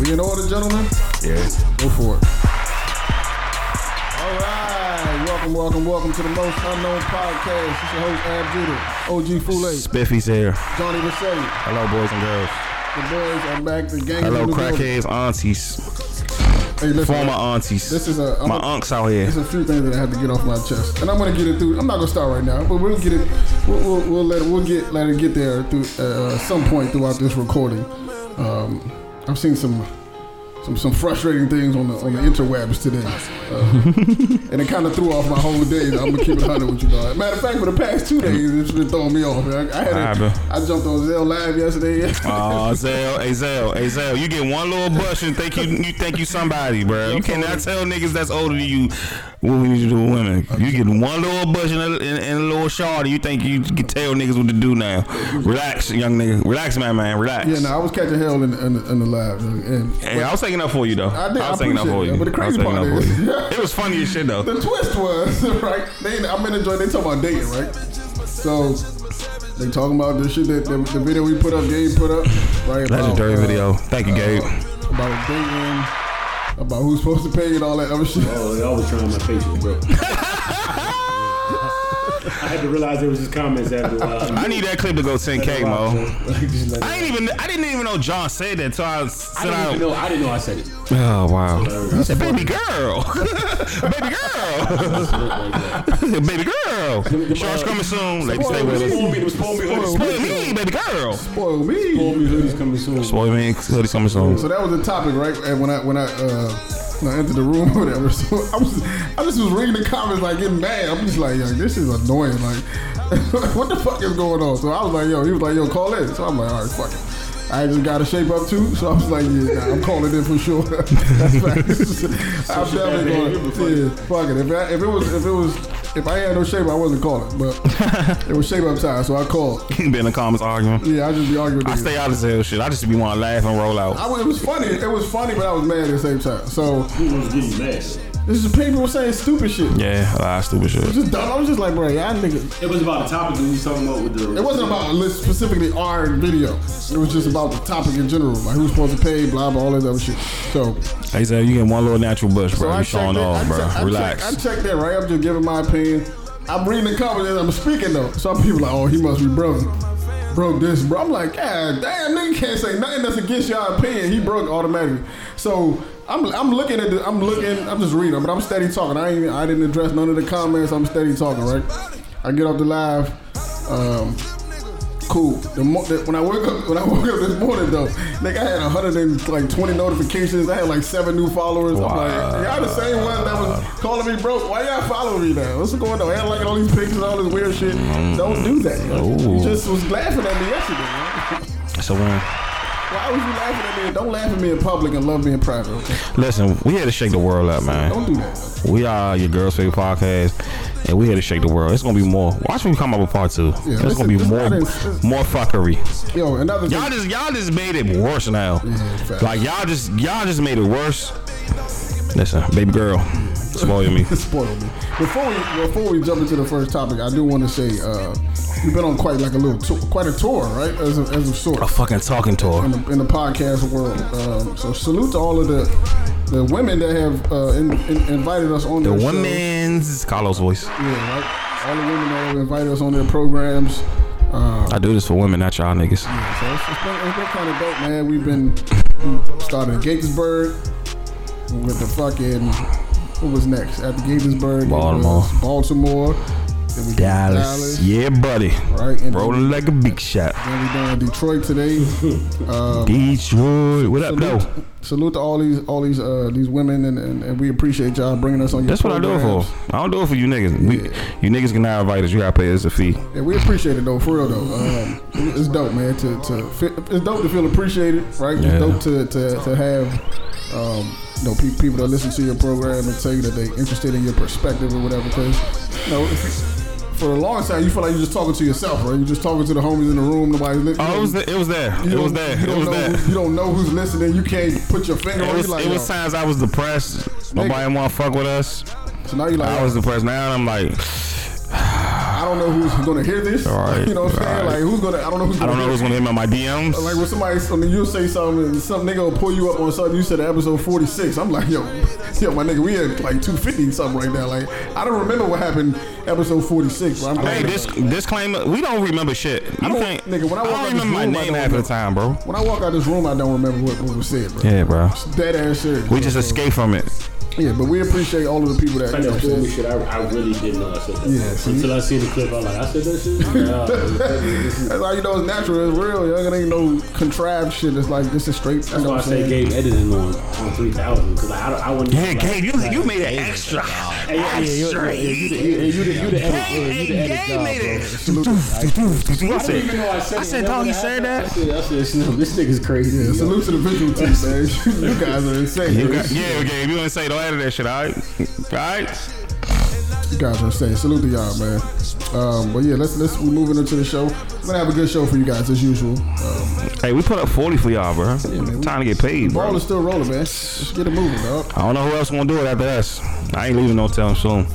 We in order, gentlemen? Yeah. Go for it. All right. Welcome, welcome, welcome to the most unknown podcast. It's your host, Ab Judah, OG Foulet, Spiffy's here. Johnny Vasselli. Hello, boys and girls. The boys are back. The gang is Hello, in the building. crackheads, aunties, Hey, listen, former aunties. This is a- I'm my a- unks out here. There's a few things that I have to get off my chest, and I'm gonna get it through. I'm not gonna start right now, but we'll get it. We'll, we'll, we'll let it. We'll get let it get there through uh, some point throughout this recording. Um, I've seen some some some frustrating things on the on the interwebs today, uh, and it kind of threw off my whole day. I'm gonna keep it hundred with you, dog. Matter of fact, for the past two days, it's been throwing me off. man. I, I had Alright, a, I jumped on Zell Live yesterday. Oh, Zell, hey Zell, hey Zell, you get one little bush and think you you think you somebody, bro. You cannot tell niggas that's older than you what we need to do with women. You get one little bush and a, and, and a little shawty, you think you can tell niggas what to do now. Relax, young nigga. Relax, my man. Relax. yeah, no, I was catching hell in the, in the, in the live, and Hey, I was taking up for you though. I did. I was taking up appreciate for it, you. but the I crazy was taking part up for you. is- it was funny as shit though. the twist was right. They, I'm in the joint. They talking about dating, right? So they talking about the shit that the, the video we put up, Gabe put up, right? about, Legendary uh, video. Thank you, Gabe. about dating, about who's supposed to pay and all that other shit. Oh, they always trying my patience, bro. I had to realize there was just comments after a while. I need that clip to go 10k, Mo. I I didn't even I didn't even know John said that till I said didn't even I. know. I didn't know I said it. Oh wow. You said baby girl, baby girl, baby girl. Sharks coming soon. Ladies, stay with us. Spoil me. It was spoil me. Hoodies. Spoil me, baby girl. Spoil me. Spoil me. Hoodies coming soon. Spoil me, hoodie coming So soon. that was the topic, right? And when I when I uh, when I entered the room or whatever, so I was I just was reading the comments like getting mad. I'm just like, yo, this is annoying. Like, what the fuck is going on? So I was like, yo, he was like, yo, call in. So I'm like, all right, fuck it. I just got to shape up too, so I was like, yeah, nah, I'm calling in for sure. That's facts. I'm definitely going. Yeah, fuck it. If, I, if it was if it was if I had no shape, I wasn't calling. But it was shape up time, so I called. He be in the comments arguing. Yeah, I just be arguing. with I niggas. stay out of this hell shit. I just be want to laugh and roll out. I was, it was funny. It was funny, but I was mad at the same time. So People was getting mad. this is people were saying stupid shit. Yeah, a lot of stupid shit. Just dumb. I was just like, bro, y'all niggas. It was about a topic that we was talking about with the. It wasn't about li- specifically our video. It was just about the topic in general, like who's supposed to pay, blah, blah, all this other shit. So, Hey, Zell, you get one little natural bush, so bro. You showing it. off, I, bro. checked, I, Relax. checked, I checked that, right? I'm just giving my opinion. I'm reading the comments as I'm speaking though. Some people like, oh, he must be broke. Broke this, bro. I'm like, God damn, nigga can't say nothing that's against your opinion. He broke automatically. So I'm, I'm looking at the, I'm looking, I'm just reading, but I'm steady talking. I ain't, even- I didn't address none of the comments. I'm steady talking, right? I get off the live. Um, cool. The mo- the, when I woke up, when I woke up this morning though, like I had 120 notifications. I had like seven new followers. I'm like, y'all the same one that was calling me broke. Why y'all following me now? What's going on? Y'all liking all these pictures, all this weird shit. Don't do that. You Ooh. just was laughing at me yesterday. Man. So when. Why was you laughing at me? Don't laugh at me in public and love me in private. Okay? Listen, we here to shake the world up, man. Don't do that. We are your girls' favorite podcast, and we here to shake the world. It's gonna be more. Watch when we come up with part two. Yeah, It's this gonna is- be this more, not is- more fuckery. Yo, another thing. Y'all just, y'all just made it worse now. facts. Like y'all just, y'all just made it worse. Listen, baby girl, spoil me. spoil me. Before we before we jump into the first topic, I do want to say uh, you've been on quite like a little tour, quite a tour, right? As of, as of sort A fucking talking to in her. the, in the podcast world. Um, so salute to all of the the women that have uh, in, in, invited us on The their one shows. man's Carlos voice. Yeah, right. All the women that have invited us on their programs. Um, I do this for women, not y'all niggas. so it's, it's been, it's been kind of dope, man. We've been we started in Gatesburg with the fucking what was next after Gatesburg? it Baltimore. was Baltimore. Then we did Dallas, yeah, buddy. right? And then Rolling like a big shot. we down in Detroit today. Um, Detroit, what up, though? salute to all these all these uh, these women, and, and, and we appreciate y'all bringing us on your. That's what I do it for. programs. I don't do it for you niggas. We, you niggas cannot invite us. You gotta pay us a fee. Yeah, we appreciate it though, for real though. Um, it's dope, man. To, to feel, it's dope to feel appreciated, right? It's Yeah. dope to to, to have um, you know pe- people that listen to your program and tell you that they interested in your perspective or whatever. Because you know, if you- for a long time, you feel like you're just talking to yourself, right? You're just talking to the homies in the room. Nobody's listening. Oh, it was there. It was there. You It was don't- there. You It don't was know. there. Who, you don't know who's listening. You can't put your finger It on. was, you like, it was yo. times I was depressed. Nobody want to fuck with us. So now you're like, I was depressed. Now I'm like, I don't know who's gonna hear this. All right, You know what I'm saying? all right. Like who's gonna? I don't know who's. I Gonna don't know hear who's gonna hit me on my DMs. Like when somebody, I mean, you'll say something, and some nigga will pull you up on something. You said episode forty six. I'm like, yo, yo, my nigga, we at like two fifty something right now. Like I don't remember what happened episode forty six. I'm Hey, glad- this disclaimer: we don't remember shit. I don't- don't think, nigga, when I I, walk out don't remember this my room, I name don't half of the time, bro. when I walk out this room, I don't remember what, what was said, bro. Yeah, bro. Dead ass serious. We just escaped from it. yeah, but we appreciate all of the people that. I you know know what I'm fool saying? me shit. I, I really didn't know I said that. Yeah, see? Until I seen the clip, I'm like, I said that shit. Nah, this is- That's how you know it's natural, it's real, young. It ain't no contrived shit. It's like this is straight. you That's know what why I I'm saying? say Gabe editing on on three thousand because I don't- I wouldn't. Yeah, like, Gabe, you like, you made it extra. Hey, yeah, yeah, you Extra. yeah, you the- you- you the you the edit. yeah, Hey, you the hey, edit Gabe god, made bro. it. I I don't even know said, I I said it. said, It dog, never you said happened. that? I said, I said, "Slim, this nigga's crazy. Yeah, yo." salute to the visual team, man. you guys are insane. You got- yeah, okay. If you want to say, don't edit that shit, all right? All right? You guys are insane. Salute to y'all, man. Um, but yeah, let's let's we're moving into the show. We're gonna have a good show for you guys as usual. Um, Hey, we put up 40 for y'all, bro. Time to get paid, ball bro. is still rolling, man. Let's get it moving, dog. I don't know who else gonna do it after us. I ain't leaving no time soon.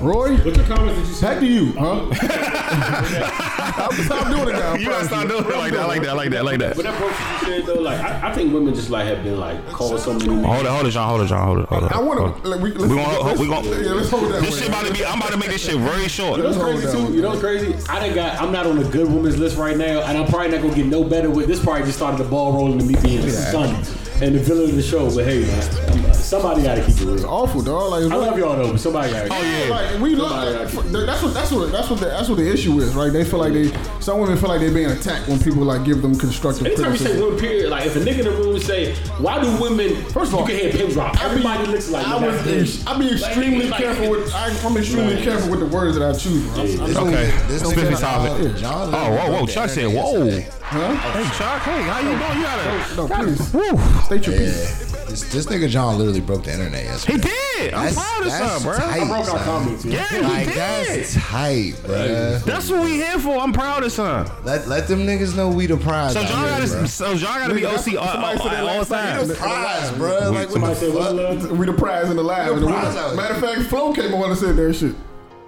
Roy, What the comments did you say? back to you, huh? I'm stop doing it now. I You promise gotta start doing it like that, like that, like that, like that. But that bullshit you said though, like I, I think women just like have been like called so many. names. Hold it, hold it, John, hold it, John, hold it, hold it. I want to. to. Like, we, We gonna, hold- we gonna. yeah, let's hold that. This way. shit about to be. I'm about to make this shit very short. You know Hold what's crazy down. too? You know what's crazy? I done got I'm not on a good woman's list right now, and I'm probably not gonna get no better with this. Probably just started the ball rolling to me being stunned and the villain of the show. But hey, man, uh, somebody gotta keep it real. awful, dog. Like, I Roy- love y'all though, but somebody gotta. Oh yeah. Like we love that's what that's what that's what the, that's what the issue is, right? They feel like they some women feel like they're being attacked when people like give them constructive Anytime you say criticism. women, period, like if a nigga in the room say, "Why do women?" First of all, you can hear pin drop. I be- Everybody looks like I that. was ex- I be extremely careful with I, I'm extremely Right. careful with the words that I choose. Bro. I'm- I'm- Okay. This Let's finish nigga, off uh, it. John Oh, Lennon whoa, whoa. wrote that Chuck said, interview whoa. yesterday. huh? Hey, Chuck. Hey, how you doing? You gotta. No, please Woo. state your piece. Yeah. This, this nigga John literally broke the internet yesterday. He did. I'm That's- proud of that's son, bro. tight, broke our son. comments. Yeah. Yeah, he Like did. that's tight, bruh. That's what we here for. I'm proud of son. Let let them niggas know we the prize. So out John here, gotta, bruh. so John gotta be Nigga, OC all, somebody said that all, uh, all, all last the night. We time. the prize, bruh. Like what Somebody the said, "What's fuck? love?" We the prize in the live. And the prize woman- out here. matter of fact, Flo came on and said that shit.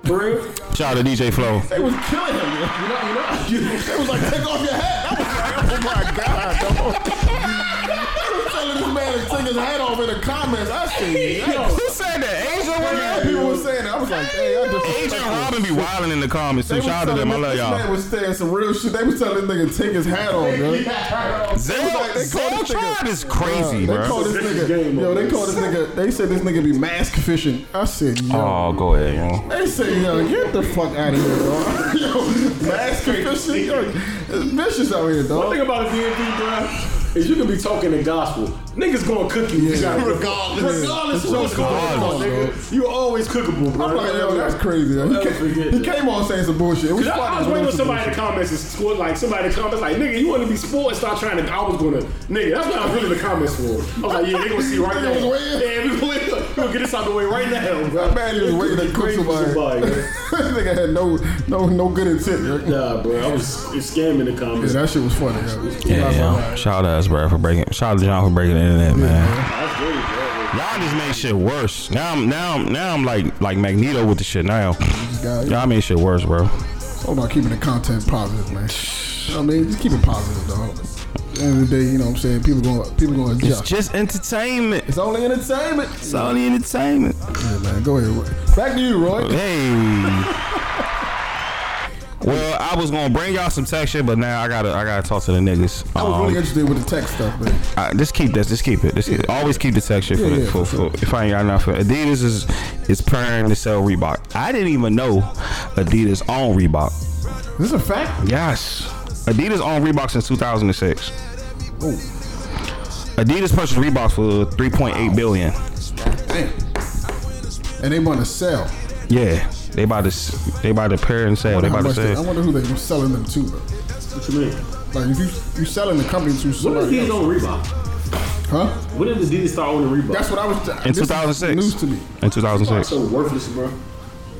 For real? Shout out to DJ Flow. They was killing him. You know, you know. You, they was like, take off your hat. I was like, oh my god, dog. They was telling this man to take his hat off in the comments. I see. Who said that? Asian Yeah, woman? people were saying that. I was like, hey, I just. Asian Robin be wilding in the comments. They was So shout out to them. I telling love this man y'all. was saying some real shit. They was telling this nigga take his hat off, bro. like, they call Zell this nigga- Tribe is crazy, They called bro. this This is game nigga. Yo, they over. called this nigga. They said this nigga be mask fishing. I said, yo. Oh, go ahead, man. They say, yo, get the fuck out of here, dog. yo, mask fishing. Yo, it's vicious out here, One dog. thing about a DMV, bro, is you can be talking the gospel. Niggas gonna cook you. you gotta- Regardless. Regardless It's of what's so going cool, on, nigga. You always cookable, bro. I'm like, yo, that's crazy. yo. He, Never forget came, he that. came on saying some bullshit. It was I, I funny. was but it waiting on was some somebody to bullshit. comment, and score, like somebody to comment, like nigga, you want to be sports? Stop trying to. I was gonna, nigga, that's what I was really the comments for. I was like, yeah, they gonna see right now. Nigga was waiting. Yeah, we gonna, we gonna get this out the way right now, bro. That man, he was waiting to cook Crazy somebody. man. This nigga had no, no, no good intent. yo. Nah, bro, I was scamming the Yeah, comments. that shit was funny. Yo. Yeah, yeah. Shout out to us, bro, for breaking. Shout out to John for breaking the internet, man. That's great, bro. Y'all just made shit worse. Now I'm now I'm now I'm like like Magneto with the shit now. Guy, Y'all made shit worse, bro. It's all about keeping the content positive, man. You know what I mean, just keep it positive, dog. At the end of the day, you know what I'm saying. People going, people going to It's adjust. just entertainment. It's only entertainment. It's only entertainment. Yeah, man. Go ahead. Roy. Back to you, Roy. Hey. Well, I was gonna bring y'all some tech shit, but now I gotta I gotta talk to the niggas. I was really Um, interested with the tech stuff, man. I, just keep this. Just keep it. Just keep- always keep the tech shit for, Yeah, the yeah, for, for sure. for if I ain't got enough. Adidas is is preparing to sell Reebok. I didn't even know Adidas owned Reebok. Is this a fact? Yes, Adidas owned Reebok since 2006. Adidas purchased Reebok for 3.8 billion. Damn. And they want to sell. Yeah, they about to s- they about to pair and sell. They How about to much they- I sell. wonder who they're selling them to, bro. What you mean? Like if you you selling the company to When did somebody these else, on Reebok? huh? When did the Adidas start owning Reebok? That's what I was. In this is 2006. News to me. In 2006, so worthless, bro.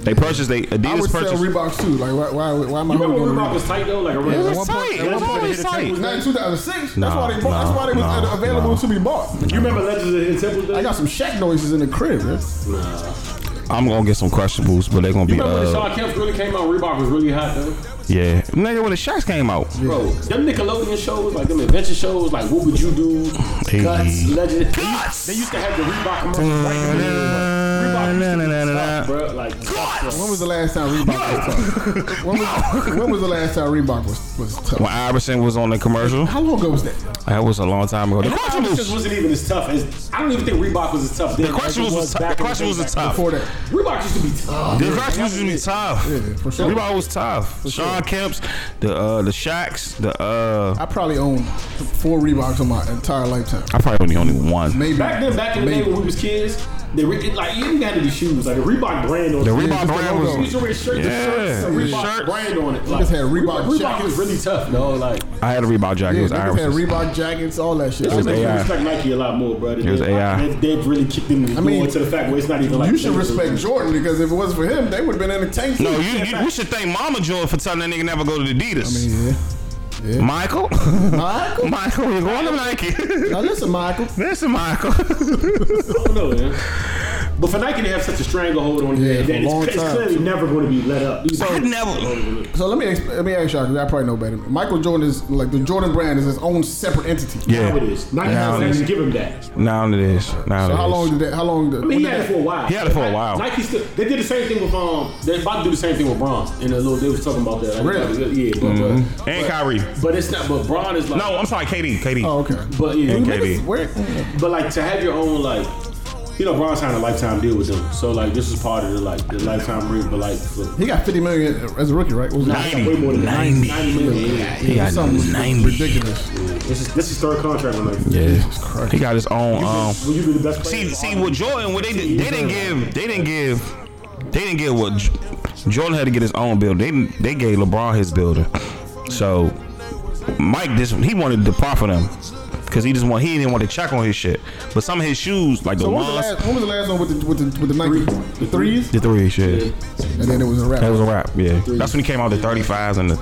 they purchased. They I would Adidas sell purchased. Reeboks too. Like why? Why, why am I Remember holding when on to Reebok? Reebok was tight though? Like around It that was time? tight. It At was one point, always they hit a tight. table. Not in 2006. that's Nah, why they. Bought, that's nah, why they was nah, uh, available nah. to be bought. You remember Legends of the Temple's I Day? got some Shaq noises in the crib. Man. Nah. I'm gonna get some questionables, but they're gonna be Remember when uh, Sean Kemp really came out, Reebok was really hot though. yeah. Nigga, when the shots came out, Bro, them Nickelodeon shows, like them adventure shows, like What Would You Do, Hey. Guts, Legend. They used to have the Reebok commercials right in the middle. Like, Reebok used to be tough, bro. Like, tough, bro. When was the last time Reebok was tough? When was, when was the last time Reebok was, was tough? when Iverson was on the commercial, How long ago was that? that was a long time ago. The The questions questionables, wasn't even as tough as I don't even think Reebok was as tough. Then, the as questionables it was t- the back in day, questionables was back in tough. Oh, Before that? the- Reebok used to be tough. The Reebok used to be tough. Yeah, for sure. Reebok was tough. Sean Kemp's, the uh, the Shacks, the uh, I probably owned four Reeboks in my entire lifetime. I probably own the only one. Maybe. Back then, back in the day when we was kids, they re- it, like you didn't have to be shoes. Like the Reebok brand on The it. Reebok just the brand logo. You used was. to wear shirts, the shirts, the Yeah. Reebok Shirts. brand on it. Niggas had Reebok Reebok jackets. was really tough, though. Like I had a Reebok jacket. Yeah, it was niggas had Iverson's. Reebok jackets, all that shit. It was makes you AI. respect Nike a lot more, bro. It was AI. They, have really kicked in the I mean, door to the fact where it's not even like You should respect Jordan because if it wasn't for him, they would have been in the tank. No, you, you we should thank Mama Joy for telling that nigga never go to Adidas. Yeah. Michael, Michael? Michael, you're going to Nike. Now listen, Michael. Listen, Michael. I don't know, man. But for Nike to have such a stranglehold on Yeah, yeah, for a that, it's, long it's time. clearly never going to be let up. These I are- never. So let me exp- let me ask y'all because I probably know better. Michael Jordan is like the Jordan brand is its own separate entity. Now it Yeah. is. Nike Now it has to is. actually give him that. Now it is. Now it So is. how long did that? How long? Did, I mean, he when had did it for a while. He had it for a while. Nike still. They did the same thing with um. They're about to do the same thing with Bron. And a little, they was talking about that. Like, Really? Yeah. But, but, And Kyrie. but it's not. But Bron is like. Mm-hmm. No, I'm sorry, KD. KD. Oh, okay. But yeah. And KD. Where? But like to have your own like, you know, Bron signed a lifetime deal with them. So like, this is part of the like the lifetime re But like, for, He got fifty million as a rookie, right? What Was Nah, it's way more than 90. 90. 90 million. Yeah. it? got something 90. ridiculous. This is this is third contract on like Yeah. He got his own. Um, Will you be the best player? see, see, with Jordan, what they did, they didn't give, they didn't give, they didn't give what J- Jordan had to get his own building. They they gave LeBron his building. So Mike, this he wanted to part for them because he just want he didn't want to check on his shit. But some of his shoes, like the So when was the ones, last? When was the last one with the with the, with the Nike? The threes, the three shit. and then it was a wrap. That was a wrap, yeah. That's when he came out the 35s and the,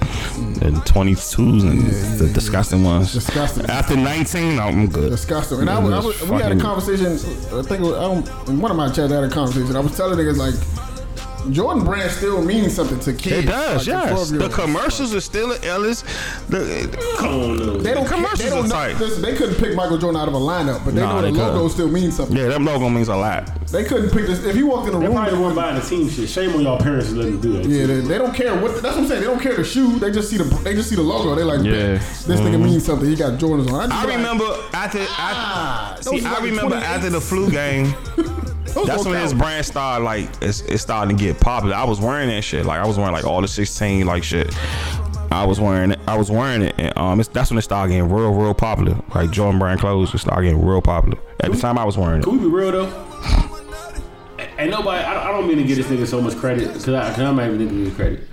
the 22s and the disgusting ones. Disgusting. After 19, I'm good. disgusting. And I was, I was, we had a Fucking- conversation. I think it was, I don't, in one of my chats, I had a conversation. I was telling niggas like, Jordan brand still means something to kids. It does, like, to yes. The 12-year-olds. commercials are still at Ellis. The, Oh no. They don't. The commercials they don't are know, tight. Listen, they couldn't pick Michael Jordan out of a lineup, but they Nah, know the they logo couldn't. still means something. yeah, that logo means a lot. They couldn't pick this. If he walked in the They room, probably they wouldn't. weren't buying the team shit. Shame on y'all parents for letting them do that. Yeah, they, they don't care what. That's what I'm saying. They don't care the shoe. They just see the. They just see the logo. They like, Yeah. Mm-hmm. this nigga means something. He got Jordans on. just I like, remember after. Ah, I, those see, was I like remember 28. after the flu game. those That's don't when his count. brand started like it's, it started to get popular. I was wearing that shit. Like I was wearing like all the sixteen like shit. I was wearing it. I was wearing it, and um, it's, that's when it started getting real, real popular. Like Jordan Brand clothes, it started getting real popular. At the time, I was wearing it. Can we be real though? And nobody, I, I don't mean to give this nigga so much credit because I, cause I'm not even giving him credit.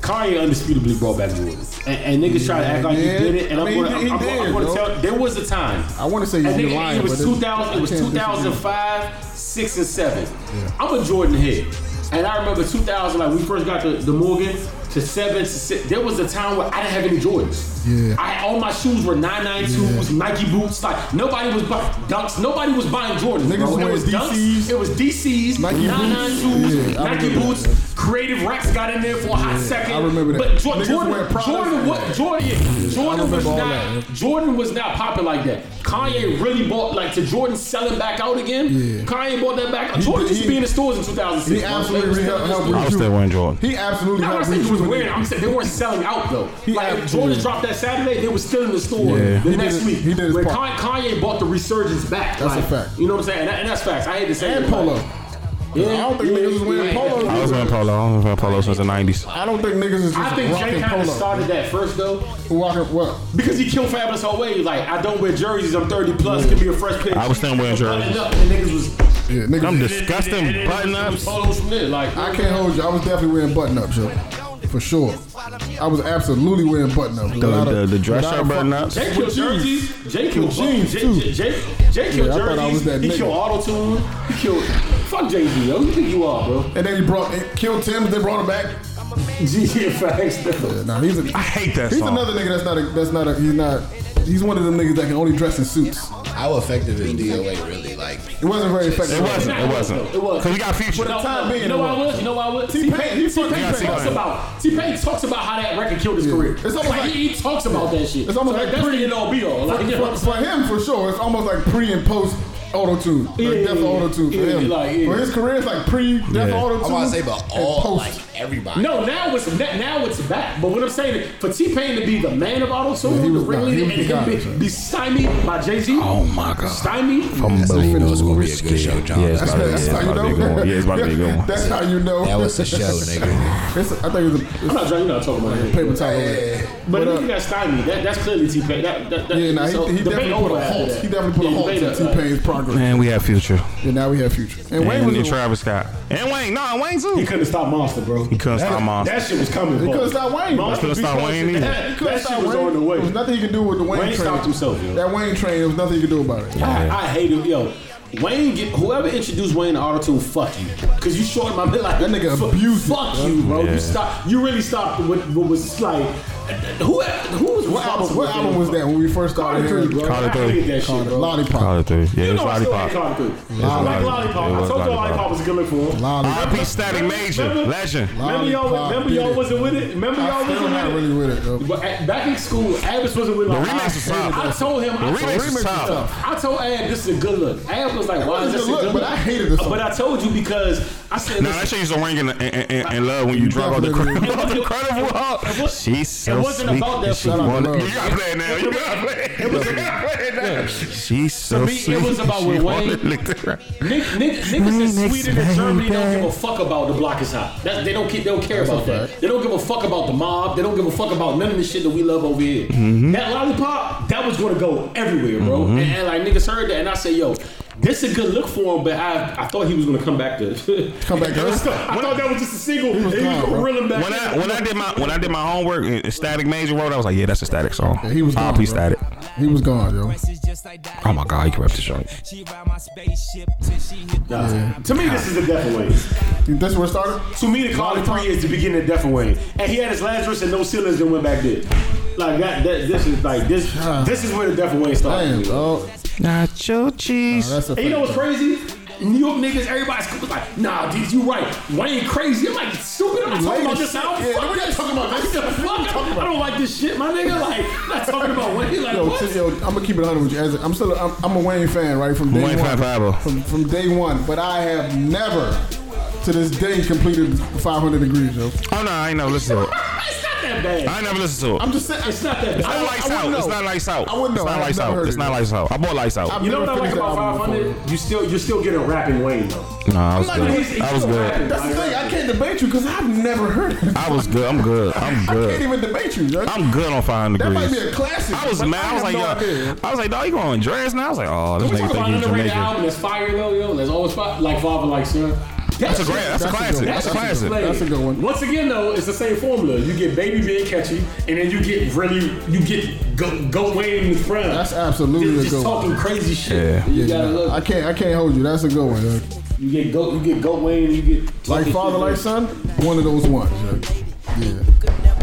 Kanye undisputably brought back Jordan, and, and niggas try to act like Yeah, he did it. And I I mean, am gonna, he I'm, I'm, did, I'm gonna though. tell. There was a time. I want to say And you're nigga, lying. it was but 2000. It was I can't disagree. 2005, six and seven. I'm a Jordan head, and I remember 2000. Like we first got the, the Morgan to seven to six. There was a time where I didn't have any Jordans. Yeah. I all my shoes were 992s, Nike boots. Like nobody was buying dunks. Nobody was buying Jordans. Niggas bro. was It was wearing DCs. dunks. It was DCs, Nike boots. 992s, Yeah, I Nike remember boots. that. Creative Rex got in there for a hot second. I remember that. But Jo- Niggas wearing Jordan, Prada. Jordan, what? Jordan, yeah, Jordan remember was all not. that, yeah. Jordan was not popping like that. Kanye really bought like to Jordan selling back out again. Yeah. Kanye bought that back. out. Jordan used he- to be in the stores in 2006. He absolutely helped. helped I was still wearing Jordan. He absolutely I'm not helped. saying reach he was with it. wearing. it. I'm saying they weren't selling out though. He like had- if Jordan dropped that Saturday, they were still in the store Yeah. the He next did his- week. he did his Where part. Con- Kanye bought the resurgence back. That's a like, fact. You know what I'm saying? And, that- and that's facts. I hate to say And it, but- polo. Yeah, I don't think niggas was wearing polo. I was wearing polo. I was wearing polo since the nineties. I don't think niggas is just I think Jay rocking kind of polo. started that first though. Walking what? Because he killed Fabulous whole way. Like, I don't wear jerseys. I'm 30 plus. Give me a fresh pair. I was still wearing jerseys. Buttoned up, And niggas was Yeah, niggas. I'm disgusting button It was ups. photos from there. Like, I can't hold you. I was definitely wearing button up shirt. For sure. I was absolutely wearing button up. The, the, the dress shirt button ups. Jay killed jerseys. Jay killed jeans, jeans. Jay, too. Jay, Jay, Jay killed Yeah, I thought I was jerseys. that he nigga. killed auto tune. He killed. Fuck Jay Z, yo. Who you think you are, bro? And then he brought it killed Tim, they brought him back. G facts. though. Yeah, nah, he's a, I hate that he's song. another nigga that's not a that's not a he's not He's one of them niggas that can only dress in suits. How effective is DOA really? Like, It wasn't very effective. It wasn't. It It wasn't. was. Because we got future. the Nah, time no, being, you it know why I was. would? You know why I would? T-Pain- T-Pain, T-Pain, T-Pain got talks T-Pain. about T-Pain talks about how that record killed his career. It's almost like- he, he talks about that shit. It's almost So like that's pretty- the end all be all. Like, you know what For, I'm for saying? him, for sure, it's almost like pre and post auto tune. Like Yeah, yeah, death yeah. auto tune for Yeah, him. like, yeah. For his career, it's like pre death Yeah. auto I'm tune. about to say, but all, like, everybody. No, now it's na- now it's back. But what I'm saying is, for T Pain to be the man of auto Yeah, tune, he the was not- ringleader, he was the and guy, him so. be, be stymied by Jay Z. Oh my god. Stymied. That's how you know it's gonna be a good show, John. Yeah, it's That's about to be- That's it's how you about to be a good know. one. Yeah, it's about to be a good one. That's how you know. That was the show, nigga. It's, I think it was a it's I'm not, you're not talking about a him. paper towel. But, But, if uh, you got stymied, that, that's clearly T Pain. That, that, that, Yeah, nah, he, so he debate definitely put over a after halt. that. He definitely put Yeah, a halt debate to T over. Pain's progress. Man, we have future. And now we have future. And Wayne And, was and the one. Travis Scott. And Wayne. No, and Wayne too. He couldn't stop Monster, bro. He couldn't stop Monster. That shit was coming. He couldn't stop Wayne. Monster He couldn't stop because Wayne either. That, He couldn't that stop shit was Wayne. on the way. There was nothing he could do with the Wayne, Wayne train. stopped himself, yo. That Wayne train, there was nothing he could do about it. I, I hate him, yo. Wayne, get, whoever introduced Wayne to autotune, fuck you, cause you shorted my mid like That nigga fu- abused it, Fuck bro. you, bro. Yeah. You stop. You really stopped what, what was like. Who who was What album? What album was that when we first started? Carter hearing Three, bro. it? Carter I Three. hate that shit, bro. Lollipop. Probably three. Yeah, You it's know I still hate lollipop. Carter Three. I like Lollipop. Lollipop. It I was told you Lollipop. Lollipop was a good look for him. Lollipop. R.I.P. Static Major. Remember- Legend. Remember y'all, Lollipop remember did y'all it. wasn't with it. Remember I y'all still not wasn't with really it. with it. Though. But at, back in school, Abbas wasn't with The like, remix was I, tough. I told him. I The told, remix was tough. I told Ab this is a good look. Ab was like, why was is a this a good good look, but look? I hated this But I told you because I said. No, listen, that shit used to ring in, in, in, in love when you drop out the Definitely. cr- off the It carnival it hall. was- She's so it wasn't sweet. about that and she for me. wanted- Love. You gotta play it now. You gotta play it. You gotta play it now. She's so me, it sweet. was about when She Wayne- wanted to lick the ground. Nick, Nick, niggas Remix, in Sweden and Germany don't baby. give a fuck about the block is hot. That's, they don't ke- they don't care about that. They don't give a fuck about the mob. They don't give a fuck about none of the shit that we love over here. That lollipop, that was gonna go everywhere, bro. And, and, like niggas heard that, and I said, yo. This a good look for him, but I, I thought he was gonna come back to Come back to I us? thought that was just a single. was He was, he was gone, gonna bro. reel him back. When in. I when I did my when I did my homework, and Static Major wrote. I was like, yeah, that's a Static song. He was gone. R.I.P. bro. Static. He was gone, yo. Oh my god, he can rap this joint. She ride my spaceship till she hit the Nah. To me, this is a death away. This where it started? To me, the Carter Three is the beginning of Death and Wayne, and he had his Lazarus and no ceilings, then went back there. Like that, that this is like this. This is where the Death and Wayne Damn, started. dog. Nacho cheese. That's a and you know what's crazy? New York niggas, everybody's was like, "Nah, dude, you right. Wayne crazy." I'm like, "Stupid, I'm not talking about this album. Yeah, fuck we're not this. talking about this. What the fuck? I don't like this shit, my nigga. Like, I'm not talking about Wayne. Like, Yo, what? t- yo, I'm gonna keep it 100 with you. As a, I'm still, a, I'm, I'm a Wayne fan, right? From day Wayne one, fan forever. From, from day one, but I have never, to this day, completed 500 degrees, yo. Oh no, I ain't never listened to it. it's not that bad. I ain't never listened to it. I'm just saying, it's not that. It's not bad. lights I out. wouldn't It's know. not lights out. I wouldn't know. It's not I've lights never out. heard It's it. not lights out. I bought lights out. I'm- You know what I like Never about finished the album 500? You still, you still getting rapping Wayne though. Nah, I was I'm not good. gonna- I was good. That's the thing. I can't debate you because I've never heard it. I was good. I'm good. I'm I can't good. even debate you, yo. I'm good on 500 that might be degrees. a classic. I was but mad. I have was like, no yo, idea. I was like, dog, you going dress now? I was like, oh, this We nigga talk about think he's underrated Jamaican. album that's fire though, yo. That's always fire. Like Father, like Son. That's a great. That's a That's a classic. good- That's a that's a classic. good- That's a good one. Once again, though, it's the same formula. You get baby being catchy, and then you get really, you get go, go Wayne in the front. That's absolutely just, a just good talking crazy shit. Yeah. You Yeah, gotta nah, look. I can't, I can't hold you. That's a good one. yo. you get go, you get go Wayne, you get Like talking father, shit. like son, one of those ones. yo. Yeah.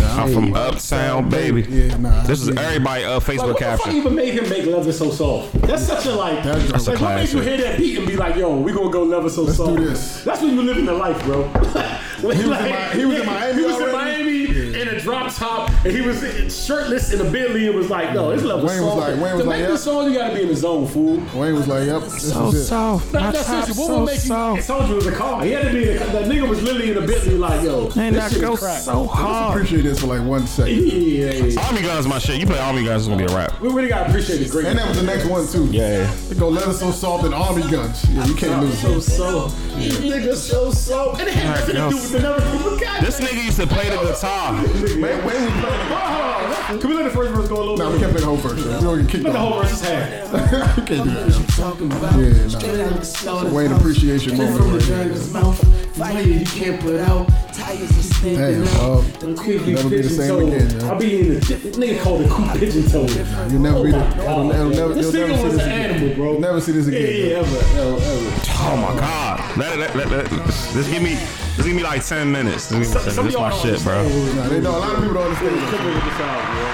I'm from Uptown, baby. Yeah, nah. This is yeah. everybody uh, Like, Facebook what the fuck caption. even made him make Leather so soft? That's such a like. That's a like, what made classic. you hear that beat and be like, "Yo, we gonna go Leather so soft"? do this. That's when you living the life, bro. When, He was in Mi- he was in Miami He was in already? Miami in a drop top, and he was shirtless in a Bentley, and was like, "No, it's Leather Wayne was soft." like- Wayne to was make like, yeah. this song, you gotta be in the zone, fool. Wayne was like, "Yep, this is it." soft. That, that's it. What would make you? It told you it was a car. He had to be. In a, that nigga was literally in a Bentley, like, "Yo, this shit is crack." Let's appreciate this for like one second. Yeah, yeah, yeah. Army Guns, my shit. You play Army Guns, it's gonna be a rap. We really gotta appreciate the great. And that was the next one too. Yeah. They go leather so soft and army guns. Yeah, you can't lose. so those. so. These niggas so so. And it had nothing to do with the number. God This nigga used to play the guitar. Wayne, Wayne was playing. damn. Can we let the first verse go a little Nah, we bit? can't play the whole verse. yo. We don't get kicked Let the off. whole verse is half. you can't do that. Yeah, nah. Wayne appreciation moment. Right there. you can't put out. Tires are Damn, stinking dog. Never be the same again, yo. I'll be in the this nigga called the coop pigeon toe. You'll never be the. It'll, Oh, it'll yeah. never, This you'll never nigga see was this an again. animal, bro. You'll never see this Yeah, again. yeah, yo. ever, ever, ever. Oh my god. Let, let, let, let, this give me this give me like ten minutes. This, this some is my y'all shit, bro. Nah, they know a lot of people don't understand. Cooking with the sound, bro.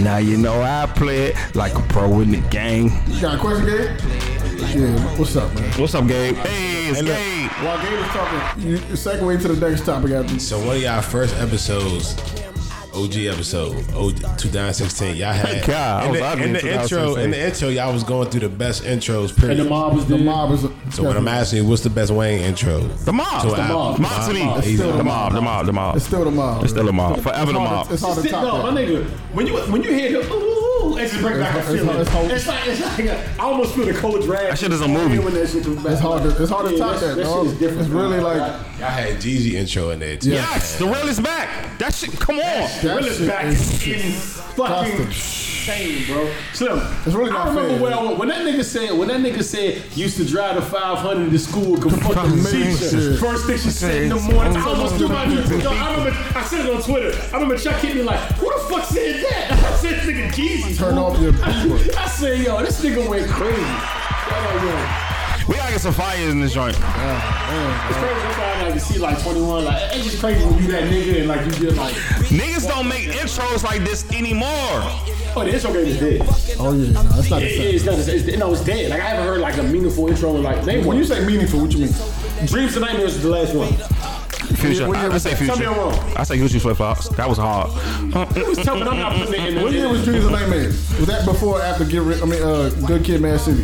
Now you know I play it like a pro in the game. You got a question, Gabe? Yeah, what's up, man? What's up, Gabe? Hey, it's Gabe. While Gabe is talking, you segue to the next topic after this. So one of y'all first episodes, OG episode, OG, 2016, y'all had Thank God, I in was the, ugly in in the intro. In the intro, y'all was going through the best intros. Period. And the mob was The there. mob is. so what I'm asking you, what's the best Wayne intro? The mob. So the I- mob. Mob to me. Mob. It's still The the mob. The mob. The mob. It's still the mob. It's still the mob. Forever the hard to- mob. It's hard to Sit- no, top my that. nigga. When you when you hear the ooh, ooh, ooh, it just brings back a It's- feeling. it's- It's, it's- like it's like a, I almost feel the cold drag. That shit is a movie. When that shit comes back. It's hard to it's hard to Yeah, top that- that. that dog. shit is different, It's really bro. like Y'all had Jeezy intro in there too. Yes, the real is back. That shit. Come on. that Will is shit back is- in fucking Constant. insane, bro. Slim, It's really I not remember fair. when, I- when that nigga said when that nigga said used to drive the 500 to school, could fuck the Amazing. teacher. First thing she said in the morning, I almost threw my jeans. Yo, I remember I said it on Twitter. I remember Chuck hit me like, "Who the fuck said that?" I said, "Nigga, Jeezy." Turn fool." off your people. I said, "Yo, this nigga went crazy." Shout out, yo. We gotta get some fires in this joint. It's crazy. That's why I like to see like 21. Like it's just crazy when you that nigga and like you get like, Niggas don't make intros like this anymore. "Oh, the intro game is dead." Oh yeah, no, it's not the It same. is not. It's, it's, no, it's dead. Like I haven't heard like a meaningful intro in like name When one. you say meaningful, what you mean? Dreams and Nightmares is the last one. Future. What year I, I was say that? Tell me future. I'm wrong. I say future flip flops. That was hard. It was tough, but I'm not putting it in. What year was Dreams and Nightmares? Was that before or after Get Rid? I mean, uh, Good Kid, Mad City.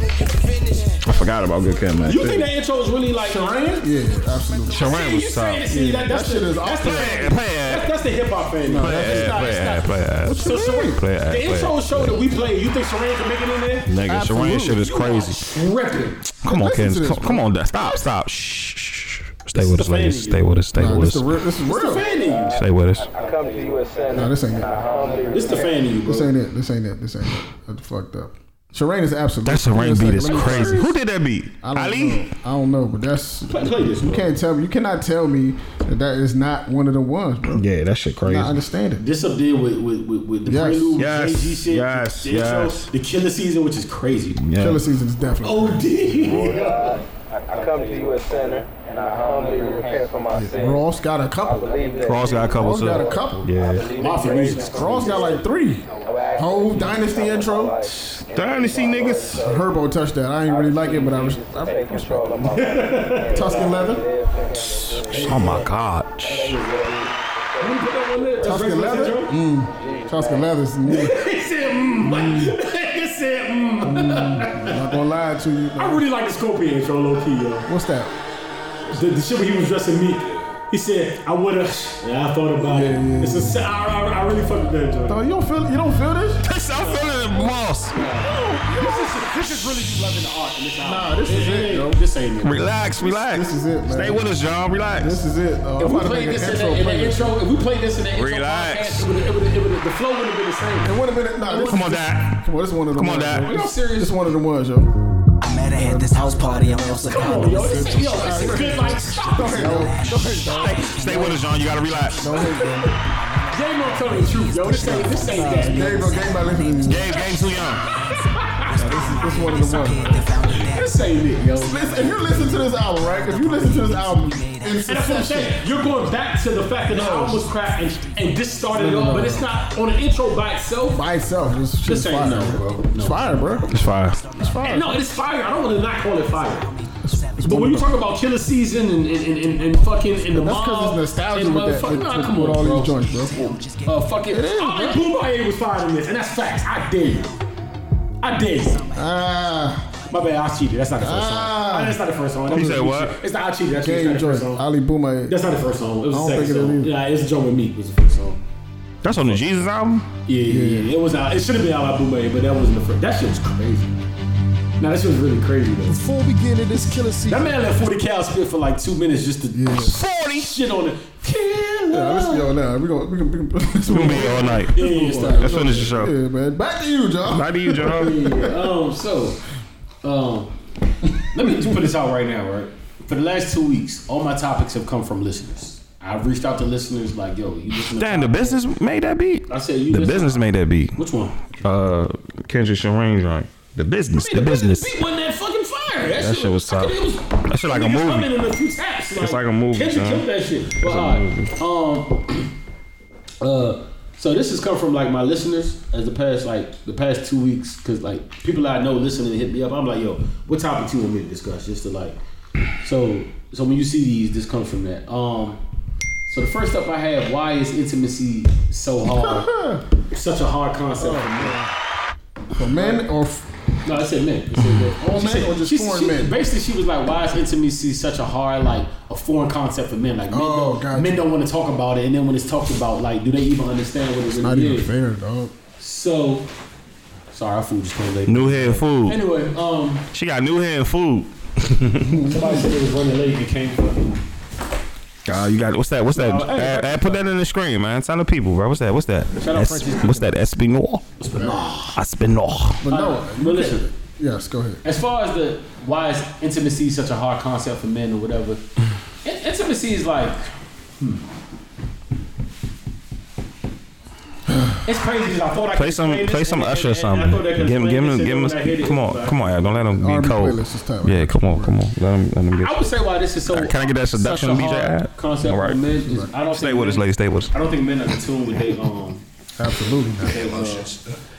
I forgot about good kid, man. you think that intro was really like Sharan? Yeah, absolutely. Sharon You was saying top. it? See, that, that's That shit the, is that's the, awesome. Play it, play that's, it. that's the hip hop thing. No, Play it's it, not. play It's it, not. play it. So Sharan, Play it, the play intro it. show that we played. You think Sharan can make it in there? Nigga, Sharon shit is You are crazy. Tripping. Come on, Listen kids. to this, Come, bro. come on, Dad. stop, stop. Shh, shh, shh. Stay with us, the ladies. fan in Stay you. with us. Stay Nah, with this, us. the real, this is It's the real. fan in you. Stay with us. come to you and saying Nah, this ain't it. It's the fan in you, bro. This ain't it. This ain't it. This ain't it. That's fucked up. Shireen is absolute. That Sharon Just beat like, is let me- crazy. Who did that beat? I don't Ali? Know. I don't know, but that's Play, play this. you Bro. can't tell me. You cannot tell me that that is not one of the ones, bro. Yeah, that shit crazy. I understand it. This up there with with, with, with the Yes. prelude, Yes. Jay-Z shit, Yes. the, intro, Yes. the killer season, which is crazy. Yeah. Killer season is definitely. OD. I come to you a sinner and I humbly repent for my sins. Ross got a couple. Believe that Cross got a couple Ross too. got a couple. Oh. Yeah. Mafia music is crazy. Ross got like three. Whole Dynasty intro. Dynasty niggas. Herbo touched that. I ain't really like it, but I was I, take control of my life. Tuscan leather. Oh my god. Can you put that one there? Tuscan leather. Mm. Tuscan leathers. mm. He said, mm. He said, mm. Not gonna lie to you. I really like the Scorpion intro, low key, yo. What's that? The, the shit where he was dressing me. He said, I would've. Yeah, I thought about it. yeah, It's a sa- I I- I really fucked with that joint. Oh, you don't feel? You don't feel this? I'm feeling the boss. This is really just loving the art in this album. Nah, this is it, yo. This ain't it. Relax, relax. This is it, man. Stay with us, John. Relax. This is it. Uh, I'm If we about to make played an this in intro the, in the playlist. intro, if we played this in the intro, Relax. podcast, it would've- it would've- it would've- the flow would have been the same. It would have been. Nah, this Come is- on, Dad. Come on, this is one of the Come on, ones. Dad. yo. This is one of the ones, yo. Go I met her at this house party. I'm also Yo, kind yo, this is, yo, this is good. Like, stop it. ahead, yo. Go ahead, dog. Stay with us, John. You gotta relax. Go ahead, yo. Game gonna tell you the truth, yo. This ain't, this ain't that. Game, bro, game by listening to music. Gabe, Gabe too young. This one of the ones. This ain't it, yo. Listen, if you listen to this album, right? If you listen to this album in And that's what I'm succession, saying. You're going back to the fact that the album was crap and, and this started it all, but it's not on an intro by itself. by itself, this shit is This ain't fire, no, bro. It's fire, bro. It's fire. And no, it's fire. I don't want to not call it fire. But when you talk about Killer Season and, and, and, and, and fucking and the That's because mob, it's nostalgia and with that, motherfuck- with, nah, with- come with on, all bro. these joints, bro. Uh, fucking, is, Ali bro. Boombaye was fire in this, and that's facts. I dare you. I dare you. Ah, My bad, I cheated. That's not the first Ah. song. That's not the first song. You said what? It's not I cheated. That's game not the joint. first song. Ali Bouma. That's not the first song. It was I the don't second think it is song. either. Yeah, it's Joe with Me was the first song. That's on the Jesus album. Yeah, yeah, yeah. It was out. It should have been out by Boomay, but that wasn't the first. That shit was crazy. Nah, that shit was really crazy though. Before we get into this killer season, That man let 40 cal spit for like two minutes just to 40 shit on it. Killer. Yeah, let's yo now. We gonna we gonna, we gonna, this one- We'll be here all night. Yeah, yeah, yeah, stop. Let's finish the show. Yeah, man. Back to you, John. Bye to you, John. Yeah, um, so, um, let me just put this out right now, right? For the last two weeks, all my topics have come from listeners. I've reached out to listeners like, yo, you listen to Damn, the business made that beat. I said, you The listen- business made that beat. Which one? Uh, Kendrick Sharon joint. The business. The business. beat wasn't that fucking fire. That, shit was I tough. think it was- That shit like a Niggas movie. coming in a few taps, like a movie, Kendrick son. killed that shit. But, all right, um, uh, So this has come from like my listeners as the past like the past two weeks because like people I know listening hit me up. I'm like, yo, what topic you want me to discuss? Just to like, so so when you see these, this comes from that. Um, so the first up I have, why is intimacy so hard? such a hard concept Oh, for men. For men or f- No, I said men. I said men. All She men said- or just she- foreign she- men? Basically, she was like, "Why is intimacy such a hard, like, a foreign concept for men? Like, men, Oh, don't, gotcha. men don't want to talk about it, and then when it's talked about, like, do they even understand what it not really even is?" fair, dog. So, sorry, our food just came late. New head food. Anyway, um, She got new head food. somebody said it was running late. You came from. Uh, you got what's that? What's that? No, hey, Uh, uh, put that in the screen, man. Tell the people, bro. What's that? What's that? Shout out Es- Francis. what's that? Espinor. Espinor. But no, you but can't- Oh, listen. Yes, go ahead. as far as the why is intimacy such a hard concept for men or whatever, in- intimacy is like, hmm. It's crazy because I thought I Play could some, explain play this some and- and- Usher or and I something. thought I could Give him, explain give this him, and give him. then I hit it, Come but- on, come on, yeah. Don't let him R&B be cold. playlist is tight. Yeah, come on, come on. Let him, let him I get. would say why this is so. Can I get that such seduction a BJ hard ad? Concept All for right. men is, I don't Stay think with us, men- lady. Stay with us. I don't think men are in tune with their um Absolutely not. they, uh,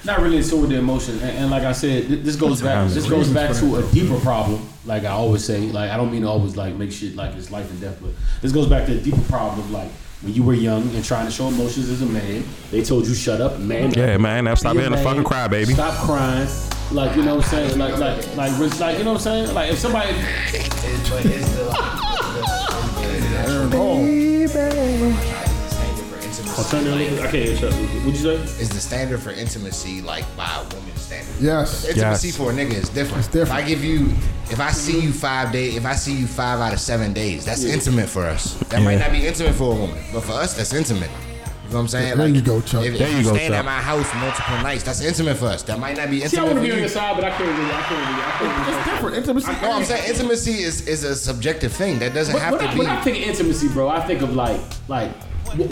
not really in tune with the emotions. And, and like I said, th- this goes back. Sometimes This the goes back reasons to a deeper problem. Like I always say, like I don't mean to always like make shit like it's life and death, but this goes back to a deeper problem of like when you were young and trying to show emotions as a man. They told you shut up, man. Yeah, man. now Stop Be a being a man. fucking cry, baby. Stop crying. Like you know what I'm saying? Like like like like, like you know what I'm saying? Like if somebody Aaron Hall. alternatively, okay, shut up. what'd you say? Is the standard for intimacy like by a woman's standard? Yes. Intimacy Yes. for a nigga is different. different. If I give you, if I see you five days, if I see you five out of seven days, that's intimate for us. That might Yeah. not be intimate for a woman, but for us, that's intimate. You know what I'm saying? There you go, Chuck. If, There if you you go, staying Chuck. at my house multiple nights, that's intimate for us. That might not be See, I intimate want to for be on you. your side, but I can't really, I can't really, I can't really. It's different. Intimacy. No, I'm saying intimacy is, is a subjective thing. That doesn't But have when, to I, be. when I think intimacy, bro, I think of like like what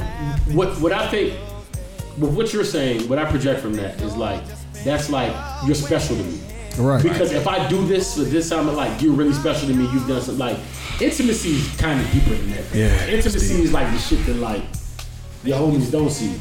what, what I think. But what you're saying, what I project from that is like that's like you're special to me. Right. Because if I do this for this time, like you're really special to me. You've done something like intimacy is kind of deeper than that. Yeah, it's Intimacy deep. is like the shit that like your homies don't see.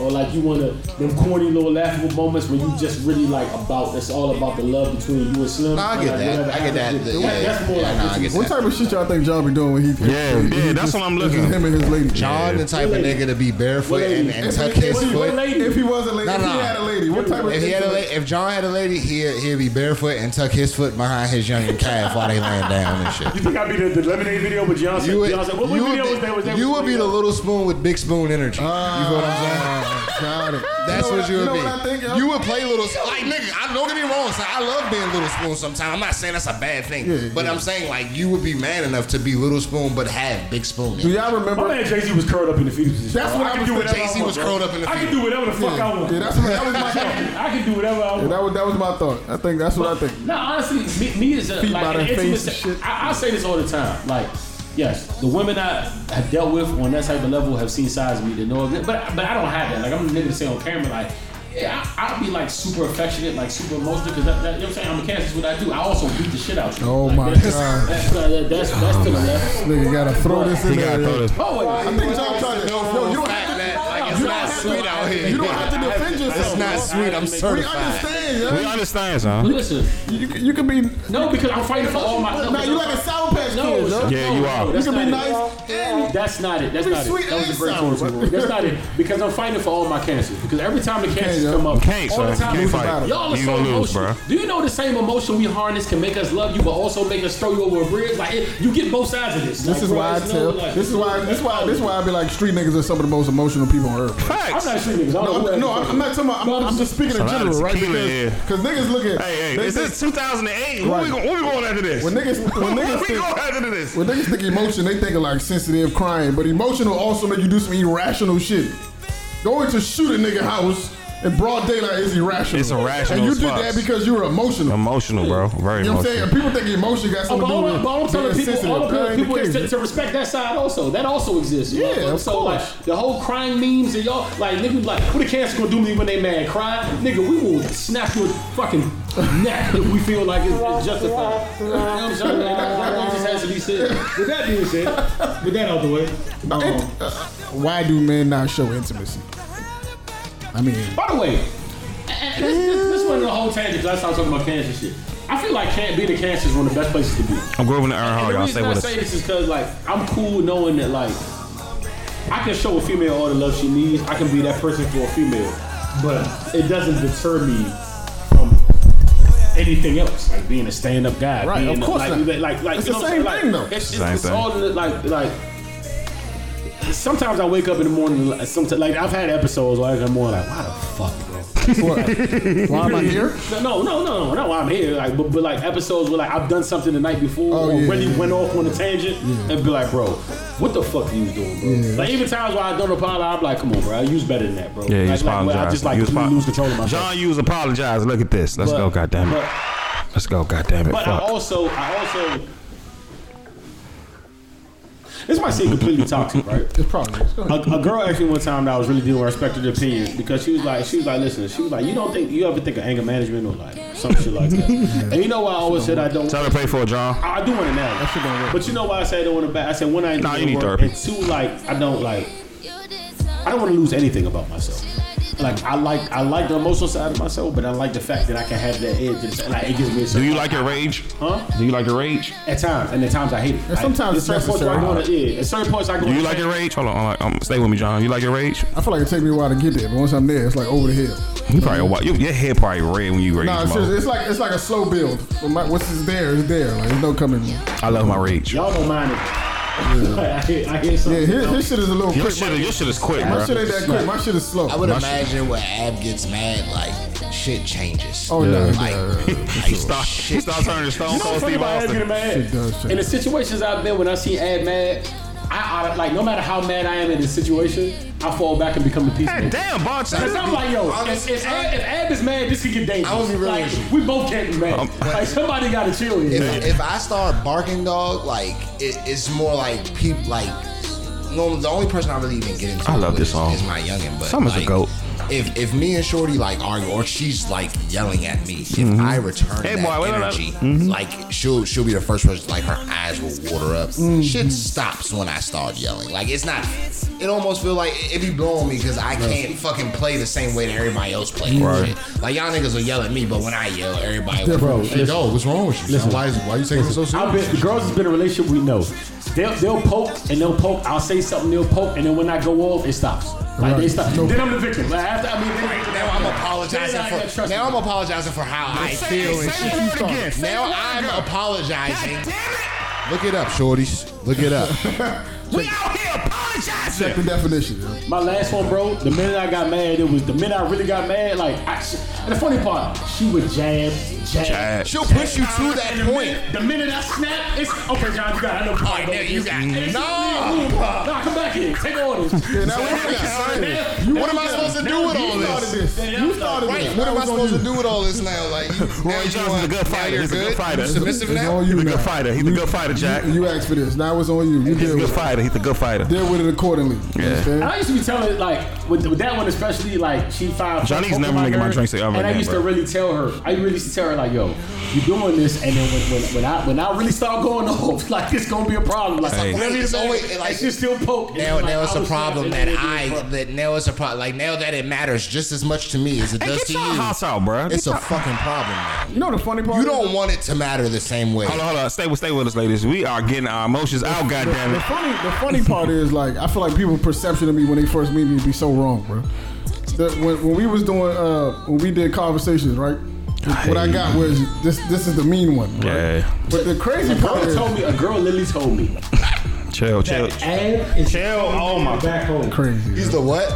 Or like you wanna them corny little laughable moments where you just really like about that's all about the love between you and Slim. No, I get Like, that. whatever I get that. happens, that's Yeah, more yeah, like no, I get intimacy. What type of shit y'all think John be doing when he? Yeah, when yeah, he that's what I'm it's looking just Him and his lady. John, the type of nigga to be barefoot lady? and, and If, tuck he- his if he- foot. if he was a lady, No, if no. he had a lady, what type of? If he had a lady, if John had a lady, he'd, he'd be barefoot and tuck his foot behind his young calf while they laying down and shit. You think I be the, the lemonade video with Beyonce? You would, Beyonce, what, what you would video be, was that? Was that you with would be the Lady little spoon with big spoon energy. you feel what I'm saying? Ah, got it. That's know what, you would know be. I think, yo? you would play little Spoon. Like, nigga, I don't get me wrong. Son. I love being Little Spoon sometimes. I'm not saying that's a bad thing. Yeah, but yeah. I'm saying, like, you would be man enough to be Little Spoon but have Big Spoon. Do y'all My remember? man Jay Z was curled up in the fetal position. That's bro. what I I can was thinking. do. Whatever Jay-Z I was want, curled bro. up in the I can fetal. do whatever the fuck I want. Yeah, that's what, that was my thought. I can do whatever I Yeah, want. that was that was my thought. I think that's what I think. No, honestly, me, me is a, Feet by like an their face intimate- and shit. I, I say this all the time. Like, yes, the women I have dealt with on that type of level have seen sides of me that know of it, but but I don't have that. Like, I'm the nigga to say on camera, like. Yeah, I, I'll be like super affectionate, like super emotional, because that, that, you know what I'm saying. I'm a cancer, that's what I do. I also beat the shit out you. Oh Like, my that's, God. That's, that's, that's, that's to the left. Nigga gotta throw this in He gotta there. throw this. Oh, wait. I think y'all tried to. Yo, you don't Fact have to. that, like, it's You don't not have sweet to- out here. You don't have to defend It's yourself. not sweet. I'm We certified. understand, We yo. understand, son. Listen, You, you can be. no, because I'm fighting for all my. Nah, you like a sour patch No, kid, yo. no, Yeah, you are. no, You that's can be not it. nice and That's not it. That's Be not sweet it. That was and a great sour, choice. bro. bro. That's not it. Because I'm fighting for all my cancers. Because every time the cancers yo. come up, You can't, all the son. You time can't it's fight. about- Y'all are You so gonna lose, emotional. bro. Do you know the same emotion we harness can make us love you, but also make us throw you over a bridge? Like it, you get both sides of this. This Like, is bro, why I it's tell. no, like- This is why. This is why. This is why I be like street niggas are some of the most emotional people on earth. bro. I'm Facts. not shooting niggas. No, I don't know I'm, who no, that I'm, is. I'm not talking. About, I'm, I'm just speaking in It's a lot of general, right? tequila in Because here. 'cause niggas look at. Hey, they hey, is think- this 2008? Where Right. we go- where we going after this? When niggas- when Where niggas we think- going after this? When niggas think emotion, they think of like sensitive crying, but emotion will also make you do some irrational shit. Going to shoot a nigga house in broad daylight is irrational. It's irrational And you as did fuck. that because you were emotional. Emotional, bro. Very you know what I'm emotional. saying? And people think emotion got Oh, something but all, to do but with all I'm telling being people, all sensitive. I'm telling That people ain't is the to, case. to respect that side also. That also exists. you Yeah, know? of so course. like the whole crying memes and y'all like nigga like what the cancer gonna do to me when they mad cry? Nigga, we will snap your fucking neck if we feel like it's, it's justified. You know what I'm saying? Like, that, that just has to be said. With that being said, with that out the way, um, Why do men not show intimacy? I mean, By the way, and- and this, this, this went on a whole tangent because I started talking about cancer shit. I feel like can't be the cancer is one of the best places to be. I'm Grover Earnhardt. And the Y'all reason stay I with say us. this is because like I'm cool knowing that like I can show a female all the love she needs. I can be that person for a female, but it doesn't deter me from anything else, like being a stand-up guy. Right, being of course like, not. Like, like, like, It's you the know what same I'm thing, saying? though. Like, it's, it's, Same it's thing. all in the, like like. Sometimes I wake up in the morning, like, sometimes, like I've had episodes where I wake up in the morning, like, why the fuck, bro? Why am I here? No, no, no, no, no, no. I'm here. Like, but, but like episodes where like I've done something the night before, Oh, or yeah, really yeah, went off on a tangent, and be like, bro, what the fuck are you doing, bro? Like even times where I don't apologize, I'm like, come on, bro, I use better than that, bro. Yeah, you like, was like, where I apologizing. just like You was completely apo- lose control of myself. John Hughes apologized. Look at this. Let's But- go. God damn it. but- Let's go. God damn it. But I Fuck. also, I also. This might seem completely toxic, right? It's probably. It's gonna- A, a girl asked me one time that I was really dealing with respected opinions because she was like, she was like, listen, she was like, you don't think you ever think of anger management or like some shit like that. And you know why I always said I don't. Tell her to pay for it, John. I I do want to now. shit don't work. But you know why I say I don't want to back? I said one, I ain't Nah, doing you need work, therapy. and two, like I don't like. I don't want to lose anything about myself. Like I like I like the emotional side of myself, but I like the fact that I can have that edge. And like it gives me. A Do certain, you like your rage? Huh? Do you like your rage? At times, and at times I hate it. Like, sometimes at certain it's points where I necessary. go on a- yeah, at certain points I go. Do on you a like tangent. your rage? Hold on. I'm like, um, stay with me, John. You like your rage? I feel like it take me a while to get there, but once I'm there, it's like over the hill. You probably white. Your, your head probably red when you rage. Nah, mode. seriously, it's like it's like a slow build. But my, what's is there is there. Like there's no coming. I love my rage. Y'all don't mind it. I, hear, I hear Yeah, something. his, his shit is a little Your quick. shit, your shit is quick, My bro. shit ain't that quick. My shit is slow. I would imagine when Ab gets mad, like shit changes. Oh, yeah, yeah, like, yeah, like, Stop, shit stop turning to Stone You know Cold what's funny Steve about Ab Austin. getting mad? Shit does change. In the situations I've been when I see Ab mad, I, I like no matter how mad I am in the situation, I fall back and become a peacemaker. God damn, Bon. Cause I'm like, yo, if, Honestly, if, Ab, if Ab is mad, this could get dangerous. I would be real like, with you. we both can't be mad. Um, like somebody got to chill here. if, if I start barking, dog, like it, it's more like people like. No, the only person I really even get into I love with this is- song. is my youngin. But Summer's a like, goat. If if me and Shorty like argue or she's like yelling at me, if I return Mm-hmm. Hey, that boy, wait, wait, wait. energy, Mm-hmm. like she'll she'll be the first person. Like her eyes will water up. Mm-hmm. Shit stops when I start yelling. Like it's not. It almost feel like it, it be blowing me because I can't fucking play the same way that everybody else plays. Right. Shit. Like y'all niggas will yell at me, but when I yell, everybody. will- Bro, listen. yo, what's wrong with you? Why, is, why you taking it so serious? I've been, the girls has been in a relationship we know. They'll, they'll poke and they'll poke. I'll say something, they'll poke, and then when I go off, it stops. Like they Right. stop. No. Then I'm the victim. Like after I mean, then I'm the Now I'm victim. apologizing Then I gotta for. trust Now I'm you. apologizing for how I feel and shit. word again. Say Now I'm apologizing. Look it up, shorties. Look it up. We out here apologizing. Check the definition. yo. My last one, bro. The minute I got mad, it was the minute I really got mad. Like, I, she- and the funny part, she would jab, jab. Jab. She'll push you to And that the point. Minute, the minute I snap, it's okay, John. You got it. I know you Alright, got now it. you got it. And it's No. just leave the room. Nah, come back here. Take orders. Yeah, now what you got? Now- What am I now- supposed to now do with you all started this? This. You started Right. this. What Now am I it's on supposed you. to do with all this now? Like, you, now you Johnson's want- a good now fighter. you're He's a good fighter. You submissive It's now? on you He's a now. good fighter. He's a good fighter, Jack. You asked for this. Now it's on you. You He's a deal good with it. fighter. He's a good fighter. Deal with it accordingly. You Yeah. And understand? I used to be telling like with, with that one especially like she five. Johnny's poking never making my girl, drink say, "Oh, And my I God, used to bro." really tell her. I really used to tell her like, "Yo, you doing this," and then when, when, when I when I really start going off, like it's gonna be a problem. Like, Hey. you know what I mean? It's always- And like- she still poke. and Now, like, now it's I a was snapping, problem and that it didn't I work. that now it's a problem. Like now that it matters just as much to me as it Hey, does get to your house you. out, bro. It's a fucking problem. now. You know the funny part? You is- don't want it to matter the same way. Hold on, hold on. Stay with, stay with us, ladies. We are getting our emotions out. Goddamn The it. funny, the funny part is like I feel like people's perception of me when they first meet me be so wrong, bro. That when, when we was doing uh when we did conversations, right? What I got was this this is the mean one, right? Yeah. But the crazy part Girl is told me a girl literally told me Chill, chill. that Ab is Chill. Oh my back home. crazy. He's the what?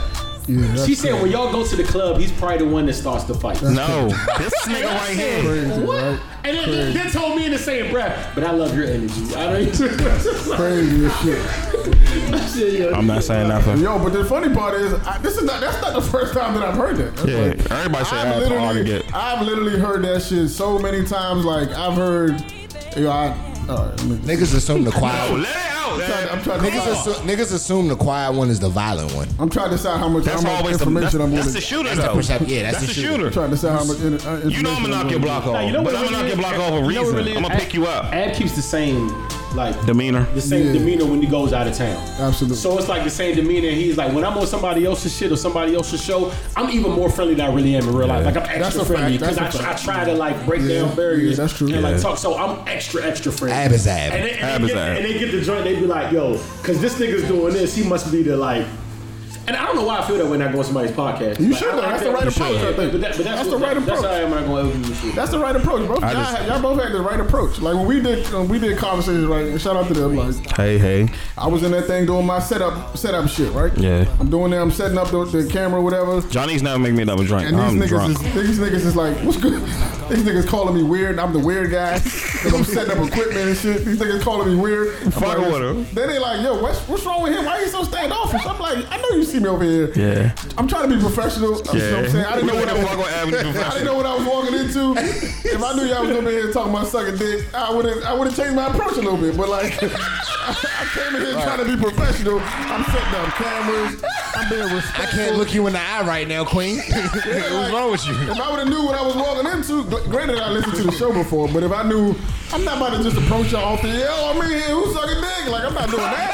Yeah, that's She said when y'all go to the club, he's probably the one that starts the fight. No, this nigga right here. crazy, What? right? And then, then told me in the same breath, but I love your energy. I don't Crazy as shit. I'm not saying nothing. Yo, but the funny part is, I, this is not that's not the first time that I've heard that. That's Yeah, like- everybody say I've Ab for all to literally, get. I've literally heard that shit so many times. Like I've heard, you know, I, all right, let me- Niggas assume the Oh, quiet. let it out. trying- man. I'm trying to- Niggas, assume, niggas assume the quiet one is the violent one. I'm trying to decide how much, how That's much always the, information that's, I'm that's going the to. shooter That's the though. perception. Yeah, that's That's the the shooter. shooter. Trying to decide how much. In, uh, You know I'm gonna knock your block off, Nah, you know but what I'm gonna really knock your is? block off for a You know what reason. really I'm is? gonna pick you up. Ab keeps the same like Demeanor. the same Yeah. demeanor when he goes out of town. Absolutely. So it's like the same demeanor. He's like, when I'm on somebody else's shit or somebody else's show, I'm even more friendly than I really am in real life. Like I'm extra That's a fact. friendly because I, That's a tr- I fact. try to like break Yeah. down barriers. Yeah, that's true. And like Yeah. talk. So I'm extra extra friendly. Ab is ab. And they, and, Ab they is get, ab. and they get the joint. They be like, yo, because this nigga's doing this, he must be the like. And I don't know why I feel that when I go on somebody's podcast. You Like, should I- though. I That's feel- the right you should. approach, I think. But, that, but that's, That's what- the right that- approach. That's how I'm not going to do That's the right approach, bro. Y'all, just- had- y'all both had the right approach. Like when we did, when we did conversations, right? and shout out to them. Like Hey, hey. I was in that thing doing my setup, setup shit, right? Yeah. I'm doing that. I'm setting up the, the camera, whatever. Johnny's never make me another drink. And I'm these niggas, drunk. is, these niggas is like, what's good? These niggas calling me weird. I'm the weird guy because I'm setting up equipment and shit. These niggas calling me weird. I'm Fuck like, with 'em. Then they like, yo, what's, what's wrong with him? Why he so standoffish? I'm like, I know you see me over here. Yeah. I'm trying to be professional. You know what I'm saying? I didn't know what I was. on Avenue I didn't know what I was walking into. if I knew y'all was gonna be here talking about sucking dick, I would have I would have changed my approach a little bit. But like, I came in here trying to be professional. I'm setting up cameras. I'm being respectful. I can't look you in the eye right now, Queen. What's wrong with you? If I would have knew what I was walking into, gl- granted I listened to the show before, but if I knew, I'm not about to just approach y'all off the air. Oh, I'm in here, who's sucking dick? Like I'm not doing that.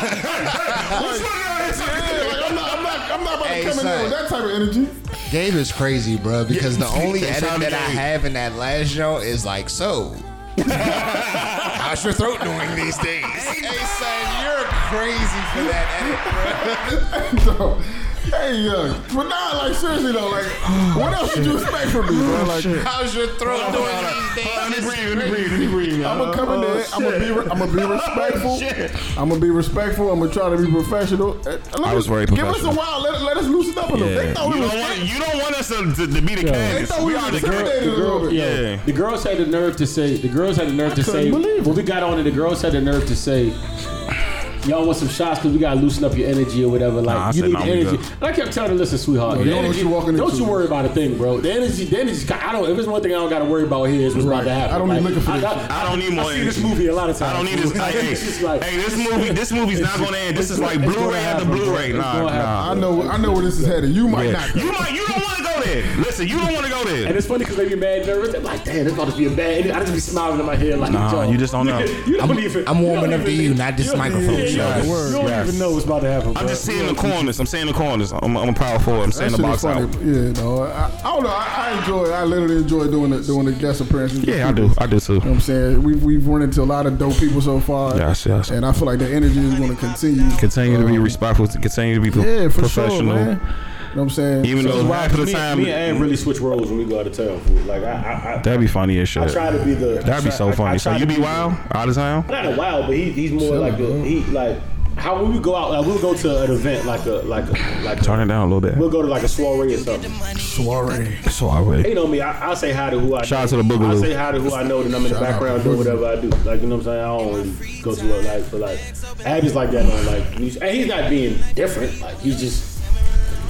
Like, yeah, like, I'm not, I'm not, I'm not about Hey, to come in son. there with that type of energy. Gabe is crazy, bro, because the only That's edit how I'm that I Gabe. have in that last show is like, so. How's your throat doing these days? hey, son, you're crazy for that edit, so, hey, young. But nah, like seriously though, like, what else did you expect from me, bro? Like, bro. How's your throat doing these days? I'm Uh, gonna come oh, in there. I'm gonna be. Re- I'm gonna be respectful. I'm gonna be respectful. I'm gonna try to be professional. Uh, let I was us- very Give us professional. a while. Let, let us loosen up a little. They thought we You was. don't, want, you don't want us to, to, to be the They cast. thought we We was are the intimidated a little bit. Yeah. The girls had the nerve to say. The girls had the nerve to couldn't say. believe it. When we got on it, the girls had the nerve to say, "Y'all want some shots because we gotta loosen up your energy or whatever." Like Nah, I you said, need nah, the we energy. good. And I kept telling her, "Listen, sweetheart, you the don't know what energy- you're walking don't into. you worry about a thing, bro. The energy, the energy. I don't. If there's one thing I don't gotta worry about here is what's Right. about to happen. I don't need looking for I, this got- shit. I don't need more I see this energy. movie a lot of times. I don't need this. bro. Hey, It's just hey, like- hey, this movie, this movie's not gonna end. This is like Blu-ray after happen, bro. Blu-ray. It's Nah, gonna happen. nah. I know. I know where this is headed. You might not. You might, you don't want to go there. Listen, you don't want to go And there. it's funny because they be mad nervous. They're like, damn, it's about to be a bad. I just be smiling in my head like, Nah, yo, you just don't know. you don't I'm- even, I'm you warming don't up to even- you, not this you don't- microphone, yeah, you sure. don't- Word. You don't Yes. even know what's about to happen. I'm bro. just seeing the corners. I'm seeing the corners. I'm, I'm a power forward. I'm seeing the box funny. out. Yeah, no, I, I don't know. I, I enjoy. I literally enjoy doing the doing the guest appearances. Yeah, I do. I do too. You know what I'm saying we've we've run into a lot of dope people so far. Yes, yes. And I feel like the energy is going to continue. Continue to be respectful. Continue to be pro- Yeah, for professional. sure, man. You know what I'm saying? Even though half of the me, time me and Ann really switch roles when we go out of town. fool. Like I, I, that'd be funny as I, I shit. try to be the. That'd be so funny. So you be wild out of town? Not a wild, but he, he's more like a, he like how we would go out. Like we'll go to an event like a like a, like. Turn A, it down a little we'll bit. go to like a soiree or something. soiree. So I would. You know me. I, I'll say hi to who I. Shout out know. to the Boogaloo. I'll say hi to who I know, then I'm in the background doing whatever I do. Like you know what I'm saying. I don't really go to a like, but like Ab is like that on like, he's- and he's not being different. Like he's just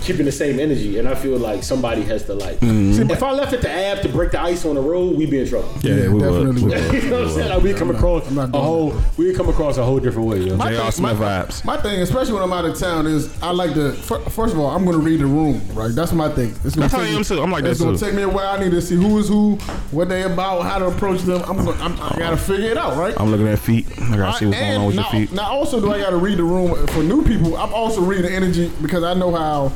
keeping the same energy, and I feel like somebody has to like. Mm-hmm. If I left it to Ab to break the ice on the road, we'd be in trouble. Yeah, Yeah, we would. definitely We would. would. you know what I'm saying? Like we come across I'm not a doing whole, we come across a whole different way. Yo. My J.R. thing- Smith my- vibes. My thing, especially when I'm out of town, is I like to. fir- First of all, I'm going to read the room, right? That's my thing. It's gonna That's how take I am me- too. I'm like it's that gonna too. take me a while. I need to see who is who, what they about, how to approach them. I'm gonna, I'm, I gotta figure it out, right? I'm looking at feet. I gotta see what's and going on with your now, feet. Now, also, do I got to read the room for new people? I'm also reading energy because I know how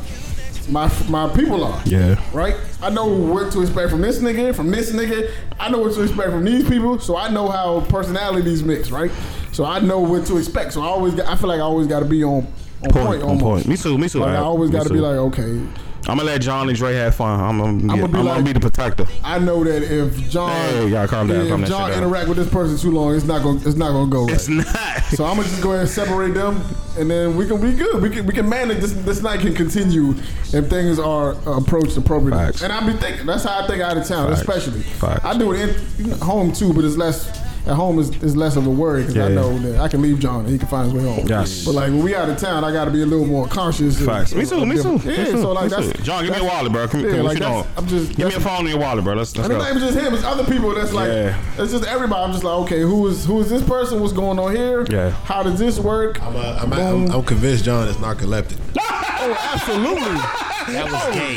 my my people are. Yeah. Right. I know what to expect from this nigga, from this nigga. I know what to expect from these people, so I know how personalities mix. Right. So I know what to expect. So I always, got, I feel like I always got to be on on point, Point, on almost. point. Me too. Me too. Like I Ab. always Me got to too. be like, okay, I'm gonna let John and Dre have fun. I'm, I'm, yeah, I'ma I'm, be I'm like- gonna be the protector. I know that if John, Hey, y'all calm down, if calm that John shit down. interact with this person too long, it's not gonna, it's not gonna go. Right. It's not. So I'm gonna just go ahead and separate them, and then we can be good. We can we can manage this. This night can continue if things are approached appropriately. Facts. And I be thinking that's how I think out of town, Facts. especially. Facts. I do it in, in home too, but it's less at home is, is less of a worry because I Yeah. know that I can leave John and he can find his way home. Yes. But like when we out of town, I got to be a little more conscious. and- Facts. Me too. Me too. Yeah. me too, So like me that's too. John, give me a that's- wallet, bro. Come, yeah, come, like you know. that's- I'm just give me a that's- phone in your wallet, bro. Let's let's and it's go. not even just him; it's other people that's like, Yeah. it's just everybody. I'm just like, okay, who is who is this person? What's going on here? Yeah. How does this work? I'm, uh, I'm, I'm, I'm convinced John is narcoleptic. Oh, absolutely. That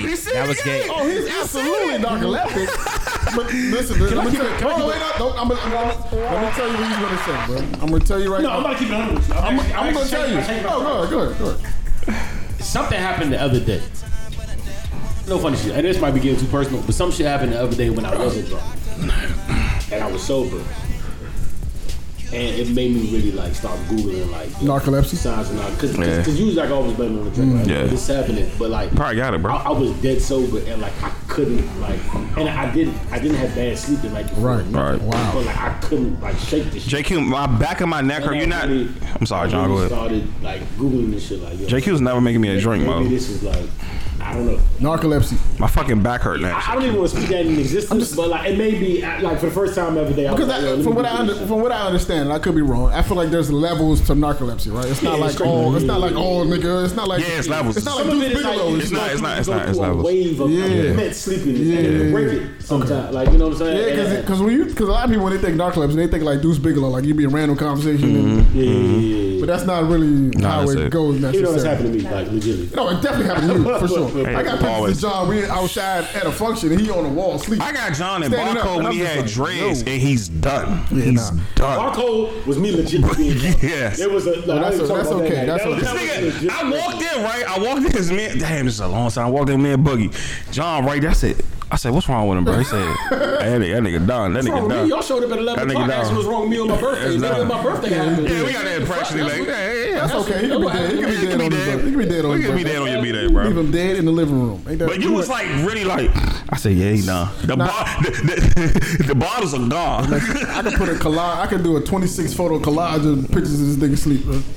was gay. That was gay. Oh, he's absolutely narcoleptic. But listen, man, I let me keep tell it- you. can I Oh, keep wait, it- no, don't- I'm gonna- I'm gonna- Let me tell you what he's gonna say, bro. I'm gonna tell you right No, I'm now. about to keep it on with you. I'm, actually- I'm gonna actually tell you. changed my- Oh, go ahead, go ahead, go ahead. Something happened the other day. No funny shit. And this might be getting too personal, but some shit happened the other day when I wasn't drunk. And I was sober. And it made me really like start Googling like Narcolepsy. signs and all. Because Yeah. usually I can always blame it on the drink. Right? yeah. This happening. But like, Probably got it, bro. I, I was dead sober and like I couldn't like, and I didn't, I didn't have bad sleep the night before. Right, right. Wow. But like I couldn't like shake this. shit. JQ, my back of my neck hurt. And I You're not. really- I'm sorry, I John. Go really ahead. Started like googling this shit like yo, JQ's never making me a drink, maybe mo. This is like, I don't know. Narcolepsy. My fucking back hurt now. I, I don't even want to speak that in existence, but like it may be I- like for the first time every day. I was Because like, yo, let I, me from what I Google under, this shit. from what I understand, and I could be wrong. I feel like there's levels to narcolepsy, right? It's not Yeah, like straight- oh, it's not like oh, nigga, it's not like Yeah, it's levels. It's not like Some of Deuce it is like Bigelow. It's not- it's not- it's you go not- it's through a levels. wave of Yeah. immense sleepiness. Yeah. and break it sometimes. Like you know what I'm Yeah, saying? because And- because when you because a lot of people when they think narcolepsy, they think like Deuce Bigelow, like you be in random conversation, and, yeah, yeah, yeah, yeah. but that's not really how that's it, it. goes You know what's happened necessarily. to me, like legitimately. No, it definitely happened to you for sure. Hey, I got pictures always. of John. We outside at a function, and he on the wall sleep. I got John and Standing up, Barco and when I'm he just had like, dreads, yo. and he's done. Yeah, he's nah. done. Barcode was me legitimately being drunk. Yes. It was a. Like, that's- I ain't talking that's about okay, That, that's that was, okay. that was This nigga, legit- I walked in, right? I walked in his man. Damn, this is a long time. I walked in, man, Boogie. John, right? That's it. I said, what's wrong with him, bro? He said, that nigga, that nigga done. That What's nigga wrong with me? done. Y'all showed up at 11 That nigga o'clock asking done. what's wrong with me on my birthday. That's Nigga, done. my birthday happened. Yeah, we got that impression. Like, yeah, yeah, yeah. That's okay. He could be dead. He could be dead on his birthday. He could be dead on You his can birthday. be dead on your be there, bro. Leave him dead in the living room. Ain't that- But you was like really like I said, yeah, nah. The, bo- the, the, the bottles are gone. I could put a collage. I could do a 26 photo collage of pictures of this nigga sleep. bro.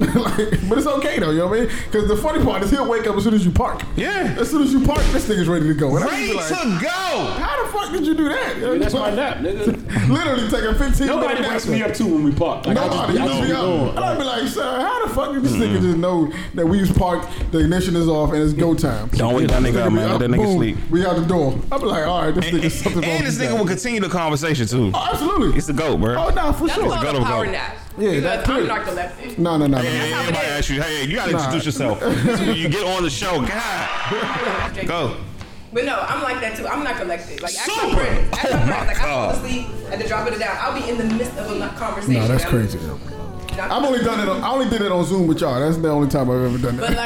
like, but it's okay though, you know what I mean? Because the funny part is he'll wake up as soon as you park. Yeah. As soon as you park, this nigga's ready to go. And I Ready just be like, to go. how the fuck did you do that? You know, That's my like, nap, nigga. Literally taking 15 Nobody minutes. wakes me up too when we park. Like, I Nobody just used be- I just to be be out. on. And I'd be like, sir, how the fuck did this nigga just know that we was parked, the ignition is off, and it's go time? Don't wake that nigga up, be man. Let that nigga boom, sleep. We out the door. I'd be like, all right, this And, nigga something wrong and this with you nigga will guys. continue the conversation too. Oh, absolutely. It's the goat, bro. Oh, nah, for That's sure. called Gotta a power go. nap. Yeah, because that I'm too. narcoleptic. No, no, no, no. Hey, no. everybody asks you, hey, you gotta Nah. introduce yourself. you get on the show. God. Okay. Go. But no, I'm like that too. I'm narcoleptic. Like ask Super. my friends. Ask my Oh my friends. Like I God. fall asleep at the drop of the dime. I'll be in the midst of a conversation. No, that's I'm crazy. narcoleptic. I've only done it. On, I only did it on Zoom with y'all. That's the only time I've ever done But it.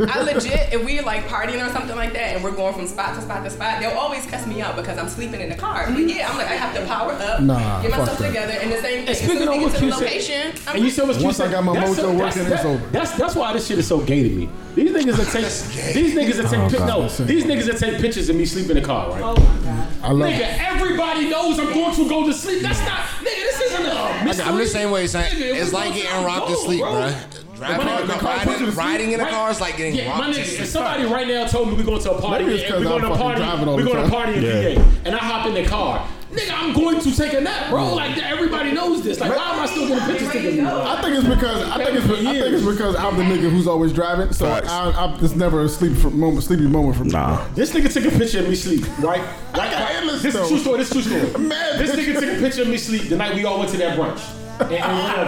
like, I legit, if we're like partying or something like that, and we're going from spot to spot to spot, they'll always cuss me out because I'm sleeping in the car. But yeah, I'm like, I have to power up, Nah, get myself fuck that. together, and the same thing. And As soon speaking as of we what get to the you location, said, I'm and you said what you Once I said, got my that's- mojo that's- working, that- it's over. That's that's why this shit is so gay to me. These niggas that take these niggas that take pic- Oh, God, no listen. these niggas that take pictures of me sleeping in the car, right? Oh, I love it. Nigga, everybody knows I'm going to go to sleep. That's not nigga. This isn't a mystery. I'm the same way. Son. Nigga, we It's like going getting robbed go, to sleep, bro. bro. My Driving, nigga, riding, the car put you to riding, sleep. in the Right. car is like getting yeah, my robbed to nigga, if sleep. somebody right now told me we going to a party, Maybe it's and 'cause we going I'm to a fucking party, driving all we the going time. to party every Yeah. day, and I hop in the car, nigga, I'm going to take a nap, bro. Like everybody knows this. Like why am I still getting pictures taken? I think it's because I think it's, I think it's because I'm the nigga who's always driving, so I, Facts. I, it's never a sleep for moment, sleepy moment for me. Nah. This nigga took a picture of me sleep, right? Like, got endless this though. is true story. This is true story. Mad this picture. nigga took a picture of me sleep the night we all went to that brunch. And,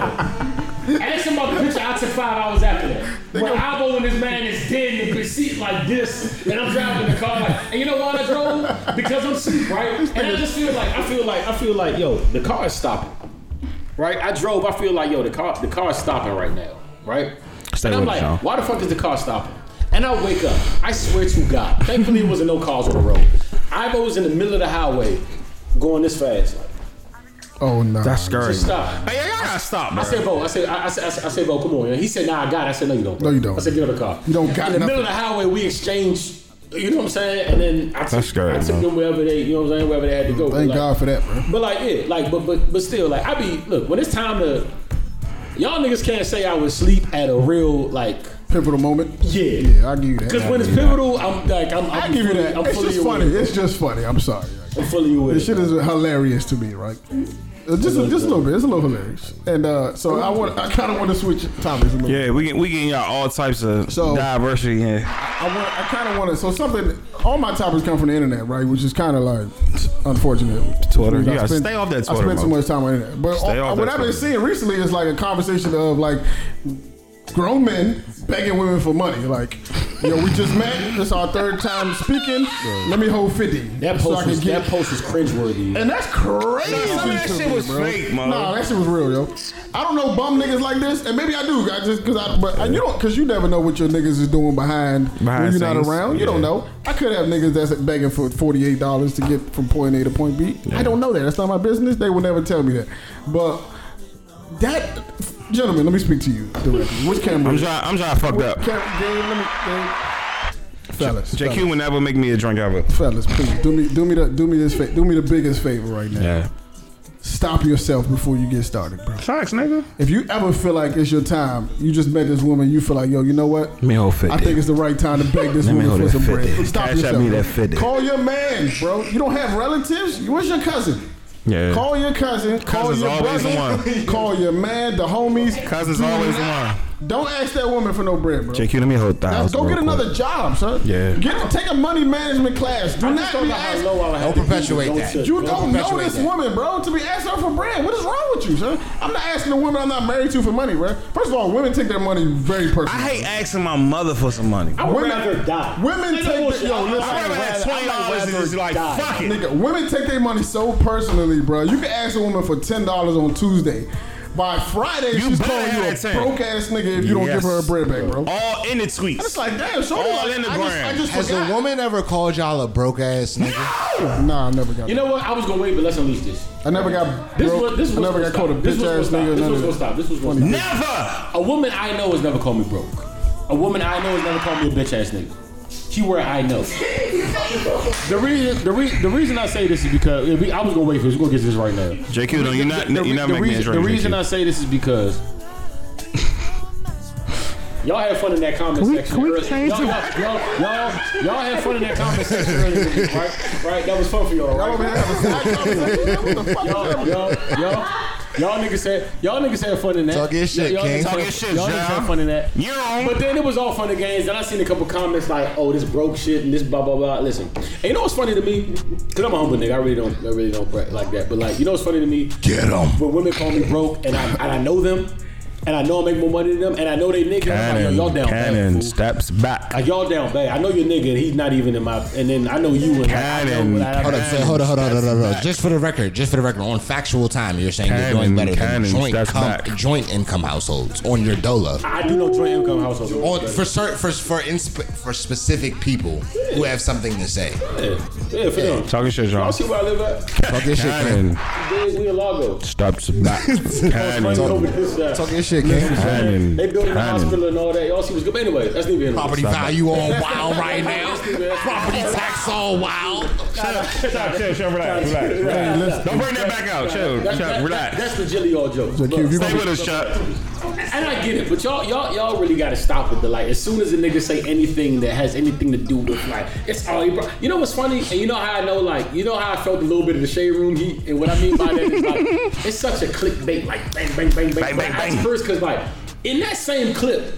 and whatever. Ask him about the picture I took five hours after that. Where Albo and this man is dead in the seat like this, and I'm driving the car. Like, and you know why I drove? Because I'm sleep, right? And I just feel like I feel like I feel like yo, the car is stopping, right? I drove. I feel like yo, the car the car is stopping right now, right? Stay and I'm with like, it, Sean. why the fuck is the car stopping? And I wake up. I swear to God. Thankfully, it wasn't no cars on the road. I was in the middle of the highway, going this fast. Like, Oh no, That's scary. just stop. Hey, y'all gotta stop, bro. I said, Bo. I said, I, I said, I said, I said, Bo, come on. And he said, Nah, I got. It. I said, No, you don't. bro." No, you don't. I said, Get out of the car. You don't got In the nothing. middle of the highway, we exchanged. You know what I'm saying? And then I took, That's scary, I took man. them wherever they, you know what I'm saying, wherever they had to go. But, Thank like, God for that, bro. But like, yeah, like, but but but still, like, I be look when it's time to. Y'all niggas can't say I was sleep at a real like. Pivotal moment. Yeah. yeah, I give you that. Because when it's pivotal, I'm like, I'm, I I'm give you fully- that. I'm it's fully just aware. funny. It's just funny. I'm sorry. I'm fully aware. This shit is hilarious to me, right? Uh, Just, a, just a little bit. It's a little hilarious, and uh, so I want. I kind of want to switch topics a little. Yeah, we get, we getting y'all all types of So- diversity. Yeah. I want. I kind of want to. So something. All my topics come from the internet, right? Which is kind of like unfortunate. Twitter. Because I Yeah, spend- stay off that I Twitter, spend too Mo. much time on the internet. But Stay all- off what that I've been Twitter. seeing recently is like a conversation of like grown men begging women for money. Like, yo, we just met. This our third time speaking. Let me hold fifty. That so I post can was get- that post was cringeworthy. and that's crazy. Nah, some of that to shit me, was bro. fake, man. Nah, that shit was real, yo. I don't know bum niggas like this, and maybe I do. I just because I, but I, you don't, because you never know what your niggas is doing behind, when Behind you're not scenes. around. You don't Yeah. know. I could have niggas that's begging for forty eight dollars to get from point A to point B. I don't know that. That's not my business. They will never tell me that. But that, gentlemen, let me speak to you directly. Which camera? I'm trying. I'm trying to fuck up. Cam- Gabe, let me, Gabe. Fellas, fellas, JQ will never make me a drink ever. fellas, please do me, do me the, do me this, fa- do me the biggest favor right now Yeah. stop yourself before you get started, bro. Facts, nigga. If you ever feel like it's your time, you just met this woman, you feel like, yo, you know what? me hold I 50. think it's the right time to beg this Let me woman hold for that some bread. 50. Stop Cash out yourself. me bro. that 50. Call your man, bro. You don't have relatives. You- Where's your cousin? Yeah. Call your cousin. Call Cousin's your always the brother. Call your man, the homies. Cousins Do always the not- one. Don't ask that woman for no bread, bro. JQ, let me hold Now, thousand. go real get quick. another job, son. Yeah. Get take a money management class. Do I just not don't be know how asking. low I would have Don't to be to perpetuate go that. to- You don't know perpetuate this that. woman, bro, to be asking her for bread. What is wrong with you, son? I'm not asking a woman I'm not married to for money, bro. First of all, women take their money very personally. I hate asking my mother for some money. I would Women- rather die. women Ain't no take bullshit. the- yo, I- I- listen. I'd I'd rather have rather- I'd twenty dollars and rather just like die. fuck it. Nigga, women take their money so personally, bro. You can ask a woman for ten dollars on Tuesday. By Friday, You she's better calling you a have that 10. broke ass nigga if you don't Yes. give her her bread back, bro. All in the tweets. It's like damn, so All like, in the I just, I gram. just Has forgot. a woman ever called y'all a broke ass nigga? Nah, I never got. You know what? I was gonna wait, but let's unleash this. I never got. This broke. was this was I never gonna got called a stop. This bitch was ass gonna nigga. stop. none This of was gonna that. stop. This was gonna stop. never. A woman I know has never called me broke. A woman I know has never called me a bitch ass nigga. She where I know. the reason the, re- the reason I say this is because if we, I was gonna wait for this. We're gonna get this right now. JQ, no, you're not. The- the- You're not making the me a reason, drink. The reason I JQ. say this is because y'all had fun in that comment section. earlier. y'all, y'all, y'all, y'all, y'all had fun in that comment section earlier, right? Right? That was fun for y'all, Y'all over right? here having sex. What the fuck is Y'all, y'all, y'all, y'all niggas had y'all niggas had fun in that. Talk your shit, y'all, y'all King. niggas Talk had- your shit, Y'all niggas John. had fun in that. You're on. But then it was all fun and games. Then I seen a couple comments like, "Oh, this broke shit and this blah blah blah." Listen, and you know what's funny to me? Cause I'm a humble nigga. I really don't, I really don't brag like that. But like, you know what's funny to me? Get him. when women call me broke and I, and I know them and I know I make more money than them and I know they nigga, I'm like, yo, y'all down Cannon bad. fool. steps back. Like y'all down bad. I know your nigga and he's not even in my and then I know you and like, I Cannon, know, but I, Hold up, Cannon. so hold on, hold on, hold on, hold on. Back. Just for the record, just for the record, on factual time, you're saying you're Cannon, doing better Cannon, than joint, that's com- back. joint income households on your DOLA. I do know joint income household. On, for certain, for for insp- for specific people who have something to say. yeah, yeah, for them. Talking shit, Y'all John. see where I live at? Talk your shit, King. Cannon Big Wheel Lago. steps back. Right over Cannon. this side. Talk your shit, King. Cannon. They building a Cannon. hospital and all that. Y'all see what's good. But anyway, that's neither here nor Property there. value all wild right now. That's neither here nor there. Property tax all wild. Shut up, chill, chill, relax, relax, relax. Don't bring that back out. Chill, That- chill, that- relax. That's the jelly all jokes. Q, if you Stay with us, Chuck. And I get it, but y'all, y'all, y'all really gotta stop with the like. As soon as a nigga say anything that has anything to do with like, it's all you. Bro- you know what's funny, and you know how I know, like, you know how I felt a little bit of the shade room heat, and what I mean by that is like, it's such a clickbait, like bang, bang, bang, bang, bang, bang, At bang. First, cause like in that same clip,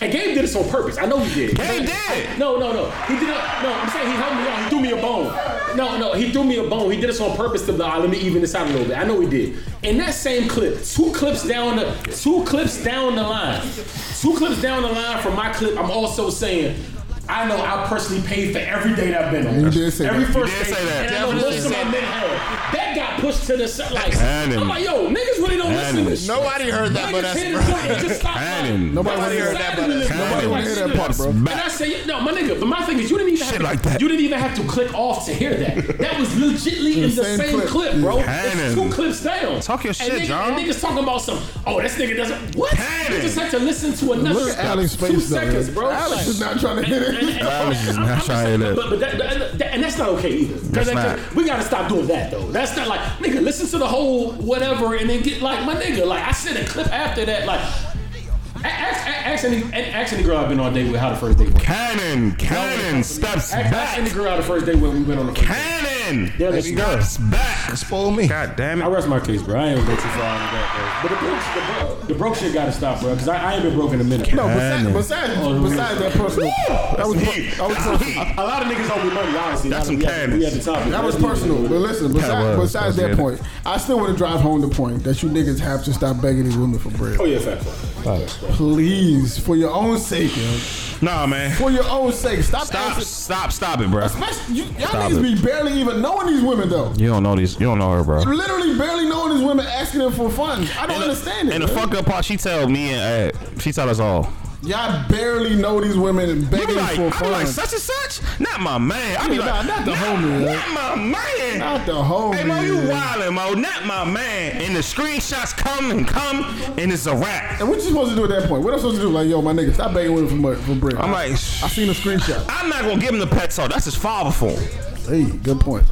and Gabe did this on purpose. I know he did. Gabe did. No, no, no. He did not. No, I'm saying he helped me out. He threw me a bone. No, no, he threw me a bone. He did this on purpose to be like, let me even this out a little bit. I know he did. In that same clip, two clips down the, two clips down the line, two clips down the line from my clip. I'm also saying. I know I personally paid for every date I've been on. You did say every that. first You did date, say that. and I know Definitely most of my said men had. That got pushed to the side. Like, Adam. I'm like, yo, niggas really don't listen to Adam. this. shit. Nobody heard that, but Niggas that's hit it quick and just stop lying. Adam. Nobody That's wanna hear society that, we live but that's- in. Nobody Adam. wanna Hear hear that that. part, bro. And I say, no, my nigga. But my thing is, you didn't even have Shit to, like that. You didn't even have to click off to hear that. That was legitly in the Same same, clip. clip, bro. Cannon. It's two clips down. Talk your And shit, nigga- John. And niggas talking about some. Oh, this nigga doesn't. What? Cannon. You just had to listen to another Look at Alex's two face, though. seconds, bro. Alex Like- is not trying to hit and- it. and- and- Alex is I'm- not I'm trying to just- hit it. But, but that, that- that- and that's not okay either. 'Cause That's that- not. We gotta stop doing that though. That's not like nigga. Listen to the whole whatever, and then get like my nigga. Like I sent a clip after that. Like a- ask, a- ask any a- ask any girl I've been on a date with how the first date went. Cannon. Cannon steps Ask, ask any back. girl how the first date went. We went on the first date. Cannon Let's go. steps back. Spoil me. God damn I it. rest my case, bro. I ain't gonna go too far into that, bro. But the broke, the broke, the broke shit gotta stop, bro. Cause I, I ain't been broke in a minute. No, besides, Cannon. besides, Oh, besides that personal, that was That's heat. that was That's personal. heat. A lot of niggas owe me money, honestly. That's Now some we at- cannons. We at the topic. That was personal. But listen, besides, Kinda was. besides that That's point, I still want to drive home the point that you niggas have to stop begging these women for bread. Oh yeah, fact. Please, for your own sake, yo. Nah, man. for your own sake, stop. Stop, Answering, stop, stop it, bro. especially you, y'all Stop niggas it. be barely even knowing these women though. You don't know these. You don't know her, bro. Literally barely knowing these women asking them for funds. I don't And the- understand it. And the man. fuck up part, she tell me and Ed. She tell us all. y'all barely know these women You be begging like, for I be like funds. such and such. Not my man. I be Yeah, like, nah, not the homie, Not my man. Not the whole. Hey Mo, you wildin', Mo. Not my man. And the screenshots come and come, and it's a wrap. And what you supposed to do at that point? What am I supposed to do? Like, yo, my nigga, stop begging women for money, for bread. I'm like, I seen a screenshot. I'm not gonna give him the pet talk. That's his father form. Hey, good point.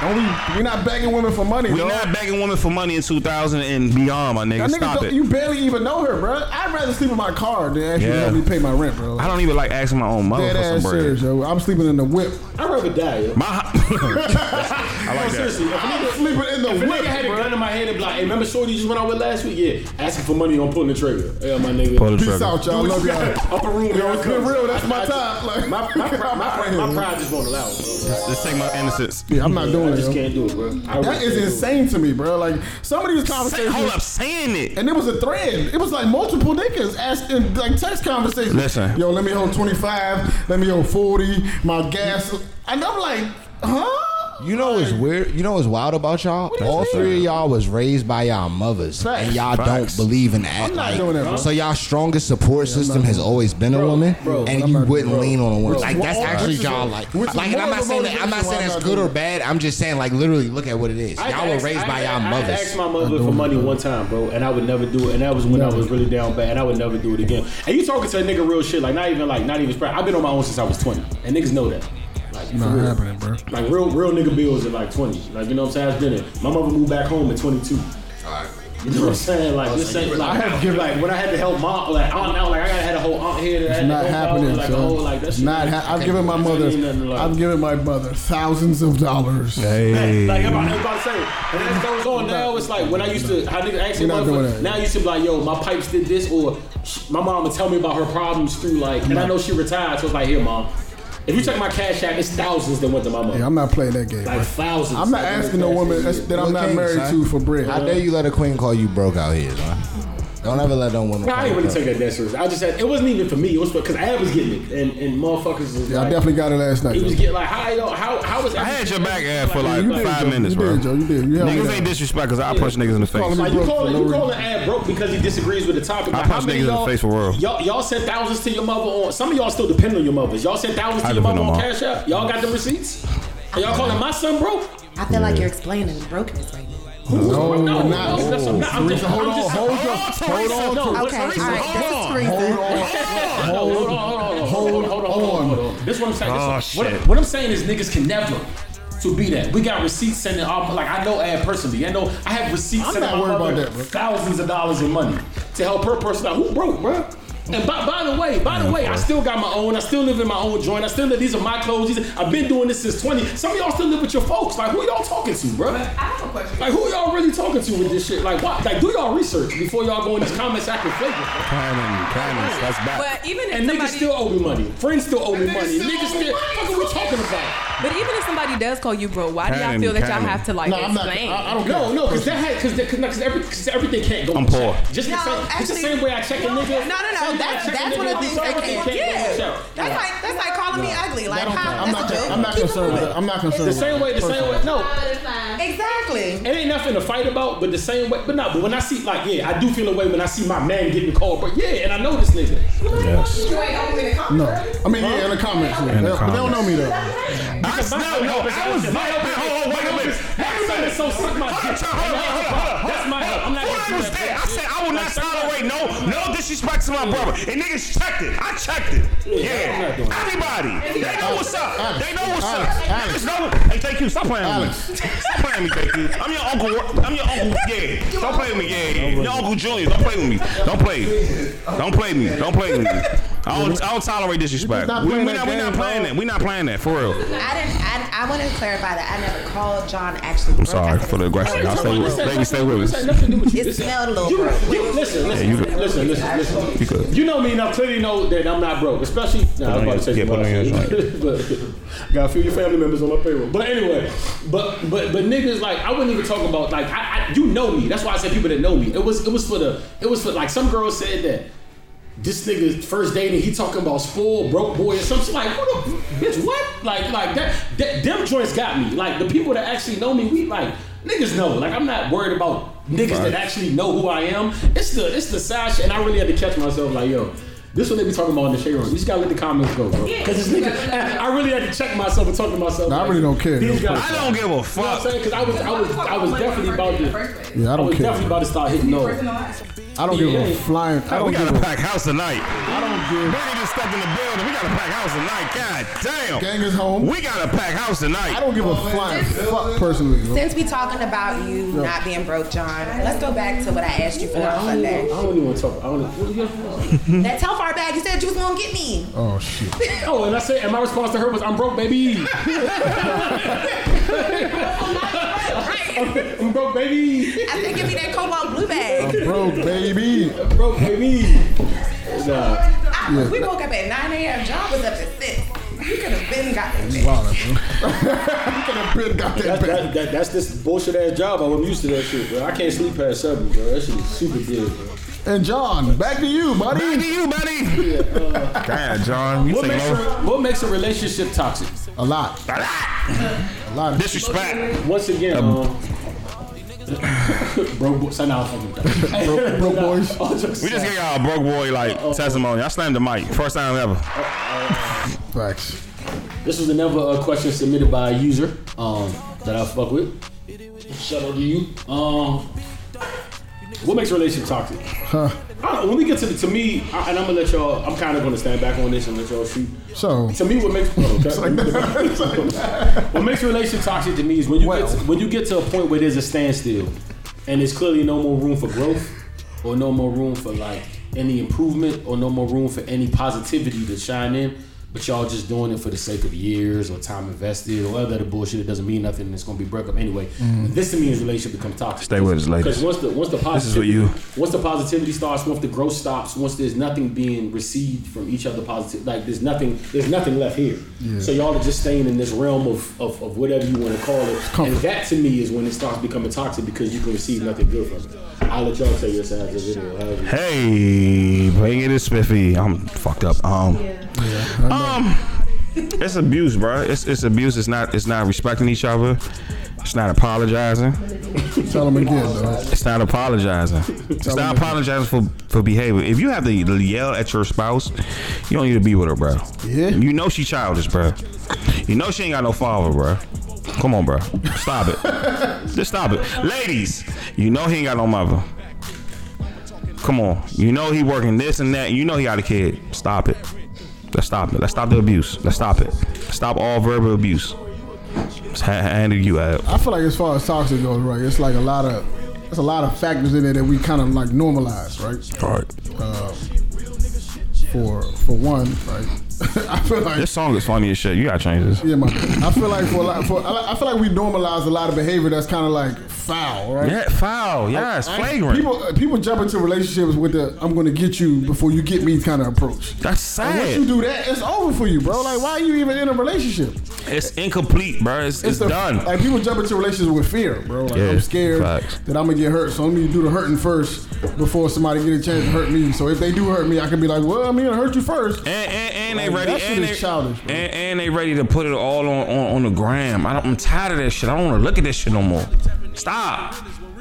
Don't we? We're not begging women for money. We dog. not begging women for money in 2000 and beyond, my nigga. Y'all niggas Stop don't- it. You barely even know her, bro. I'd rather sleep in my car than actually Yeah. help me pay my rent, bro. I don't even like asking my own mother Dead for some ass serious, bread. yo. I'm sleeping in the whip. I'd rather die, yo. My, I like that. Seriously, if a I'm nigga, sleeping in the if a whip, nigga had a bro. gun in my hand and be like, hey, remember Shorty you just went out with last week? Yeah, asking for money on pulling the trigger. Yeah, my nigga. Pull the Peace trigger. out, y'all. Love y'all. Upper room, Yo, it's been comes. real. That's my I- I- time. Like, My, my, pri- I'm my, out pri- here, my bro. pride just won't allow it, bro. Let's take my innocence. Yeah, I'm not doing I it, just yo. can't do it, bro. I That really is can't do it. insane to me, bro. Like some of these Say, hold up, conversations, saying it. and it was a thread. It was like multiple niggas asking, like text conversations. Listen. yo, let me hold twenty five. Let me hold forty. My gas, and I'm like, huh? You know what's weird? You know what's wild about y'all? All three of y'all was raised by y'all mothers, Facts. and y'all Facts. don't believe in that. not doing that, bro. so y'all strongest support system has always been a woman, and you not- wouldn't bro, lean on a woman. bro. Like that's Well, actually which is a- y'all like. which Like, is and more I'm of not a saying that. I'm not motivation saying why that's I'm not good or doing bad. I'm just saying like literally look at what it is. I Y'all were asked- raised by I- y'all I asked mothers. my mother for money one time, bro, and I would never do it. And that was when I was really down bad, and I would never do it again. And you talking to a nigga real shit, like not even like not even spread. I've been on my own since I was twenty, and niggas know that. Like, for real. happening, bro. Like real, real nigga bills at like twenty. Like you know what I'm saying? I've been it. My mother moved back home at 22. You know what I'm saying? Like this ain't like I have given like when I had to help mom like aunt out like I had a whole aunt here. That I It's had to not help out, happening. Like a son. whole like that shit. not. Ha- I've given my mother. ain't nothing like- I've given my mother thousands of dollars. Hey. Like I'm about, I'm about to say, and as it goes on now, it's like when I used to, how nigga ask We're your not doing mother, that. now you should be like, yo, my pipes did this, or sh- my mom would tell me about her problems through like, and I know she retired, so it's like, here, mom, if you check my cash app, it's thousands that went to my mother, Yeah, I'm not playing that game. like bro. thousands. I'm not Like, asking no that's woman crazy. that's, that I'm Look not at married it, to son. for bread. How dare you let a queen call you broke out here? Son. Don't ever let no woman. Nah, I call didn't you really broke. take that that serious. I just had it wasn't even for me. It was because I was getting it, and and motherfuckers was Yeah, I like, definitely got it last night. he was though. getting like how yo how how was I had your back ad for like You did, five Joe. minutes, You bro. did, Joe. You did. You helped me niggas out. ain't disrespect 'cause I punch niggas in the Calling face. me Like you broke call for it, no you call reason. an ad broke because he disagrees with the topic. I Like, how punch many niggas in the y'all- face for real. Y'all, y'all sent thousands to your mother on. Some of y'all still depend on your mothers. Y'all sent thousands I to your depend mother on on mine. Cash App. Y'all got the receipts. And y'all calling my son broke? I feel like you're explaining brokenness right now. No, No, not. no, that's- I'm not- I'm just- Teresa, hold I'm on, just- hold Hold on, on, hold Teresa. on, No, Teresa. Okay, all Teresa, right, hold this is on. Teresa. Hold on, hold on, hold on, hold on, hold on, hold on, hold on. This is what I'm saying. Oh, This is- what- shit. What I'm saying is niggas can never. To be that we got receipts sending off like I know Ad personally I know I have receipts I'm sending not my worried about mother that, bro. thousands of dollars in money to help her person out who broke bro and by, by the way by the way I still got my own I still live in my own joint I still live these are my clothes these are, I've been doing this since 20 some of y'all still live with your folks like who y'all talking to bro I have a question. like who y'all really talking to with this shit like why like do y'all research before y'all go in these comments acting fake bro. Kindness, kindness, that's back. But even if And niggas somebody, still owe me money. Friends still owe me money. still Niggas owe me still. What are we talking about? but even if somebody does call you bro, why do y'all Cannon, feel that cannon. y'all have to like No, I'm not. explain? I, I don't care. No, no, because that had, because because every, cause everything can't go. I'm on poor. check. Just No, the same, it's the actually- same way I check a nigga. No, no, no. That's that's one of the things that can't get. That's like that's like calling me ugly. Like, I don't care. how? I'm That's not. a joke. I'm not Keep it concerned with moving. that. I'm not concerned. The with same that. way, the same way. No, Exactly. it ain't nothing to fight about. But the same way, but not. But when I see, like, yeah, I do feel a way when I see my man getting called. But yeah, and I know this nigga. Yes. You ain't open to No, I mean yeah, in the comments. yeah. In the They- They don't know me though. I s- no, no, I was not. Hold on, wait a minute. My son is so sick, my Hold on, dick. hold on, hold on, hold on. That's my help. I'm not Before I gonna do was that. there, I said I will not Like, suck my tolerate no dick. no disrespect to my brother. And niggas checked it. I checked it. I'm Yeah. not doing that. Anybody. They know what's up. They know what's up. Alex, Alex. Niggas know. Hey, thank you. Stop playing with me. Stop playing with me, thank you. I'm your uncle. I'm your uncle. Yeah. Don't play with me. Yeah. yeah. Your uncle Junior. Don't play with me. Don't play. Don't play with me. Don't play with me. I don't, I don't tolerate disrespect. We're not We, playing we that not, we game, not playing dog. that. We not playing that for real. I didn't. I, I want to clarify that I never called John actually. I'm sorry for the aggression. I'll stay with, baby, stay with us. It smelled a little. You, broke. you, listen, listen, you could- listen, listen, listen. You could. You know me, and I clearly know that I'm not broke, especially. Nah, I was on about to your- say yeah, put something on else. but got a few of your family members on my payroll. But anyway, but but but niggas like I wouldn't even talk about like I, I you know me. That's why I said people that know me. It was it was for the it was for like some girl said that. This nigga first dating, he talking about spoiled broke boy or something like, what the bitch? What? Like, like that, that? Them joints got me. Like the people that actually know me, we like niggas know. Like I'm not worried about niggas that actually know who I am. It's the it's the side shit, and I really had to catch myself like, yo, this what they be talking about in the shade room. You just gotta let the comments go, bro. Because this nigga, I, I really had to check myself and talk to myself. Nah, I like, really don't care. These guys, I don't give a You know what I'm fuck. saying? Because I was I was I was definitely about to. Yeah, I I don't was care. definitely about to start hitting no. I don't give Yeah. a flying. I don't we got give a a. packed house tonight. I don't give. Brady just stepped in the building. We got a packed house tonight. God damn. Gang is home. We got a packed house I tonight. don't give a flying fuck personally. bro. Since we talking about you not being broke, John, let's go back to what I asked you for I on don't, even, I Sunday. don't even want to talk. I don't. Even, That Telfar bag you said you was gonna get me. Oh shit. oh, and I said, and my response to her was, "I'm broke, baby. Right. I'm broke, baby. I said give me that cobalt blue bag. Bro, baby. I'm broke, baby." Nah. I- We woke up at 9 a.m. John was up at 6. You could have been got that bag. Wow, bro. That bitch got that That, back. that, that, that's this bullshit ass job. I'm used to that shit, bro. I can't sleep past seven, bro. That shit is super good, bro. And John, back to you, Back to buddy. you, buddy. uh, God, John. You What take makes, a, low. what makes a relationship toxic? A lot. A lot. Disrespect. Once again, um, bro, boy, so now I'm fucking done. Broke, broke boys. All jokes We just aside. gave y'all a broke boy like testimony. I slammed the mic. First time ever. Facts. This was another uh, question submitted by a user um, that I fuck with. Shout out to you. Um, what makes a relationship toxic? I don't know, when we get to the, to me, I, and I'm gonna let y'all. I'm kind of gonna stand back on this and let y'all shoot. So, To me, what makes oh, okay. what makes a relationship toxic to me is when you Well. get to, when you get to a point where there's a standstill, and there's clearly no more room for growth, or no more room for like any improvement, or no more room for any positivity to shine in. But y'all just doing it for the sake of years or time invested or other bullshit. It doesn't mean nothing. and It's gonna be breakup anyway. This to me is relationship becomes toxic. Stay with us, ladies. Because once the once the positivity, is what you- once the positivity starts, once the growth stops, once there's nothing being received from each other positive, like there's nothing, there's nothing left here. So y'all are just staying in this realm of, of, of whatever you want to call it, and that to me is when it starts becoming toxic because you can receive nothing good from it. I'll let y'all tell your sides of it. or however. Hey, bring it is spiffy. I'm fucked up. Um, um, it's abuse, bro. It's it's abuse. It's not it's not respecting each other. It's not apologizing. tell him again, though. It's not apologizing. It's not apologizing for, for behavior. If you have to yell at your spouse, you don't need to be with her, bro. Yeah. You know she childish, bro. You know she ain't got no father, bro. Come on, bro. Stop it. Just stop it, ladies. You know he ain't got no mother. Come on. You know he working this and that. You know he got a kid. Stop it. Let's stop it. Let's stop the abuse. Let's stop it. Stop all verbal abuse. Just ha- handed you uh, out. I feel like as far as toxic goes, right, it's like a lot of there's a lot of factors in there that we kind of like normalize, right? All right. Um, for for one, right, I feel like This song is funny as shit. You gotta change this. yeah, my, I feel like for a lot, for I I feel like we normalize a lot of behavior that's kind of like foul, right? Yeah, foul. Yes, I- flagrant. People uh, people jump into relationships with the "I'm going to get you before you get me" kind of approach. That's And once you sad. do that, it's over for you, bro. Like, why are you even in a relationship? It's incomplete, bro. It's, it's, a- done. Like people jump into relationships with fear, bro. Like Yeah, I'm scared facts. that I'm gonna get hurt, so let me do the hurting first before somebody get a chance to hurt me. So if they do hurt me, I can be like, well, I'm gonna hurt you first. and, and, and they Like, ready. that shit and, is they, childish, bro. and, and they ready to put it all on, on, on the gram. I don't, I'm tired of that shit. I don't want to look at that shit no more. Stop.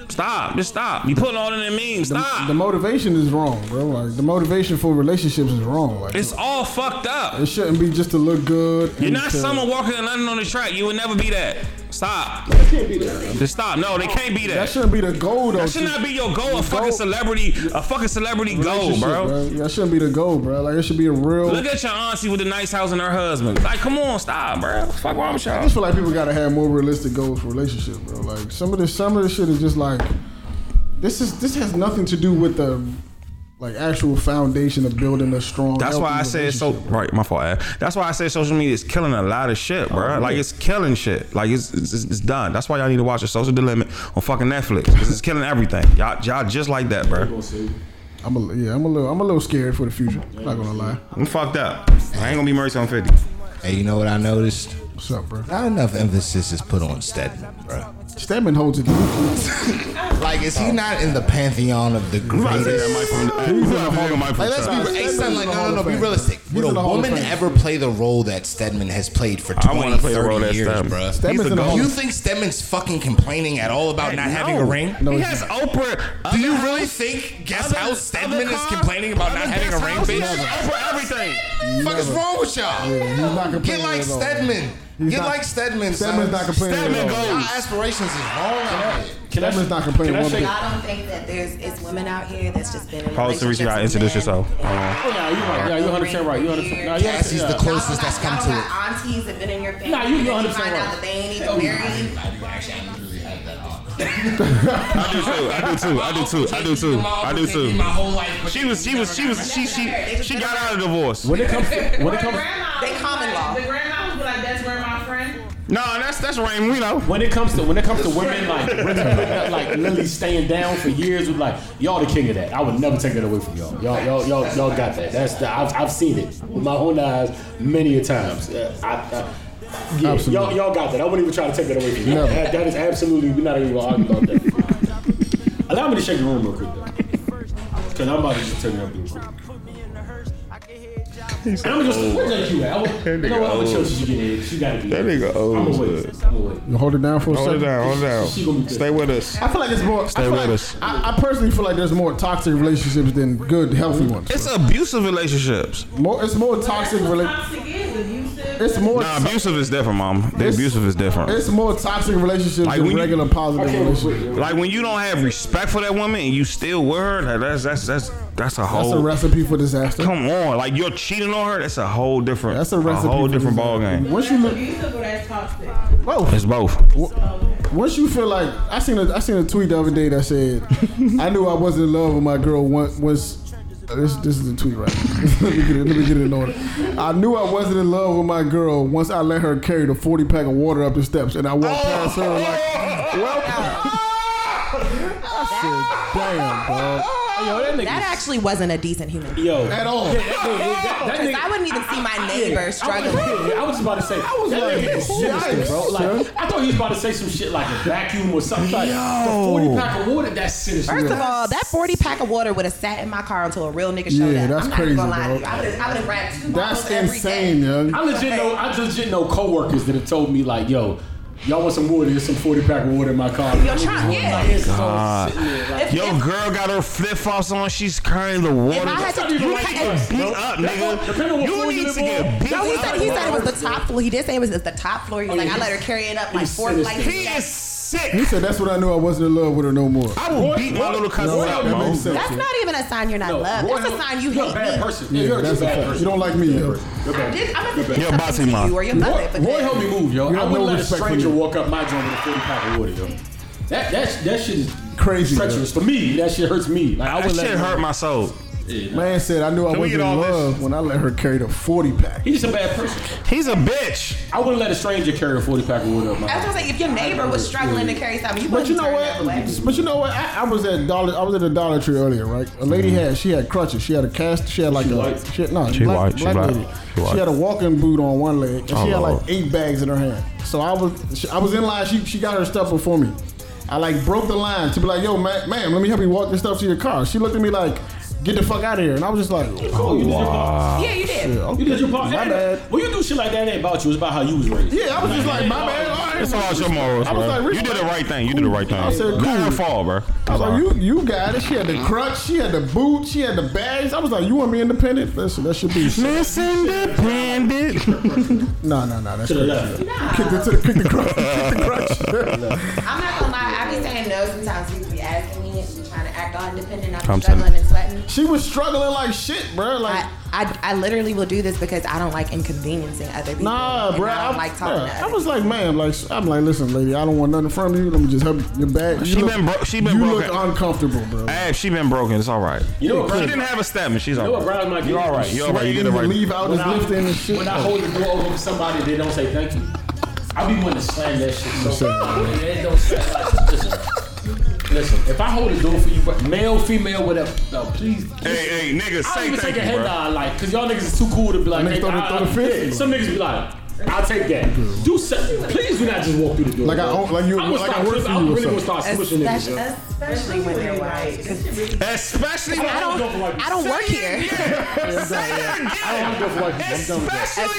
Stop. Just stop. You putting all in the memes. The, Stop. the motivation is wrong, bro. Like the motivation for relationships is wrong. Like it's all fucked it up. shouldn't be just to look good. You're and not to- someone walking and landing on the track. You would never be that. Stop. It can't be that. Just stop. No, they can't be That that. shouldn't be the goal, though. That should not be your goal. A fucking celebrity. A fucking celebrity goal, Relationship, bro. That shouldn't be the goal, bro. Like it should be a real. Look at your auntie with the nice house and her husband. Like, come on, stop, bro. Fuck wrong with I y'all. just feel like people gotta have more realistic goals for relationships, bro. Like some of this, some of this shit is just like this is this has nothing to do with the like actual foundation of building a strong. That's why I healthy said so. Right, my fault. Ad. That's why I said social media is killing a lot of shit, bro. Oh, Like it's killing shit. Like it's, it's it's done. That's why y'all need to watch the Social Dilemma on fucking Netflix. 'cause it's killing everything. Y'all y'all just like that, bro. I'm a, yeah, I'm a little, I'm a little scared for the future. I'm not gonna lie. I'm fucked up. I ain't gonna be Mercy on fifty. Hey, you know what I noticed? What's up, bro? Not enough emphasis is put on Stedman, bro. Stedman holds it. Like, is Oh. he not in the pantheon of the greatest? Like, let's be real. Hey, son, like, no, no, no, be realistic. Would in the a Hall of woman Fame. ever play the role that Stedman has played for 20, wanna play the 30 role that years, Stedman- bro? Stedman's in the Hall You of- think Stedman's fucking complaining at all about not having a ring? No, he he's has Oprah. Do you Other really house, think Guess other- how other Stedman is car, complaining about other not having a guest ring, house, bitch? he has Oprah everything. fuck is wrong with y'all? He's not complaining Get like at all. Stedman. He's Get not- like Stedman. Stedman's son. not complaining at Stedman all. goes. Y'all aspirations is wrong out here. Can I- Stedman's not complaining Can I one say? bit. I don't think that there's it's women out here that's just been in Pause, Teresa, you gotta relationships with introduce yourself. men. Oh, nah, you right. Yeah, you 100% right. You 100%. Nah, you Cassie's the 100% right. closest that's come to it. got aunties that been in your family. Nah, you- you that 100% find right. out that they ain't even married. I do too. I do too. I do too. I do too. I do too. She was. She was. She was. She. She. She got out of divorce. When it comes to when it comes They common law. The grandma would be like, that's where my friend. No, that's that's Raymond. We know. when it comes to when it comes to women like women, like Lily staying down for years with like y'all the king of that. I would never take that away from y'all. Y'all y'all y'all, y'all got that. That's the, I've, I've seen it with my own eyes many a times. Uh, I, I, yeah, y'all y'all got that. I wouldn't even try to take that away from you. Never. That, that is absolutely we're not even gonna argue about that. Allow me to shake the room real quick though. Cause I'm about to just turn it up real quick. And I'm just where's that you at? I would- You know what? I'm gonna chill till she get in. She gotta be. That here. nigga old I'm as gonna wait. I'm gonna wait. You hold it down for a Hold it second. down. Hold it Oh. down. She gonna be good. Stay with us. I feel like it's more. Stay I feel with like, us. I, I personally feel like there's more toxic relationships than good, healthy ones. It's abusive relationships. More, it's more toxic. That's what Rela- toxic is. If you still it's more. Nah, abusive is different, mom. The abusive is different. It's more toxic relationships Like than when you- regular positive Okay, wait, wait, relationships. wait. Like when you don't have respect for that woman and you still with her, like, that's that's that's that's That's a a whole. recipe for disaster. Come on, like you're cheating on her. That's a whole different. That's a recipe. whole for different ball disaster. game. Once you that's look, abusive or that's toxic. whoa. It's both. Once you feel like I seen a I seen a tweet the other day that said I knew I wasn't in love with my girl once once Uh, this this is a tweet right let, me get it, let me get it in order I knew I wasn't in love with my girl once I let her carry the forty pack of water up the steps and I Oh, walked past her like well I said damn dog Yo, that nigga. That actually wasn't a decent human being. yo. at all that, that Because nigga. I wouldn't even see my I neighbor was- struggling. yeah, I was about to say. I was that like, nigga is sinister, yikes, bro. Like, sir. I thought he was about to say some shit like a vacuum or something. Like, the Yo. forty pack of water. That's sinister. First of all, that 40 pack of water would have sat in my car until a real nigga showed Yeah, up. that's I'm not even gonna crazy, lie to bro. you. I would have I would've grabbed two that's bottles every insane day. yo I legit know. I legit know coworkers that have told me like, yo. Y'all want some water? There's some 40 pack of water in my car. Yo, try- yeah. Like, it's so sitting there, like, If- Yo, if- girl got her flip flops on. She's carrying the water. I had that's not even you like had- us, beat bro. up, That's what- nigga. depending on what You floor need live to on. get beat No, he up. said he said it was the top floor. He did say it was the top floor. He was Oh, like, yeah. I let her carry it up He like four said it's- flights. He is he sick. said that's when I knew I wasn't in love with her no more I will beat my little cousin No, up, that bro. makes sense. That's not even a sign you're not loved. Roy That's a Hill- sign you you're a hate bad me. person. yeah, you're that's just a bad fact person. you don't like me yo You're bad. I did- I'm gonna say You're a bossy something to mom. you or you're above it, but Roy then- helped me move, yo. You I have wouldn't no let a respect for stranger me. walk up my joint with a 40 pack of water, yo. That, that, that shit is Crazy, treacherous. For me, that shit hurts me. Like, I That wouldn't shit let hurt my soul. man said I knew I Can we wasn't get in all this? love when I let her carry the forty pack He's just a bad person. He's a bitch. I wouldn't let a stranger carry a 40 pack of wood up my I was gonna say, if your neighbor was struggling to carry something, you But wouldn't you know turn the other what? way. But you know what? I, I was at Dollar. I was at the Dollar Tree earlier, right? A lady had she had crutches. She had a cast. She had like a white? she had, no. She black, white, she black black. lady. She She, white. had a walking boot on one leg, and Oh, she had like Lord. eight bags in her hand. So I was she, I was in line. She she got her stuff before me. I like broke the line to be like, yo, ma- ma'am, let me help you walk your stuff to your car. She looked at me like, get the fuck out of here, and I was just like, Oh, you wow. Yeah, you did. You did your part. My Hey, bad. When you do shit like that, it ain't about you. It's about how you was raised. yeah, I was just like, my bad. All right. It's all your morals, I was bro. like, You did the right thing. You did the right thing. I said, Let her cool. fall, bro. I was like, you, Uh-huh. you got it. She had the crutch, she had the boot, she had the bags. I was like, you want me independent? Listen, that should be Miss Independent. No, no, no, that's To the crazy. left. Kick the, to the, kick the crutch, kick the crutch. I'm not gonna lie, I be saying no sometimes. People be as convenient and trying to act all independent. I'm Come to struggling me. and sweating. She was struggling like shit, bro. Like I, I literally will do this because I don't like inconveniencing other people. Nah, and bro. I don't like talking yeah, to I other was like, man, like I'm like, listen, lady, I don't want nothing from you. Let me just help you. Your bag. She you been bro- she been You broken. look uncomfortable, bro. Hey, she been broken. It's all right. You know what, she bro- didn't have a statement. She's You know all what, bro, my right. You're all right. You're all right. You did it Sweating right. to leave out When his I- lifting and shit. When I hold the door open for somebody, they don't say thank you. I be wanting to slam that shit. So bad, man. It don't sound like- listen, listen, if I hold the door for you, bro, male, female, whatever, no, please. Hey, hey, niggas, I say don't even thank take a you, head bro. nod, like, cause y'all niggas is too cool to be like, Niggas hey, throw the- I- throw the I- fist. listen, some niggas be like, I'll take that. Do something. Please do not just walk through the door. Like I bro. own- like you- I'm gonna like I start work for flipping- I'm you or really gonna something. start swishing niggas. Especially, yo. especially when they're white. 'Cause Especially I don't, I don't work here. Especially,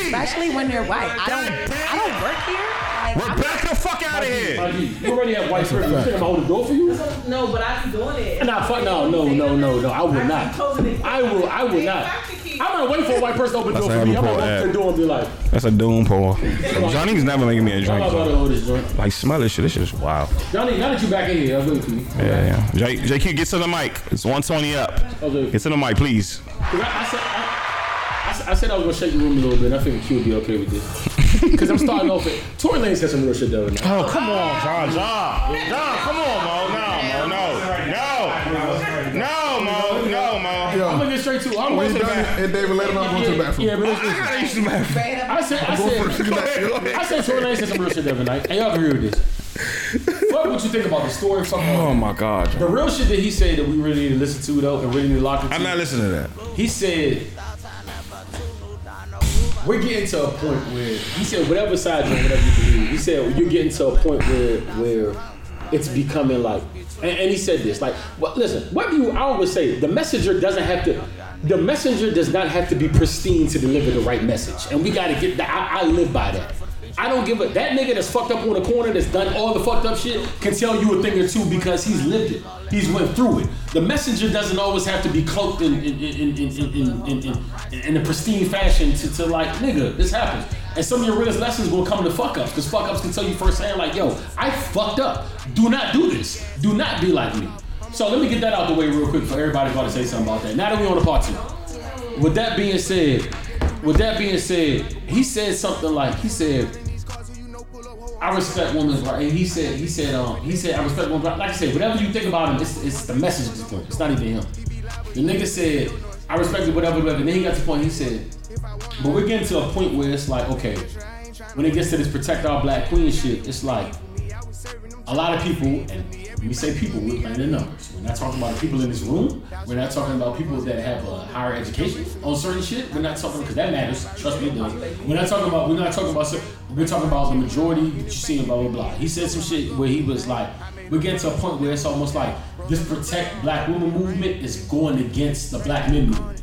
especially when they're white. I don't, I don't work here. We're back the fuck out of Like, here. you already have white privilege. You think I'm gonna hold the door for you? No, but I be doing it. Nah, fuck no, no, no, no, no. I will not. I will, I will not. I'm not waiting for a white person to open the That's door a for me. I'm poor gonna walk ad. through the door and be like, That's a doom pour. Johnny's never making me a I'm drink. about to hold this joint. Like smell this shit. This shit is wild. Johnny, now that you back in here, I'll give it to you. Yeah, yeah. J- JQ, get to the mic. It's 120 up. Okay. Get to the mic, please. 'Cause I, I said, I, I said- I said I was gonna shake the room a little bit. and I think Q would be okay with this. Because I'm starting off with Tory Lane said some real shit the other night. Oh, come on, John. John. John, come on, Mo. No, Mo, no. No. No, Mo. No, Mo. I'm gonna get straight to. I'm When you going to the done, bathroom. and David Letterman, I'm going to the bathroom. Yeah, but it's- I gotta use the bathroom. I said, I said, I said Tory Lane said some real shit the other night, and y'all agree with this. fuck what you think about the story. Fuck all Oh, my God. The real shit that he said that we really need to listen to though, and really need to lock into. I'm not listening to that. He said, "We're getting to a point where he said whatever side you're on, whatever you believe. He said you're getting to a point where where it's becoming like." And, and he said this like, "What? Listen, what do you? I always say the messenger doesn't have to." The messenger does not have to be pristine to deliver the right message, and we gotta get that. I, I live by that. I don't give a that nigga that's fucked up on the corner that's done all the fucked up shit can tell you a thing or two because he's lived it. He's went through it. The messenger doesn't always have to be cloaked in in in in in in, in, in, in a pristine fashion to, to like nigga, this happens. And some of your realest lessons will come to fuck ups because fuck ups can tell you firsthand like yo, I fucked up. Do not do this. Do not be like me. So let me get that out the way real quick for everybody about to say something about that. Now that we on the part two. With that being said, with that being said, he said something like he said, "I respect women's right." And he said, he said, um, he said, "I respect women's right." Like I said, whatever you think about him, it's, it's the message at this point. It's not even him. The nigga said, "I respect it, whatever, whatever." And then he got to the point. He said, "But we're getting to a point where it's like, okay, when it gets to this protect our black queen shit, it's like a lot of people, and when we say people, we're playing in numbers. We're not talking about the people in this room. We're not talking about people that have a higher education on certain shit. We're not talking because that matters. Trust me, it does. We're not talking about. We're not talking about. cer- We're talking about the majority that you see and blah blah blah. He said some shit where he was like, we're getting to a point where it's almost like this protect black women movement is going against the black men movement.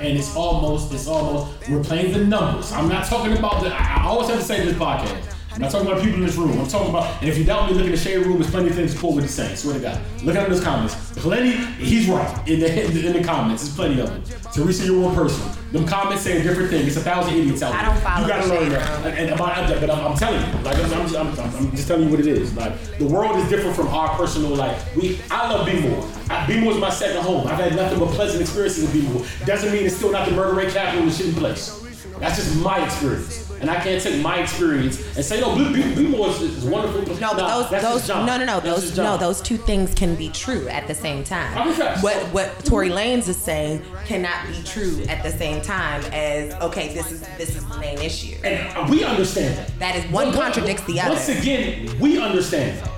And it's almost, it's almost, we're playing the numbers. I'm not talking about the, I I always have to say this podcast. I'm not talking about people in this room. I'm talking about, and if you doubt me, look in the shade room. There's plenty of things to pull with the same. Swear to God. Look at him in those comments. Plenty, he's right. In the, in the, in the comments, there's plenty of them. Teresa, you're one person. Them comments saying different things. It's a thousand idiots out there. I don't follow You gotta learn that. And, and about, but I'm, I'm telling you, like, I'm, I'm, just- I'm, I'm- I'm just telling you what it is. Like, the world is different from our personal, like, we, I love B-More. I- B-More is my second home. I've had nothing but pleasant experiences with B-More. Doesn't mean it's still not the murder rate capital of the shitty place. That's just my experience. And I can't take my experience and say, no, Blue Blue, Blue Boys is is wonderful. No, those, that's those, his job. no, no, no, That's his those, job. no, those two things can be true at the same time. I'm impressed. What, what Tory Lanez is saying cannot be true at the same time as okay, this is this is the main issue. And we understand that. That is one But- but- contradicts the other. Once again, we understand that.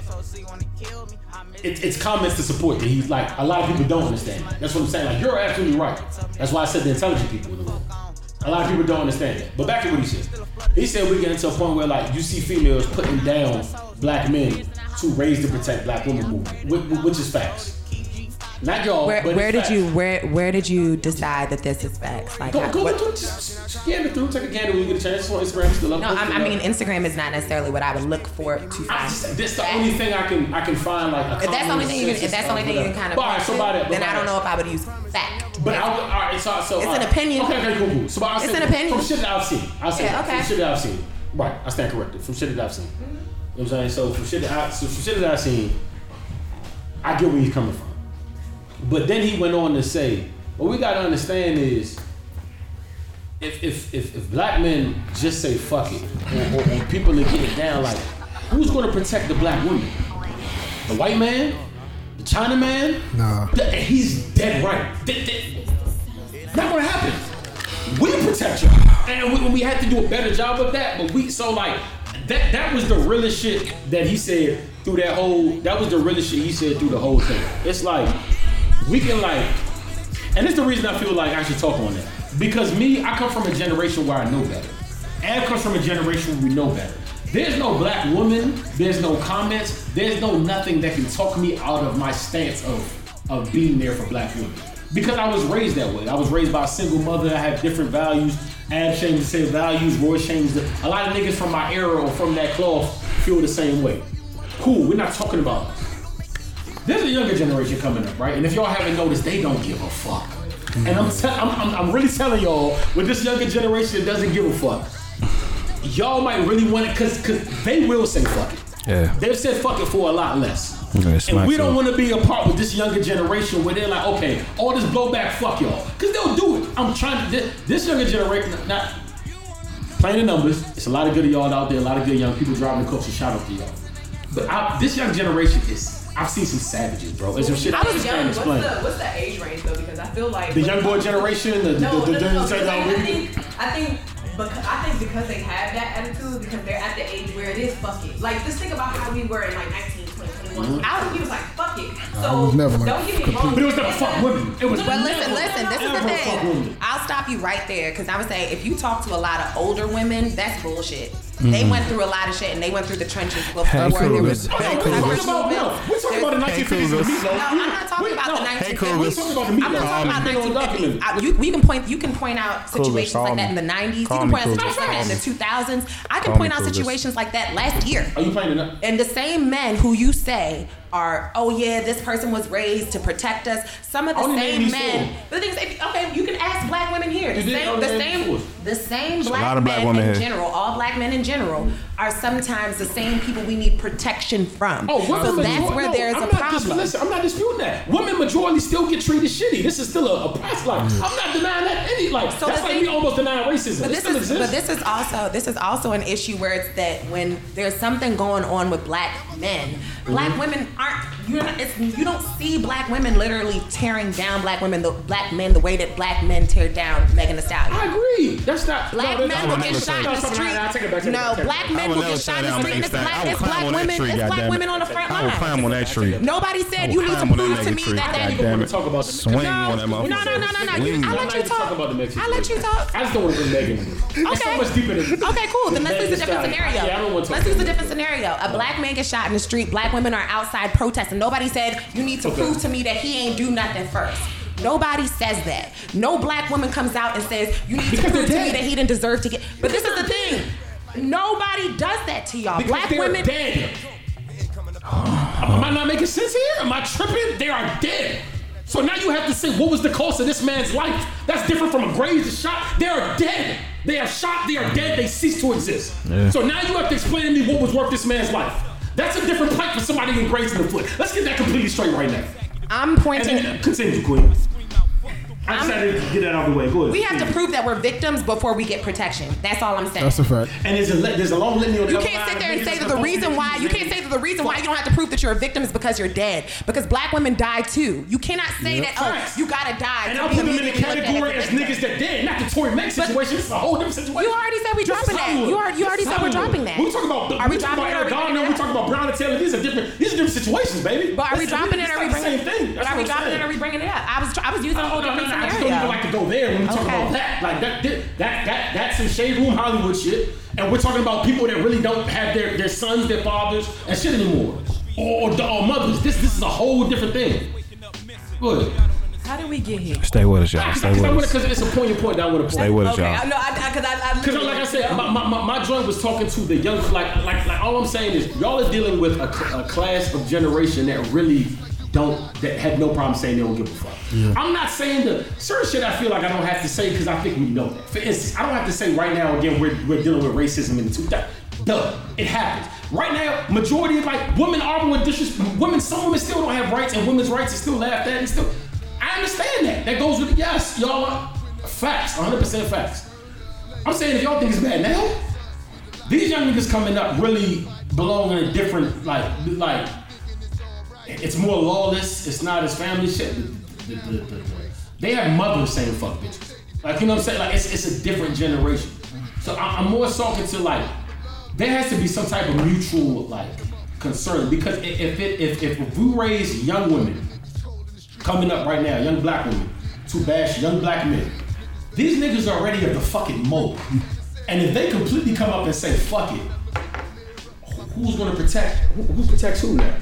It, it's comments to support that he's like, a lot of people don't understand. that. That's what I'm saying. Like, you're absolutely right. That's why I said the intelligent people in the room. A lot of people don't understand that. But back to what he said. He said we get to a point where like you see females putting down black men to raise to protect black women movement, which, which is facts. Not y'all. Where, but it's where did facts. you where where did you decide that this is facts? Like, Go, how- go what- through, just just scan it through, take a gander when you get a chance. It's on Instagram, it's still up. no, Look I, it I up. mean Instagram is not necessarily what I would look for to find. I just, this the only thing I can I can find like. A If that's the only common thing you can, if consensus that's the only thing you can whatever. kind of, But, all right, point so to, about that, then I don't know if I would use fact. But I would, all right, so, so It's all an right. opinion. Okay, okay, cool, cool. So I It's said an opinion. from shit that I've seen. I said Yeah, okay. Mm-hmm. from shit that I've seen. Right, I stand corrected. From shit that I've seen. You know what I'm saying? So from shit that I, so from shit that I've seen, I get where he's coming from. But then he went on to say, what we gotta understand is if if if, if black men just say fuck it, or, or- or people are getting down like, who's gonna protect the black woman? The white man? The China man? Nah. Th- He's dead right. Th- th- Not gonna happen. We protect you, and we, we had to do a better job of that. But we so like that. That was the realest shit that he said through that whole. That was the realest shit he said through the whole thing. It's like we can like, and it's the reason I feel like I should talk on that because me, I come from a generation where I know better. Ad comes from a generation where we know better. There's no black woman, there's no comments, there's no nothing that can talk me out of my stance of, of being there for black women. Because I was raised that way. I was raised by a single mother, I have different values. Ab shames the same values, Roy shames the, a lot of niggas from my era or from that cloth feel the same way. Cool, we're not talking about us. There's a younger generation coming up, right? And if y'all haven't noticed, they don't give a fuck. And I'm, te- I'm, I'm, I'm really telling y'all, with this younger generation that doesn't give a fuck, y'all might really want it because they will say fuck it. Yeah. They've said fuck it for a lot less. Yeah, it's and my we don't fault. want to be a part with this younger generation where they're like, okay, all this blowback, fuck y'all. Because they'll do it. I'm trying to, this, this younger generation, not playing the numbers, it's a lot of good of y'all out there, a lot of good young people driving the culture. Shout out to y'all. But I, this young generation is, I've seen some savages, bro. It's some shit I, I was just young. can't What's the, explain. what's the age range though? Because I feel like The young boy generation, the, the, no, the, no, the, no, the, because I the- think I think because I think because they have that attitude because they're at the age where it is fuck it. Like just think about how we were in like 19, 20, 21. Mhm. I think he was like fuck it. I So was never like don't get me wrong. complete. But it was never fuck women. It was But listen, never- listen. This is never the fuck thing. women. I'll stop you right there because I would say if you talk to a lot of older women, that's bullshit. They Mm. went through a lot of shit and they went through the trenches before Hey, there was. Kruger. Hold Hey, on, we're talking Kruger. about movement. We're talking about the Hey, 1950s Kruger. and meatloaf. No, I'm not talking about the 1950s. Hey, Kruger. I'm not talking about Call me. 1950s. I- Uh, You, we can point. You can point out Kruger, situations call like that me. in the 90s. Call you can me, point out Kruger. situations like that in the 2000s. I can Call me, point out Kruger. situations like that last year. Are you playing it up? And the same men who you say are, oh yeah, this person was raised to protect us. Some of the Only same 84. men. The things, okay, you can ask black women here. The You did same, only the same, 84. the same a black, lot of black men women in here. general, all black men in general, are sometimes the same people we need protection from. Oh, women so that's majority- where no, there is I'm a not dis- problem. listen, I'm not disputing that. Women majority still get treated shitty. This is still a, a price like I'm not denying that any like So that's the like thing- we almost denying racism. But it this still is exists. but this is also this is also an issue where it's that when there's something going on with black men, black Mhm. Mm-hmm. women aren't you're not it's, you don't see black women literally tearing down black women the black men the way that black men tear down Megan Thee Stallion. I agree. That's not black no, that's- men I will would get never shot say in that. No, the stop it, street. nah, nah, I take it back, take it No, back, take it black back. I men would will never get say shot in that. the I'm street. and It's against that. I would black it's climb on black that women. tree, It's black goddamn women it. on the front I would line. climb on that tree. Nobody said you need to prove to me that that. Goddamn it. Talk about the- Swing on that No, motherfucker. no, no, no, no, no. Swing. I let you talk. about the Mexican. I let you talk. I just don't want to bring Megan. in. It's so Okay. much deeper than Okay, cool. than Then let's use a Megan different Thee Stallion. scenario. Yeah, I don't want to talk Let's use a about different scenario. A black man gets shot in the street. Black women are outside protesting. Nobody said you need to Okay. prove to me that he ain't do nothing first. Nobody says that. No black woman comes out and says you need to prove to me that he didn't deserve to get. But this is the thing. Nobody does that to y'all. Because black they're women. dead. Am I not making sense here? Am I tripping? They are dead. So now you have to say what was the cost of this man's life? That's different from a grazed shot. They are dead. They are shot. They are dead. They cease to exist. Yeah. So now you have to explain to me what was worth this man's life. That's a different pipe for somebody getting grazed in the foot. Let's get that completely straight right now. I'm pointing. And then continue, Queen. I decided to get that out of the way. Go ahead. We have to prove that we're victims before we get protection. That's all I'm saying. fact. And there's a, li- there's a long litany on the You other can't side sit of there and niggas say that's that the supposed to reason be why you can't say that the reason why you don't have to prove that you're a victim is because you're dead. Because black women die too. You cannot say Yep. that oh you gotta die. And to I put be them in the immediately looked at category a as victim. niggas that did, not the Tory Mac situation. It's a whole different situation. You already said we This is dropping that. Hollywood. You already- you This already is said we're Hollywood. dropping that. We talking about the, Are we we talking dropping it or about are we Eric Garner. bringing it We talking about Brown and Taylor. These are different. These are different situations, baby. But are we That's- dropping it or are we it's bringing like the same thing? it? But That's are we what I'm dropping it or are saying. we bringing it up? I was I was using a whole No, no, different no, I just don't even scenario. like to go there when we talk Okay. about that. Like that, that, that, that, that's some shade room Hollywood shit. And we're talking about people that really don't have their, their sons, their fathers, and shit anymore, or, or, or mothers. This, this is a whole different thing. Good. How did we get here? Stay with us, y'all. Stay Because with I us. because it's a point. Your point. That I want to Stay with us, y'all. No, I because I, I, Cause uh, like I said, my, my, my, my joint was talking to the young like like like all I'm saying is y'all are dealing with a, cl- a class of generation that really don't that had no problem saying they don't give a fuck. I'm not saying the certain shit I feel like I don't have to say because I think we know that. For instance, I don't have to say right now again we're, we're dealing with racism in the two. That, Duh, it happens. Right now, majority of like women are with disrespect. Women, some women still don't have rights, and women's rights is still laughed at and still. I understand that. That goes with yes, y'all are facts, 100 percent facts. I'm saying if y'all think it's bad now, these young niggas coming up really belong in a different like like. It's more lawless. It's not as family shit. They have mothers saying fuck bitches. Like you know what I'm saying? Like it's, it's a different generation. So I, I'm more talking to like there has to be some type of mutual like concern because i- if it, if if we raise young women coming up right now, young black women to bash young black men, these niggas already are the fucking mold. And if they completely come up and say fuck it, who's gonna protect? Who, who protects who now?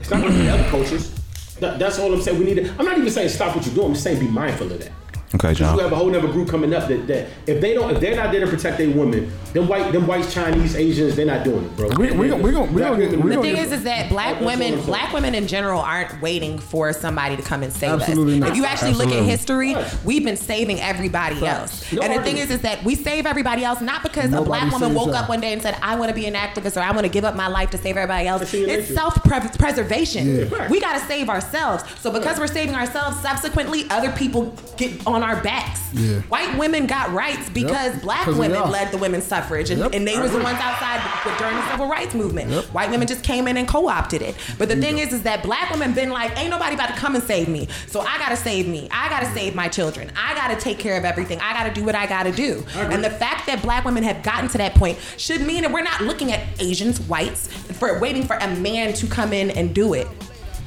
It's not gonna be the other coaches. That- that's all I'm saying. We need. To, I'm not even saying stop what you're doing. I'm just saying be mindful of that. Okay, Because John. you have a whole other group coming up that, that if they don't if they're not there to protect their women, them white them white Chinese Asians they're not doing it, bro. We we we gonna we gonna get the thing is, is that black women, black women in general, aren't waiting for somebody to come and save Absolutely us. not. If you actually look Absolutely. at history, we've been saving everybody else. No and the argument. thing is, is that we save everybody else not because a Nobody black woman saves woke us. up one day and said, "I want to be an activist" or "I want to give up my life to save everybody else." in It's nature. self-preservation. Yeah. Correct. We gotta save ourselves. So because we're saving ourselves, subsequently other people get on our backs. Yeah. White women got rights because black 'Cause of women y'all. led the women's suffrage, and, Yep. and they I was the agree. ones outside with- during the civil rights movement. White women just came in and co-opted it. But the thing is, is that black women been like, ain't nobody about to come and save me, so I gotta save me. I gotta save my children. I gotta take care of everything. I gotta do what I gotta do. And the fact that black women have gotten to that point should mean that we're not looking at Asians, whites, for waiting for a man to come in and do it.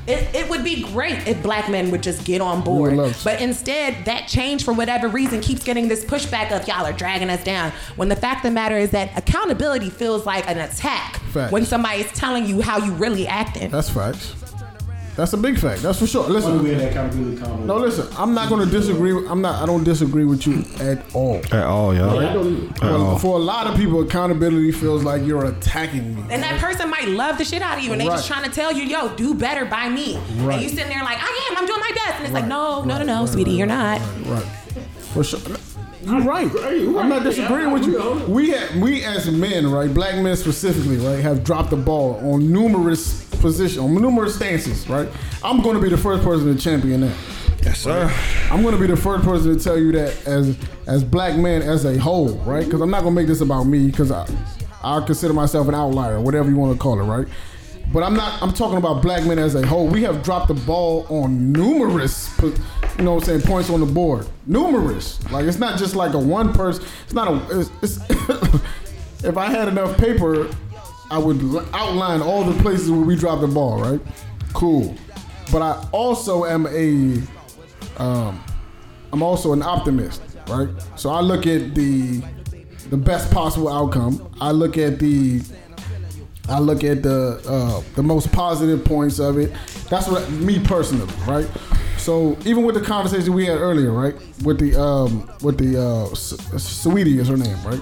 It, it would be great if black men would just get on board. But instead, that change, for whatever reason, keeps getting this pushback of y'all are dragging us down. When the fact of the matter is that accountability feels like an attack Facts. when somebody's telling you how you really acting. That's facts. That's a big fact. That's for sure. Listen, we in that accountability combo. No, listen. I'm not going to disagree. with- I'm not. I don't disagree with you at all. At all, y'all. Right? Well, For a lot of people, accountability feels like you're attacking me. And that person might love the shit out of you, and they just Right. trying to tell you, "Yo, do better by me." Right. And you sitting there like, "I am. I'm doing my best," and it's like, Right. "No, no, no, no, sweetie, you're not." Right. For sure. You're right. I'm not disagreeing with you. We have, we as men, right, black men specifically, right, have dropped the ball on numerous positions, on numerous stances, right. I'm going to be the first person to champion that. Yes, sir. I'm going to be the first person to tell you that as as black men as a whole, right? Because I'm not going to make this about me, because I I consider myself an outlier, whatever you want to call it, right. But I'm not. I'm talking about black men as a whole. We have dropped the ball on numerous, po- you know, what I'm saying points on the board. Numerous. Like it's not just like a one person. It's not a. It's, it's if I had enough paper, I would l- outline all the places where we dropped the ball. Right. Cool. But I also am a. Um, I'm also an optimist. Right. So I look at the the best possible outcome. I look at the I look at the uh, the most positive points of it. That's what me personally, right? So even with the conversation we had earlier, right, with the um, with the uh, S- sweetie is her name, right?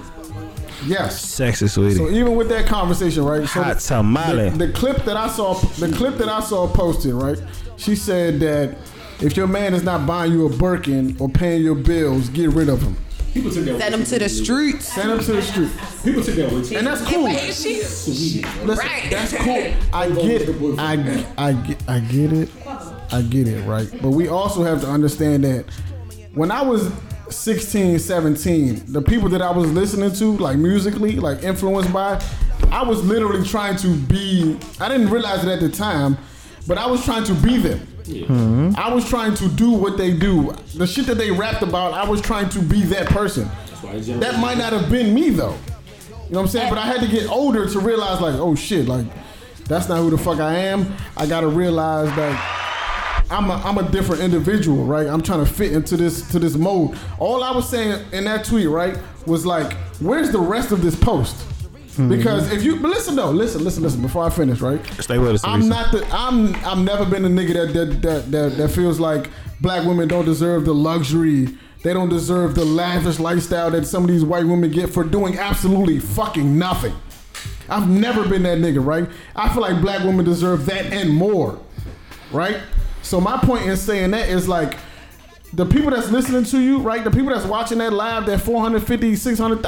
Yes. Sexy sweetie. So even with that conversation, right? So Hot tamale. The, the clip that I saw, the clip that I saw posted, right? She said that if your man is not buying you a Birkin or paying your bills, get rid of him. People took that Send them to the streets. Send him to the street. People took that with and that's cool. Listen, Right. that's cool. I get it. I, I, get, I get it. I get it, right? But we also have to understand that when I was 16, 17, the people that I was listening to, like musically, like influenced by, I was literally trying to be, I didn't realize it at the time, but I was trying to be them. I was trying to do what they do. The shit that they rapped about, I was trying to be that person. That might not have been me though. You know what I'm saying? But I had to get older to realize like, oh shit, like that's not who the fuck I am. I gotta realize that I'm a I'm a different individual, right? I'm trying to fit into this to this mode. All I was saying in that tweet, right, was like, where's the rest of this post? Because if you but listen though, listen, listen, listen. Before I finish, right? Stay with us. I'm not the. I'm. I've never been a nigga that that that that, that feels like black women don't deserve the luxury. They don't deserve the lavish lifestyle that some of these white women get for doing absolutely fucking nothing. I've never been that nigga, right? I feel like black women deserve that and more, right? So my point in saying that is like the people that's listening to you, right? The people that's watching that live, that 450, 600,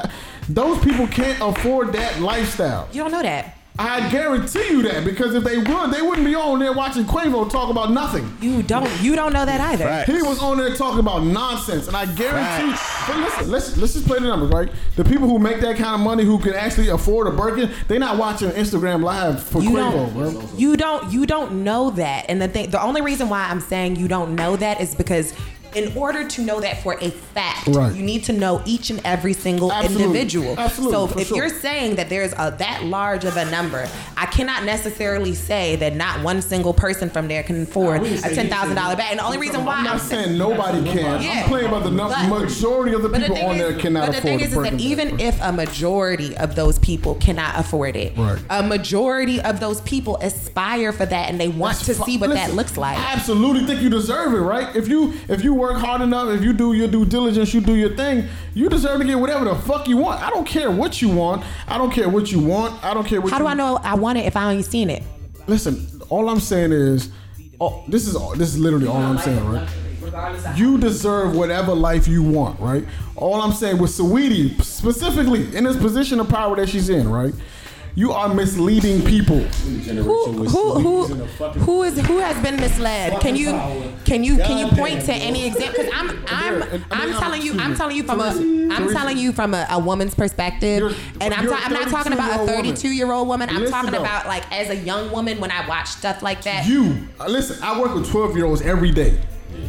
Those people can't afford that lifestyle. You don't know that. I guarantee you that because if they would, they wouldn't be on there watching Quavo talk about nothing. You don't. You don't know that either. Facts. He was on there talking about nonsense, and I guarantee. But listen, let's let's just play the numbers, right? The people who make that kind of money, who can actually afford a Birkin, they're not watching Instagram Live for you Quavo, don't, bro. You don't. You don't know that. And the thing, the only reason why I'm saying you don't know that is because. In order to know that for a fact, Right. you need to know each and every single Absolutely. individual. Absolutely, so if, for if sure. you're saying that there's a that large of a number, I cannot necessarily say that not one single person from there can afford didn't a say- ten thousand dollar bag. And the only reason why I'm not saying- saying nobody can. Yeah. I'm playing about the num- But- majority of the but people thing on there is- cannot but the afford thing is, a is Birkin. that even if a majority of those people cannot afford it, Right. a majority of those people aspire for that and they want to see what that Listen, looks like. I absolutely think you deserve it, right? If you if you work hard enough, if you do your due diligence, you do your thing, you deserve to get whatever the fuck you want. I don't care what you want. I don't care what you want. I don't care what How you do I know I want it if I ain't seen it? Listen, all I'm saying is oh, this is all this is literally all I'm saying, right? Regardless of You deserve whatever life you want, right? All I'm saying with Saweetie, specifically in this position of power that she's in, right? You are misleading people. Who who who who is who has been misled? Can you can you can you point to any example? Because I'm I'm I'm telling you I'm telling you from a I'm telling you from a, a woman's perspective, and I'm you're a ta- I'm not talking about a 32 year old woman. I'm Listen talking up. about like as a young woman when I watch stuff like that. You uh, listen. I work with twelve year olds every day.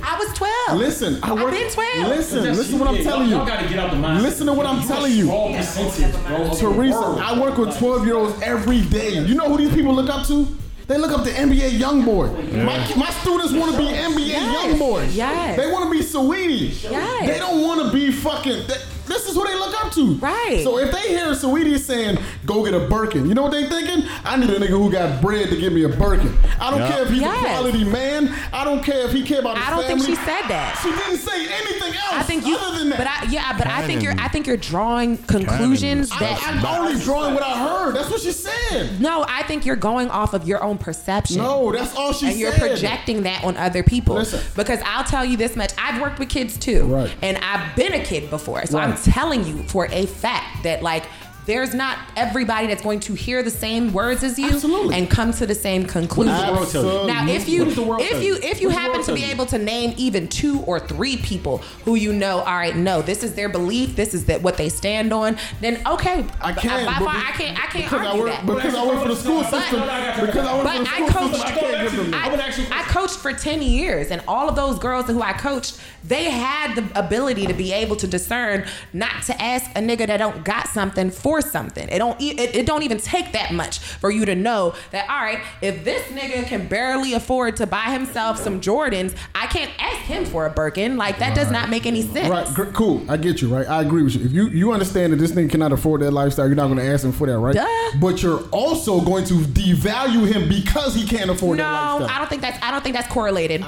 I was 12. Listen, I I've work. been 12. Listen, listen to what I'm telling you. Y'all gotta get out the mind. Listen to what I'm telling you. Small percentage, bro. of the Teresa, world. I work with 12 year olds every day. You know who these people look up to? They look up to NBA Youngboy. Yeah. My, my students want to be NBA Yes. Youngboy. Yes. They want to be Saweetie. Yes. They don't want to be fucking. th- this is who they look up to. Right. So if they hear Saweetie saying, go get a Birkin, you know what they thinking? I need a nigga who got bread to give me a Birkin. I don't Yeah. care if he's Yes. a quality man. I don't care if he care about his I don't think family. she said that. She didn't say anything else I think you, other than that. but I, yeah, but I think you're, I Cannon. think you're drawing conclusions that I, I'm only drawing what I heard. That's what she said. No, I think you're going off of your own perception. No, that's all she And you're said. projecting that on other people. Because I'll tell you this much: I've worked with kids too, right. and I've been a kid before. So I'm Right. telling you for a fact that like. There's not everybody that's going to hear the same words as you and come to the same conclusion. What does the world tell you? Now, if you What does the world if tell you you? if you What does the happen world to tell be you? able to name even two or three people who you know, all right, no, this is their belief, this is that what they stand on, then okay, I can, By but far, be- I can't. I can't because I argue work- that. because I work for the school But- system. Because I work but for the school I coached- system, I can't give them that. I- I coached for 10 years, and all of those girls who I coached, they had the ability to be able to discern not to ask a nigga that don't got something for something. It don't. e- It, it don't even take that much for you to know that. All right, if this nigga can barely afford to buy himself some Jordans, I can't ask him for a Birkin. Like that does not make any sense. Right, gr- cool. I get you. Right, I agree with you. If you you understand that this nigga cannot afford that lifestyle, you're not going to ask him for that, right? But you're also going to devalue him because he can't afford No, that lifestyle. I don't think that's. I don't think that's correlated.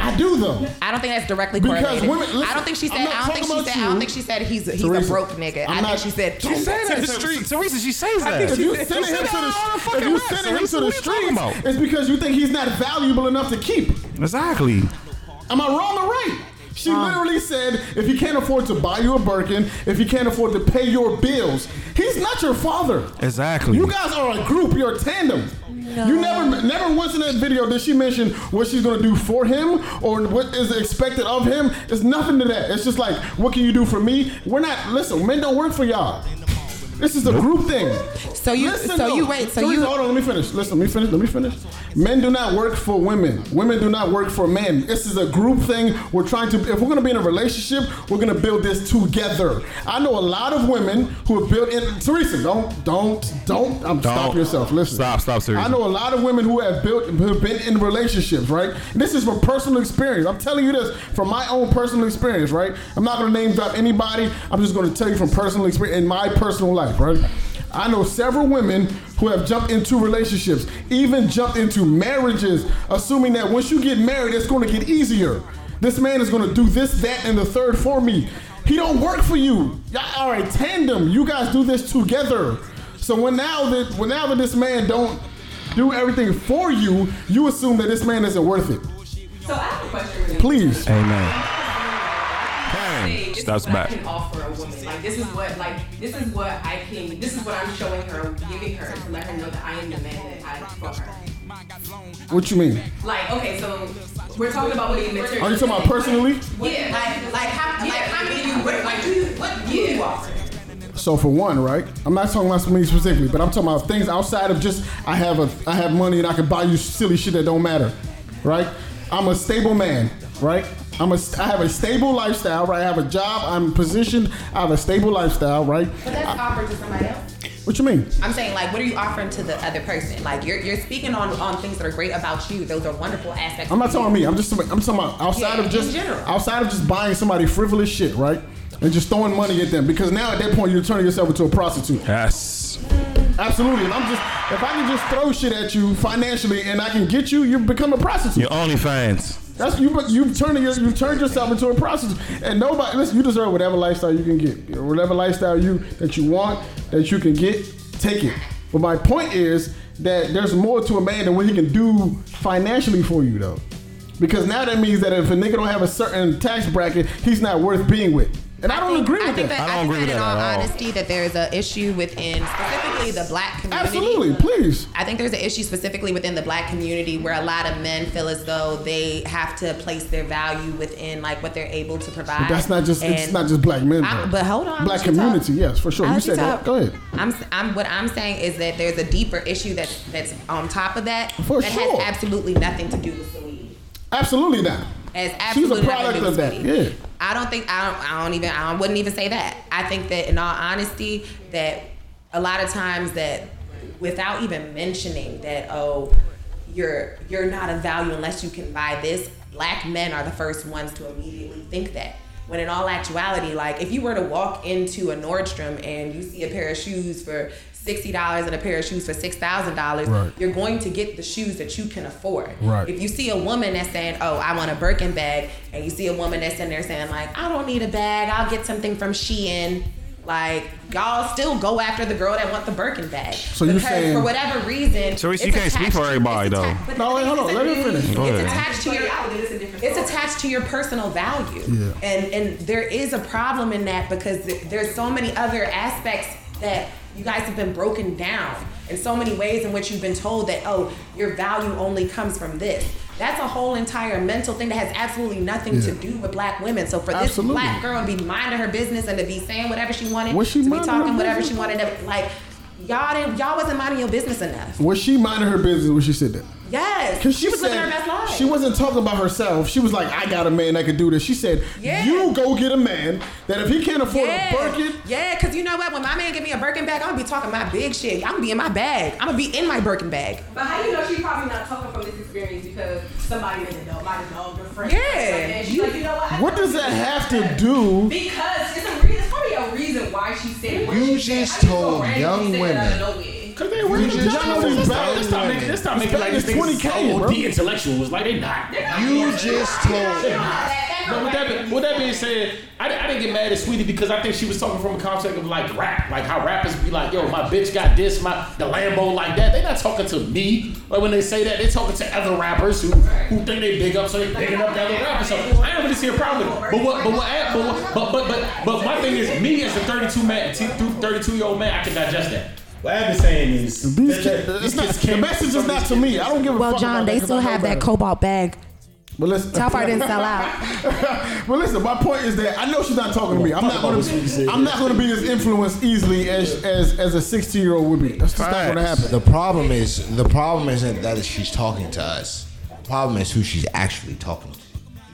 I do though. I don't think that's directly Because correlated. women- listen, I don't think she I'm said. not I don't think she talking said. about I you. don't think she said he's he's Teresa, a broke nigga. i I'm think not- she said. She said that. Teresa, she says I that. think if you sending him to "Oh, the, if you sending him to the streets, it's because you think he's not valuable enough to keep. Exactly. Am I wrong or right? She literally said, if he can't afford to buy you a Birkin, if he can't afford to pay your bills, he's not your father. Exactly. You guys are a group. You're a tandem. You never, never once in that video did she mention what she's gonna do for him or what is expected of him. It's nothing to that. It's just like, what can you do for me? We're not. Listen, men don't work for y'all. This is a group thing. So you- so you- wait, so you- hold on. Let me finish. Listen, let me finish. Let me finish. Men do not work for women. Women do not work for men. This is a group thing. We're trying to. If we're gonna be in a relationship, we're gonna build this together. I know a lot of women who have built. in Teresa, don't, don't, don't. Um, Stop Don't. yourself. Listen. Stop, stop, Teresa. I know a lot of women who have built who have been in relationships, right? This is from personal experience. I'm telling you this from my own personal experience, right? I'm not gonna name drop anybody. I'm just gonna tell you from personal experience in my personal life, right? I know several women who have jumped into relationships, even jumped into marriages, assuming that once you get married, it's gonna get easier. This man is gonna do this, that, and the third for me. He don't work for you. Y'all are a tandem. You guys do this together. So when now that when now that this man don't do everything for you, you assume that this man isn't worth it. So I have a question. Please. Amen. Karen, this Steps is what back. I can offer a woman. Like this is what like this is what I can this is what I'm showing her, giving her to let her know that I am the man that I for her. What you mean? Like, okay, so we're talking about what the material. Are you talking about personally? Yeah, like, like how, like how many you, what, like, do you, what do you offer? So for one, right? I'm not talking about me specifically, but I'm talking about things outside of just I have a I have money and I can buy you silly shit that don't matter, right? I'm a stable man, right? I'm a I have a stable lifestyle, right? I have a job, I'm positioned, I have a stable lifestyle, right? But that's offered to somebody else. What you mean? I'm saying, like, what are you offering to the other person? Like, you're, you're speaking on, on things that are great about you. Those are wonderful aspects. I'm not of talking you. me. I'm just I'm talking about outside Yeah, of just in general. outside of just buying somebody frivolous shit, right? And just throwing money at them because now at that point you're turning yourself into a prostitute. Yes. Absolutely. If I'm just if I can just throw shit at you financially and I can get you, you become a prostitute. Your OnlyFans. That's you. You've turned your, you've turned yourself into a prostitute, and nobody. Listen, you deserve whatever lifestyle you can get, whatever lifestyle you that you want, that you can get. Take it. But my point is that there's more to a man than what he can do financially for you, though, because now that means that if a nigga don't have a certain tax bracket, he's not worth being with. And I don't agree with I think that, I think that in all honesty that there is an issue within specifically the black community. Absolutely, please. I think there's an issue specifically within the black community where a lot of men feel as though they have to place their value within like what they're able to provide. But that's not just it's And not just black men. I- though. but hold on, black let you talk. community, yes, for sure. I'll You let you said that. talk. Go ahead. I'm, I'm what I'm saying is that there's a deeper issue that's that's on top of that that sure. has absolutely nothing to do with the weed. Absolutely not. She's Has a absolutely nothing to product do of with that. weed. Yeah. I don't think I don't, I don't even I wouldn't even say that. I think that in all honesty that a lot of times that without even mentioning that oh you're you're not of value unless you can buy this, black men are the first ones to immediately think that. When in all actuality, like if you were to walk into a Nordstrom and you see a pair of shoes for sixty dollars and a pair of shoes for six thousand Right. dollars, you're going to get the shoes that you can afford. Right. If you see a woman that's saying, "Oh, I want a Birkin bag," and you see a woman that's in there saying, "Like, I don't need a bag. I'll get something from Shein." Like, y'all still go after the girl that want the Birkin bag. So you're saying- for whatever reason, Therese, you it's can't speak attached- for everybody though. No, wait, hold on. Let her finish. Go It's ahead. attached to your. It's attached to your personal value. Yeah. And and there is a problem in that because th- there's so many other aspects that you guys have been broken down in so many ways in which you've been told that oh your value only comes from this. That's a whole entire mental thing that has absolutely nothing to Yeah. do with black women. So for Absolutely. this black girl to be minding her business and to be saying whatever she wanted, Was she to be minding her talking whatever she business? wanted, to, like y'all didn't y'all wasn't minding your business enough. Was she minding her business when she said that? Yes, Because she, was said living her best life. she wasn't talking about herself. She was like, "I got a man that could do this." She said, "You go get a man that if he can't afford a Birkin, Yeah, because you know what? When my man give me a Birkin bag, I'm gonna be talking my big shit. I'm gonna be in my bag. I'm gonna be in my Birkin bag. But how you know she probably not talking from this experience because somebody doesn't know, might have known your friend. Yeah. And she's like, you know what? I what know does this that is- have to do?" Because it's a re- it's probably a reason why she said what You she said. just I just told randomly young said it women. out of nowhere. Cause they You were just told Let's stop, let's me. stop making, let's stop making like these things 20K, so bro. the intellectuals like they not. You just told No, with that, be- with that being said, I, di- I didn't get mad at Sweetie because I think she was talking from a concept of like rap, like how rappers be like, "Yo, my bitch got this, my the Lambo like that." They not talking to me. Like when they say that, they talking to other rappers who who think they big up, so they bigging up the other rappers. So I don't really see a problem. But what, but what, I- but what, but but but, but my thing is, me as a 32 man, 32 year old man, I can digest that. What I've been saying is, these It's not, the message is not to me. I don't give a Well, fuck. John, about they 'cause still I know have that better. cobalt bag. But listen, Top Art didn't sell out. but listen, my point is that I know she's not talking to me. I'm not going to. I'm not going to be as influenced easily as as, as a 16 year old would be. That's just not going to happen. The problem is the problem isn't that she's talking to us. The problem is who she's actually talking to.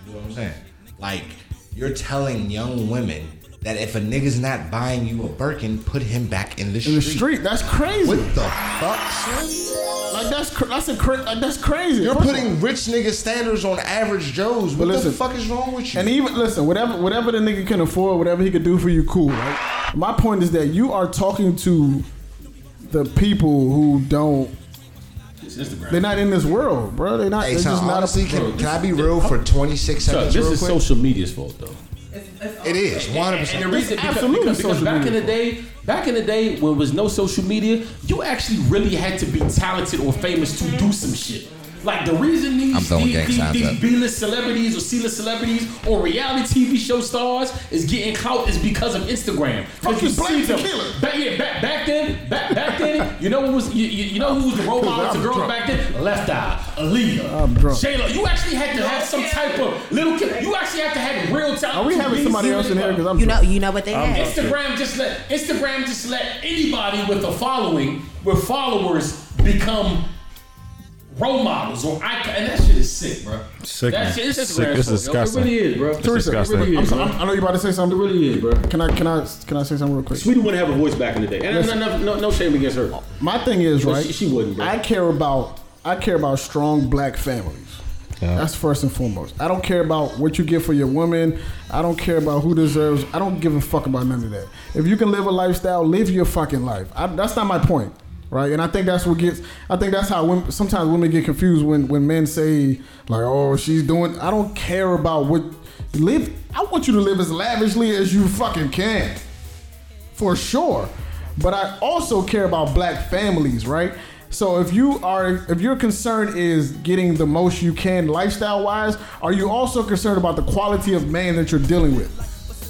You know what I'm saying? Like you're telling young women that if a nigga's not buying you a Birkin, put him back in the street. In the street, that's crazy. What the fuck, son? Like that's cr- that's a cra- like, that's crazy. You're putting rich nigga standards on average Joes. What the fuck is wrong with you? And even listen, whatever whatever the nigga can afford, whatever he could do for you, cool, right? My point is that you are talking to the people who don't. They're not in this world, bro. They're not. Hey, they're son, just not. honestly, A, can, can I be real for 26 Chuck, seconds? this real is quick? social media's fault, though. It is 100. percent And the reason because, because, because back in the day, back in the day when there was no social media, you actually really had to be talented or famous to do some shit. Like the reason these I'm throwing these- gang these- signs these up. B-list celebrities or C-list celebrities or reality TV show stars is getting clout is because of Instagram. Because you see them. Back, yeah, back, back then, back, back then, you know who was you, you, you know who was the role model to I'm girls drunk. back then? Left Eye, Aaliyah, I'm drunk. Shayla. You actually had to have some type of little. kid- You actually had to have real talent. Are we to having be somebody seen else in here? Because I'm You know, you know what they I'm had. Instagram just let Instagram just let anybody with a following with followers become role models or icon, and that shit is sick, bro. Sick. That shit is Sick. It's disgusting. It really is, bro. It's disgusting. I'm sorry, I'm- i know you about to say something. It really is, bro. Can I can I can I say something real quick? Sweetie wouldn't have a voice back in the day, and Listen. no, no, no, no shame against her. My thing is But right. she- she wouldn't, bro. I care about I care about strong black families. That's first and foremost. I don't care about what you get for your woman. I don't care about who deserves. I don't give a fuck about none of that. If you can live a lifestyle, live your fucking life. I, that's not my point, right? And I think that's what gets. I think that's how women, sometimes women get confused when when men say like, "Oh, she's doing." I don't care about what live. I want you to live as lavishly as you fucking can for sure. But I also care about black families, right? So if you are if your concern is getting the most you can lifestyle wise, are you also concerned about the quality of man that you're dealing with?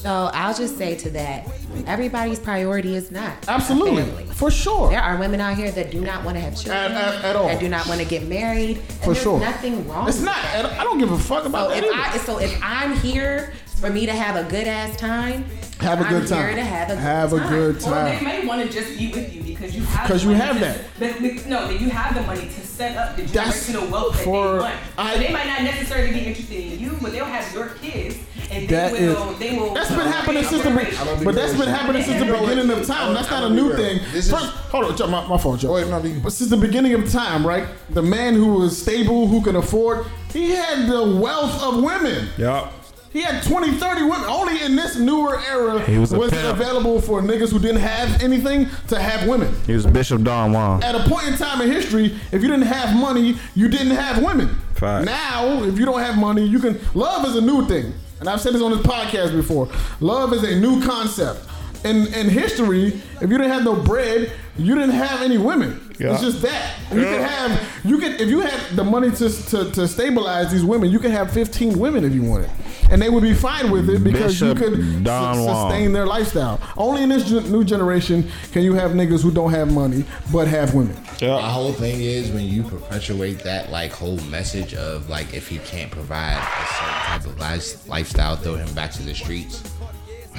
So I'll just say to that, everybody's priority is not a Absolutely. family. For sure. There are women out here that do not want to have At- children at- at all. That do not want to get married. and For there's sure. Nothing wrong. It's with not that. I don't- I don't give a fuck about So that. if either. I so if I'm here for me to have a good ass time, Have a I'm good time. Here to have a good Have a time. good Or time. they may want to just be with you because you have. 'Cause the you money have to- that. But, but no, that you have the money to set up the That's generational wealth that for- they want. I- so they might not necessarily be interested in you, but they'll have your kids, and That they is- will. they will. That's been happening since the be- but that's been happening since the beginning of time. That's not a new thing. First- hold on, Joe, my, my fault, Joe. But since the beginning of time, right? The man who was stable, who could afford, he had the wealth of women. Yup. He had 20, 30 women. Only in this newer era He was a it pimp. available for niggas who didn't have anything to have women. He was Bishop Don Juan. At a point in time in history, if you didn't have money, you didn't have women. Facts. Now, if you don't have money, you can. Love is a new thing, and I've said this on this podcast before. Love is a new concept. In in history, if you didn't have no bread, you didn't have any women. Yeah. It's just that you can have you can if you had the money to, to to stabilize these women, you can have 15 women if you wanted, and they would be fine with it because Bishop you could su- Don Juan. sustain their lifestyle. Only in this gen- new generation can you have niggas who don't have money but have women. My whole thing is when you perpetuate that like whole message of like if he can't provide a certain type of life, lifestyle, throw him back to the streets.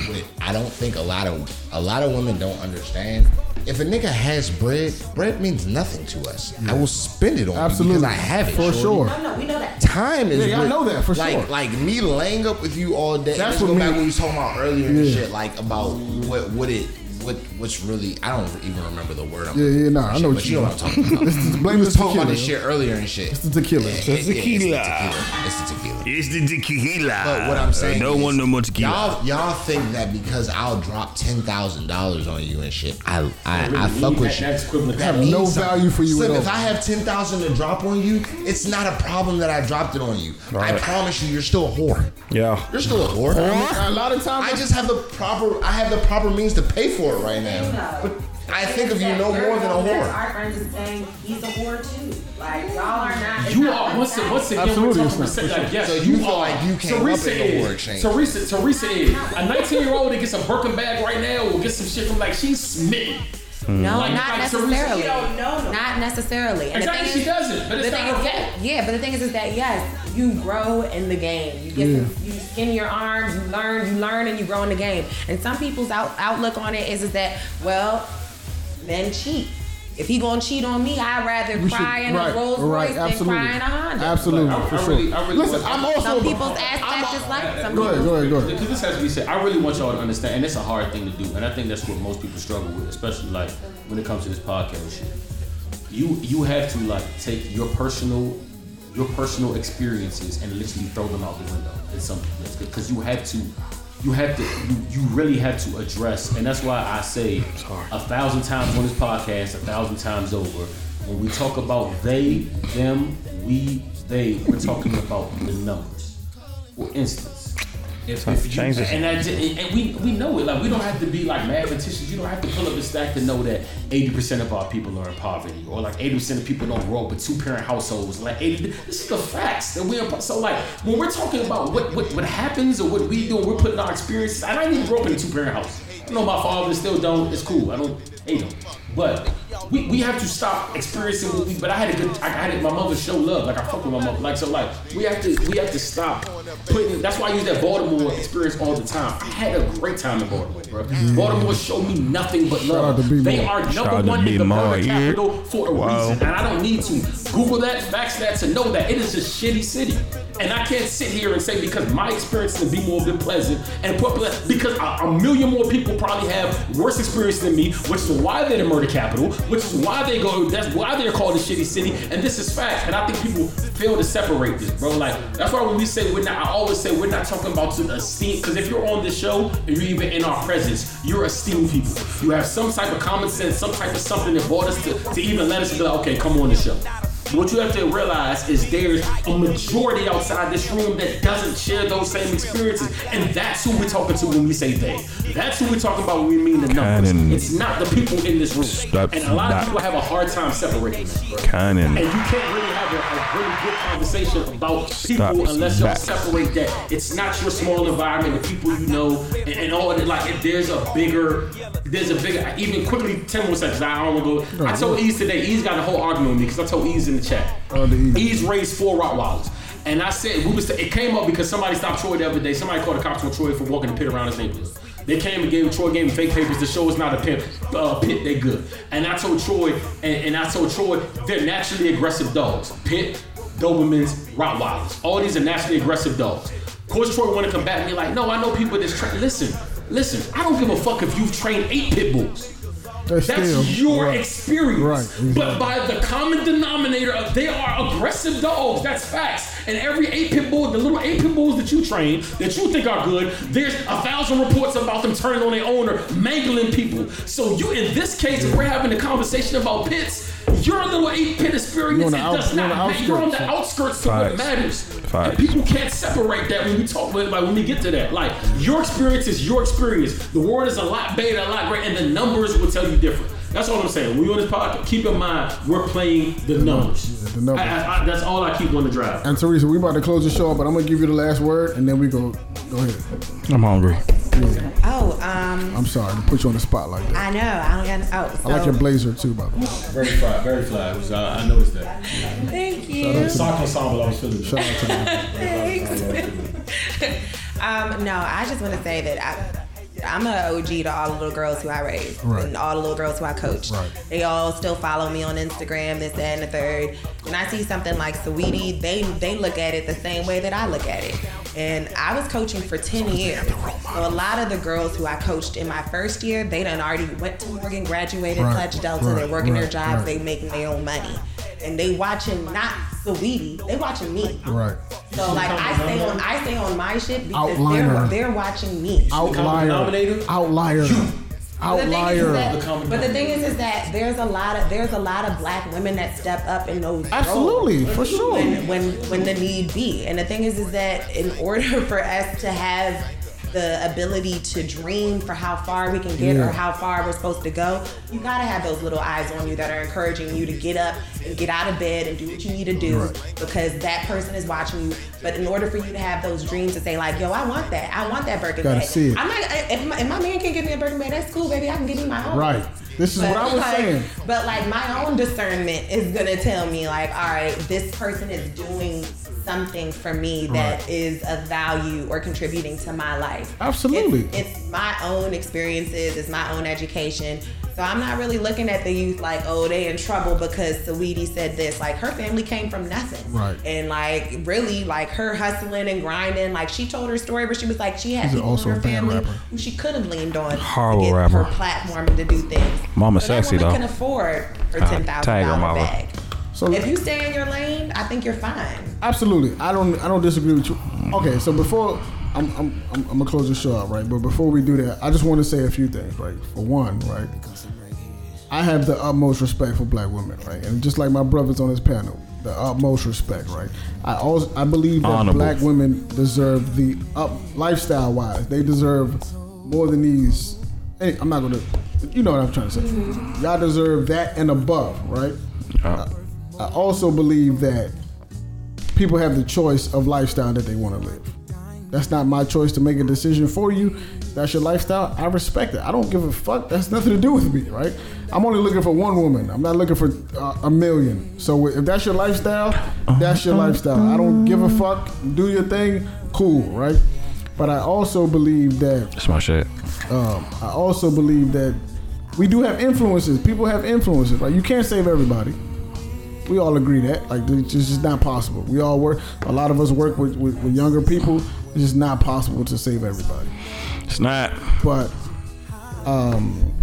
But I don't think a lot of a lot of women don't understand. If a nigga has bread, bread means nothing to us. I will spend it on Absolutely. you because I have it For shorty. sure. No, no, we know that. Time is Yeah, y'all real. know that for like, sure. Like me laying up with you all day. That's That's what what me- back what we was talking about earlier and Yeah. shit, like about what what it what what's really. I don't even remember the word. I'm Yeah, yeah, nah, I know shit, what but you you know what I'm mean. talking about. This is- blame we the was talking about tequila. this shit earlier and shit. It's the tequila. Yeah, yeah, yeah, tequila. It's the tequila. It's the tequila. But what I'm saying, Uh, no is, one no more tequila. Y'all, y'all think that because I'll drop ten thousand dollars on you and shit, I I, I fuck that- with you. that's equivalent to That that. means No something. value for you Slim, at if all. I have ten thousand to drop on you, it's not a problem that I dropped it on you. I Right. promise you, you're still a whore. Yeah. You're still a whore. A lot of times, I just have the proper. I have the proper means to pay for it right now. But I think of you no more than a whore. Our friends is saying he's a whore too. Like y'all are not. it's You not are one once sided. once again Absolutely, we're it's talking not. percent. Like, yes, So you feel are. like you came up in Teresa the is- war exchange. Teresa, Teresa is a 19 year old that gets a Birkin bag right now will get some shit from like she's smitten. No, Mm. Like- not like Teresa- necessarily. She don't know no. Not necessarily. And Exactly, the thing she is, doesn't, but it's the not thing her is, yeah, yeah, but the thing is, is that yes, you grow in the game. You get, Yeah. some- you skin your arms, you learn, you learn, and you grow in the game. And some people's out, outlook on it is, is that well, men cheat. If he gonna cheat on me, I'd rather you should- cry in a Rolls Royce than cry in a Honda. Absolutely, I- I for sure. really- I really Listen, want- I'm also Some people's aspect is like some Go ahead, people's go ahead, go ahead. Because this has to be said. I really want y'all to understand, and it's a hard thing to do, and I think that's what most people struggle with, especially like when it comes to this podcast shit. You you have to like take your personal your personal experiences and literally throw them out the window in some because you have to you have to you, you really have to address and that's why I say a thousand times on this podcast, a thousand times over, when we talk about they, them, we, they, we're talking about the numbers. For instance, If, Huh, if you, change this. and, I ju- and- and we we know it. Like we don't have to be like mathematicians. You don't have to pull up a stack to know that eighty percent of our people are in poverty, or like eighty percent of people don't grow up with two parent households. Like 80, this is the facts that we're so like when we're talking about what what, what happens or what we do, we're putting our experiences. And I didn't even grow up in a two parent house. I know my father still don't. It's cool. I don't hate him, but. We, we have to stop experiencing what we. But I had a good. I, I had my mother show love. Like I fuck with my mother. Like so. Like we have to we have to stop putting. That's why I use that Baltimore experience all the time. I had a great time in Baltimore, bro. Baltimore showed me nothing but Shout out love. to B-Moore. They are Shout out number to one in the B-Moore, murder yeah. capital for a Wow. reason, and I don't need to Google that, fax that to know that it is a shitty city. And I can't sit here and say because my experience in B-more have been pleasant and popular because a, a million more people probably have worse experience than me, which is why they're the murder capital, which is why they go, that's why they're called a shitty city. And this is fact. And I think people fail to separate this, bro. Like, that's why when we say we're not, I always say we're not talking about to esteem, because if you're on this show and you're even in our presence, you're esteemed people. You have some type of common sense, some type of something that brought us to, to even let us be like, okay, come on the show. What you have to realize is there's a majority outside this room that doesn't share those same experiences, and that's who we're talking to when we say they. That's who we're talking about when we mean the numbers. Cannon. It's not the people in this room, Stop and a lot of that. people have a hard time separating that. bro. Cannon. And you can't really have a, a really good conversation about Stop people unless y'all that. separate that. It's not your small environment, the people you know, and, and all that. Like if there's a bigger, there's a bigger. Even quickly, ten more seconds. I don't want to go. I told Ease today. Ease got a whole argument with me because I told Ease in the chat. Oh, Ease raised four Rottweilers. And I said we was. It came up because somebody stopped Troy the other day. Somebody called the cops on Troy for walking the pit around his neighborhood. They came and gave Troy gave him fake papers to show it's not a pimp uh, pit. They good. And I told Troy, and, and I told Troy, they're naturally aggressive dogs. Pit, Dobermans, Rottweilers. All these are naturally aggressive dogs. Of course, Troy want to combat me like, no, I know people that's trained. Listen, listen, I don't give a fuck if you've trained eight pit bulls. That's, still- your right. experience. Right, But by the common denominator of they are aggressive dogs, that's facts. And every eight pit bull, the little eight pit bulls that you train, that you think are good, there's a thousand reports about them turning on their owner, mangling people. So you, in this case, if we're having a conversation about pits, your little eight pit You're on experience, it the out- does you're on not the matter. You're on the outskirts outskirts. to what Facts. matters. Facts. And people can't separate that when we talk about like when we get to that. Like your experience is your experience. The world is a lot bigger, a lot greater, and the numbers will tell you different. That's all I'm saying. When we on this podcast, keep in mind we're playing the numbers. the numbers. I- I- I- that's all I keep on the drive. And Teresa, we about to close the show, but I'm gonna give you the last word, and then we go. Go ahead. I'm hungry. Oh, um, I'm sorry to put you on the spot like that. I know. I don't got. Oh, I like so- your blazer too, by the way. Very fly, very fly. It was, uh, I noticed that. Thank The you. sock ensemble, I was feeling. Shout out to Um, no, I just want to say that I. I'm an OG to all the little girls who I raised Right. and all the little girls who I coached. Right. They all still follow me on Instagram, this, that, and the third. When I see something like Sweetie, they they look at it the same way that I look at it. And I was coaching for 10 years. So a lot of the girls who I coached in my first year, they done already went to Morgan, graduated, Right, Pledge Delta, right, they're working their right, jobs, right. they making their own money. And they watching not Sweetie, they watching me. Right. So like I stay on I stay on my shit because they're, Outliner. they're watching me. Outlier. Outlier. But the thing is Outlier. that- But the thing is, is that there's a lot of there's a lot of black women that step up in those Absolutely, roles for sure. when, when when the need be. And the thing is, is that in order for us to have the ability to dream for how far we can get Yeah. or how far we're supposed to go, you gotta have those little eyes on you that are encouraging you to get up and get out of bed and do what you need to do because that person is watching you. But in order for you to have those dreams to say like, yo, I want that, I want that Birkin Gotta bag. see it. I'm not. If my, if my man can get me a Birkin bag, that's cool, baby. I can get me my own. Right. This is But, what I was like- saying. But like my own discernment is gonna tell me like, all right, this person is doing something for me that Right. is of value or contributing to my life. Absolutely. It's, it's my own experiences, it's my own education. So I'm not really looking at the youth like, oh, they in trouble because Saweetie said this. Like her family came from nothing. Right. And like really like her hustling and grinding. Like she told her story where she was like she had She's people also in her a bad family rapper. who she could have leaned on Horrible to get rapper. her platform and to do things. Mama But that sexy, woman though. can afford her Uh, ten thousand tiger dollar mama. bag. So- if you stay in your lane, I think you're fine. Absolutely. I don't. I don't disagree with you. Okay. So before I'm, I'm, I'm, I'm gonna close the show out, right? But before we do that, I just want to say a few things, right? For one, right? I have the utmost respect for black women, right? And just like my brothers on this panel, the utmost respect, right? I also I believe that Honorable. black women deserve the up lifestyle wise. They deserve more than these. Hey, I'm not gonna. You know what I'm trying to say. Y'all deserve that and above, right? I also believe that people have the choice of lifestyle that they want to live. That's not my choice to make a decision for you. That's your lifestyle. I respect it. I don't give a fuck. That's nothing to do with me, right? I'm only looking for one woman. I'm not looking for uh, a million. So if that's your lifestyle, that's your lifestyle. I don't give a fuck. Do your thing. Cool, right? But I also believe that That's my shit. um, I also believe that we do have influences. People have influences. Like you can't save everybody. We all agree that. Like it's just it's not possible. We all work. A lot of us work with, with, with younger people. It's just not possible to save everybody. It's not. But um,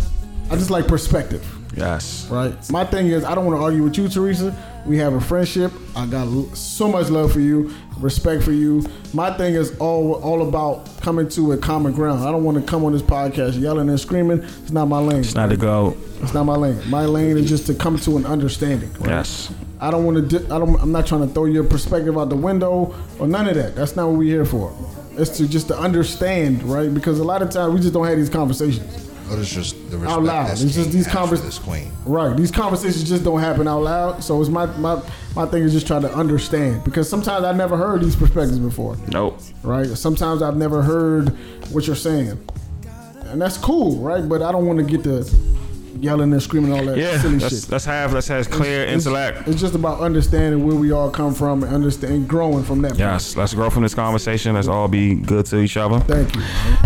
I just like perspective. Yes. Right. My thing is, I don't want to argue with you, Teresa. We have a friendship. I got l- so much love for you, respect for you. My thing is all all about coming to a common ground. I don't want to come on this podcast yelling and screaming. It's not my lane. It's not a go. It's not my lane. My lane is just to come to an understanding. Yes. I don't want to. Di- I don't. I'm not trying to throw your perspective out the window or none of that. That's not what we're here for. It's to just to understand, right? Because a lot of times we just don't have these conversations But it's just the respect out loud. that's It's just king these has for conversations. this queen. Right. These conversations just don't happen out loud. So it's my my my thing is just trying to understand because sometimes I never heard these perspectives before. Nope. Right. Sometimes I've never heard what you're saying, and that's cool, right? But I don't want to get the yelling and screaming and all that Yeah. silly Let's, shit. let's have let's have clear It's- intellect. It's just about understanding where we all come from and understand and growing from that. Yes. Let's grow from this conversation. Let's all be good to each other. Thank you.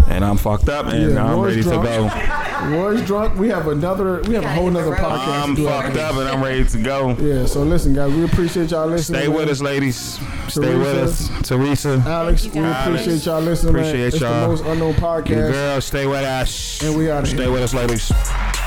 And I'm fucked up, and Yeah, I'm Roy's ready to drunk. go. Roy's drunk. We have another. We have a whole nother podcast. I'm to do fucked up, and I'm ready to go. Yeah, so listen, guys, we appreciate y'all listening. Stay man. with us, ladies. Stay with us, Teresa. Alex, we appreciate y'all listening. man. Appreciate It's y'all. the most unknown Your podcast. girl, stay with us. And we outta Stay here. with us, ladies.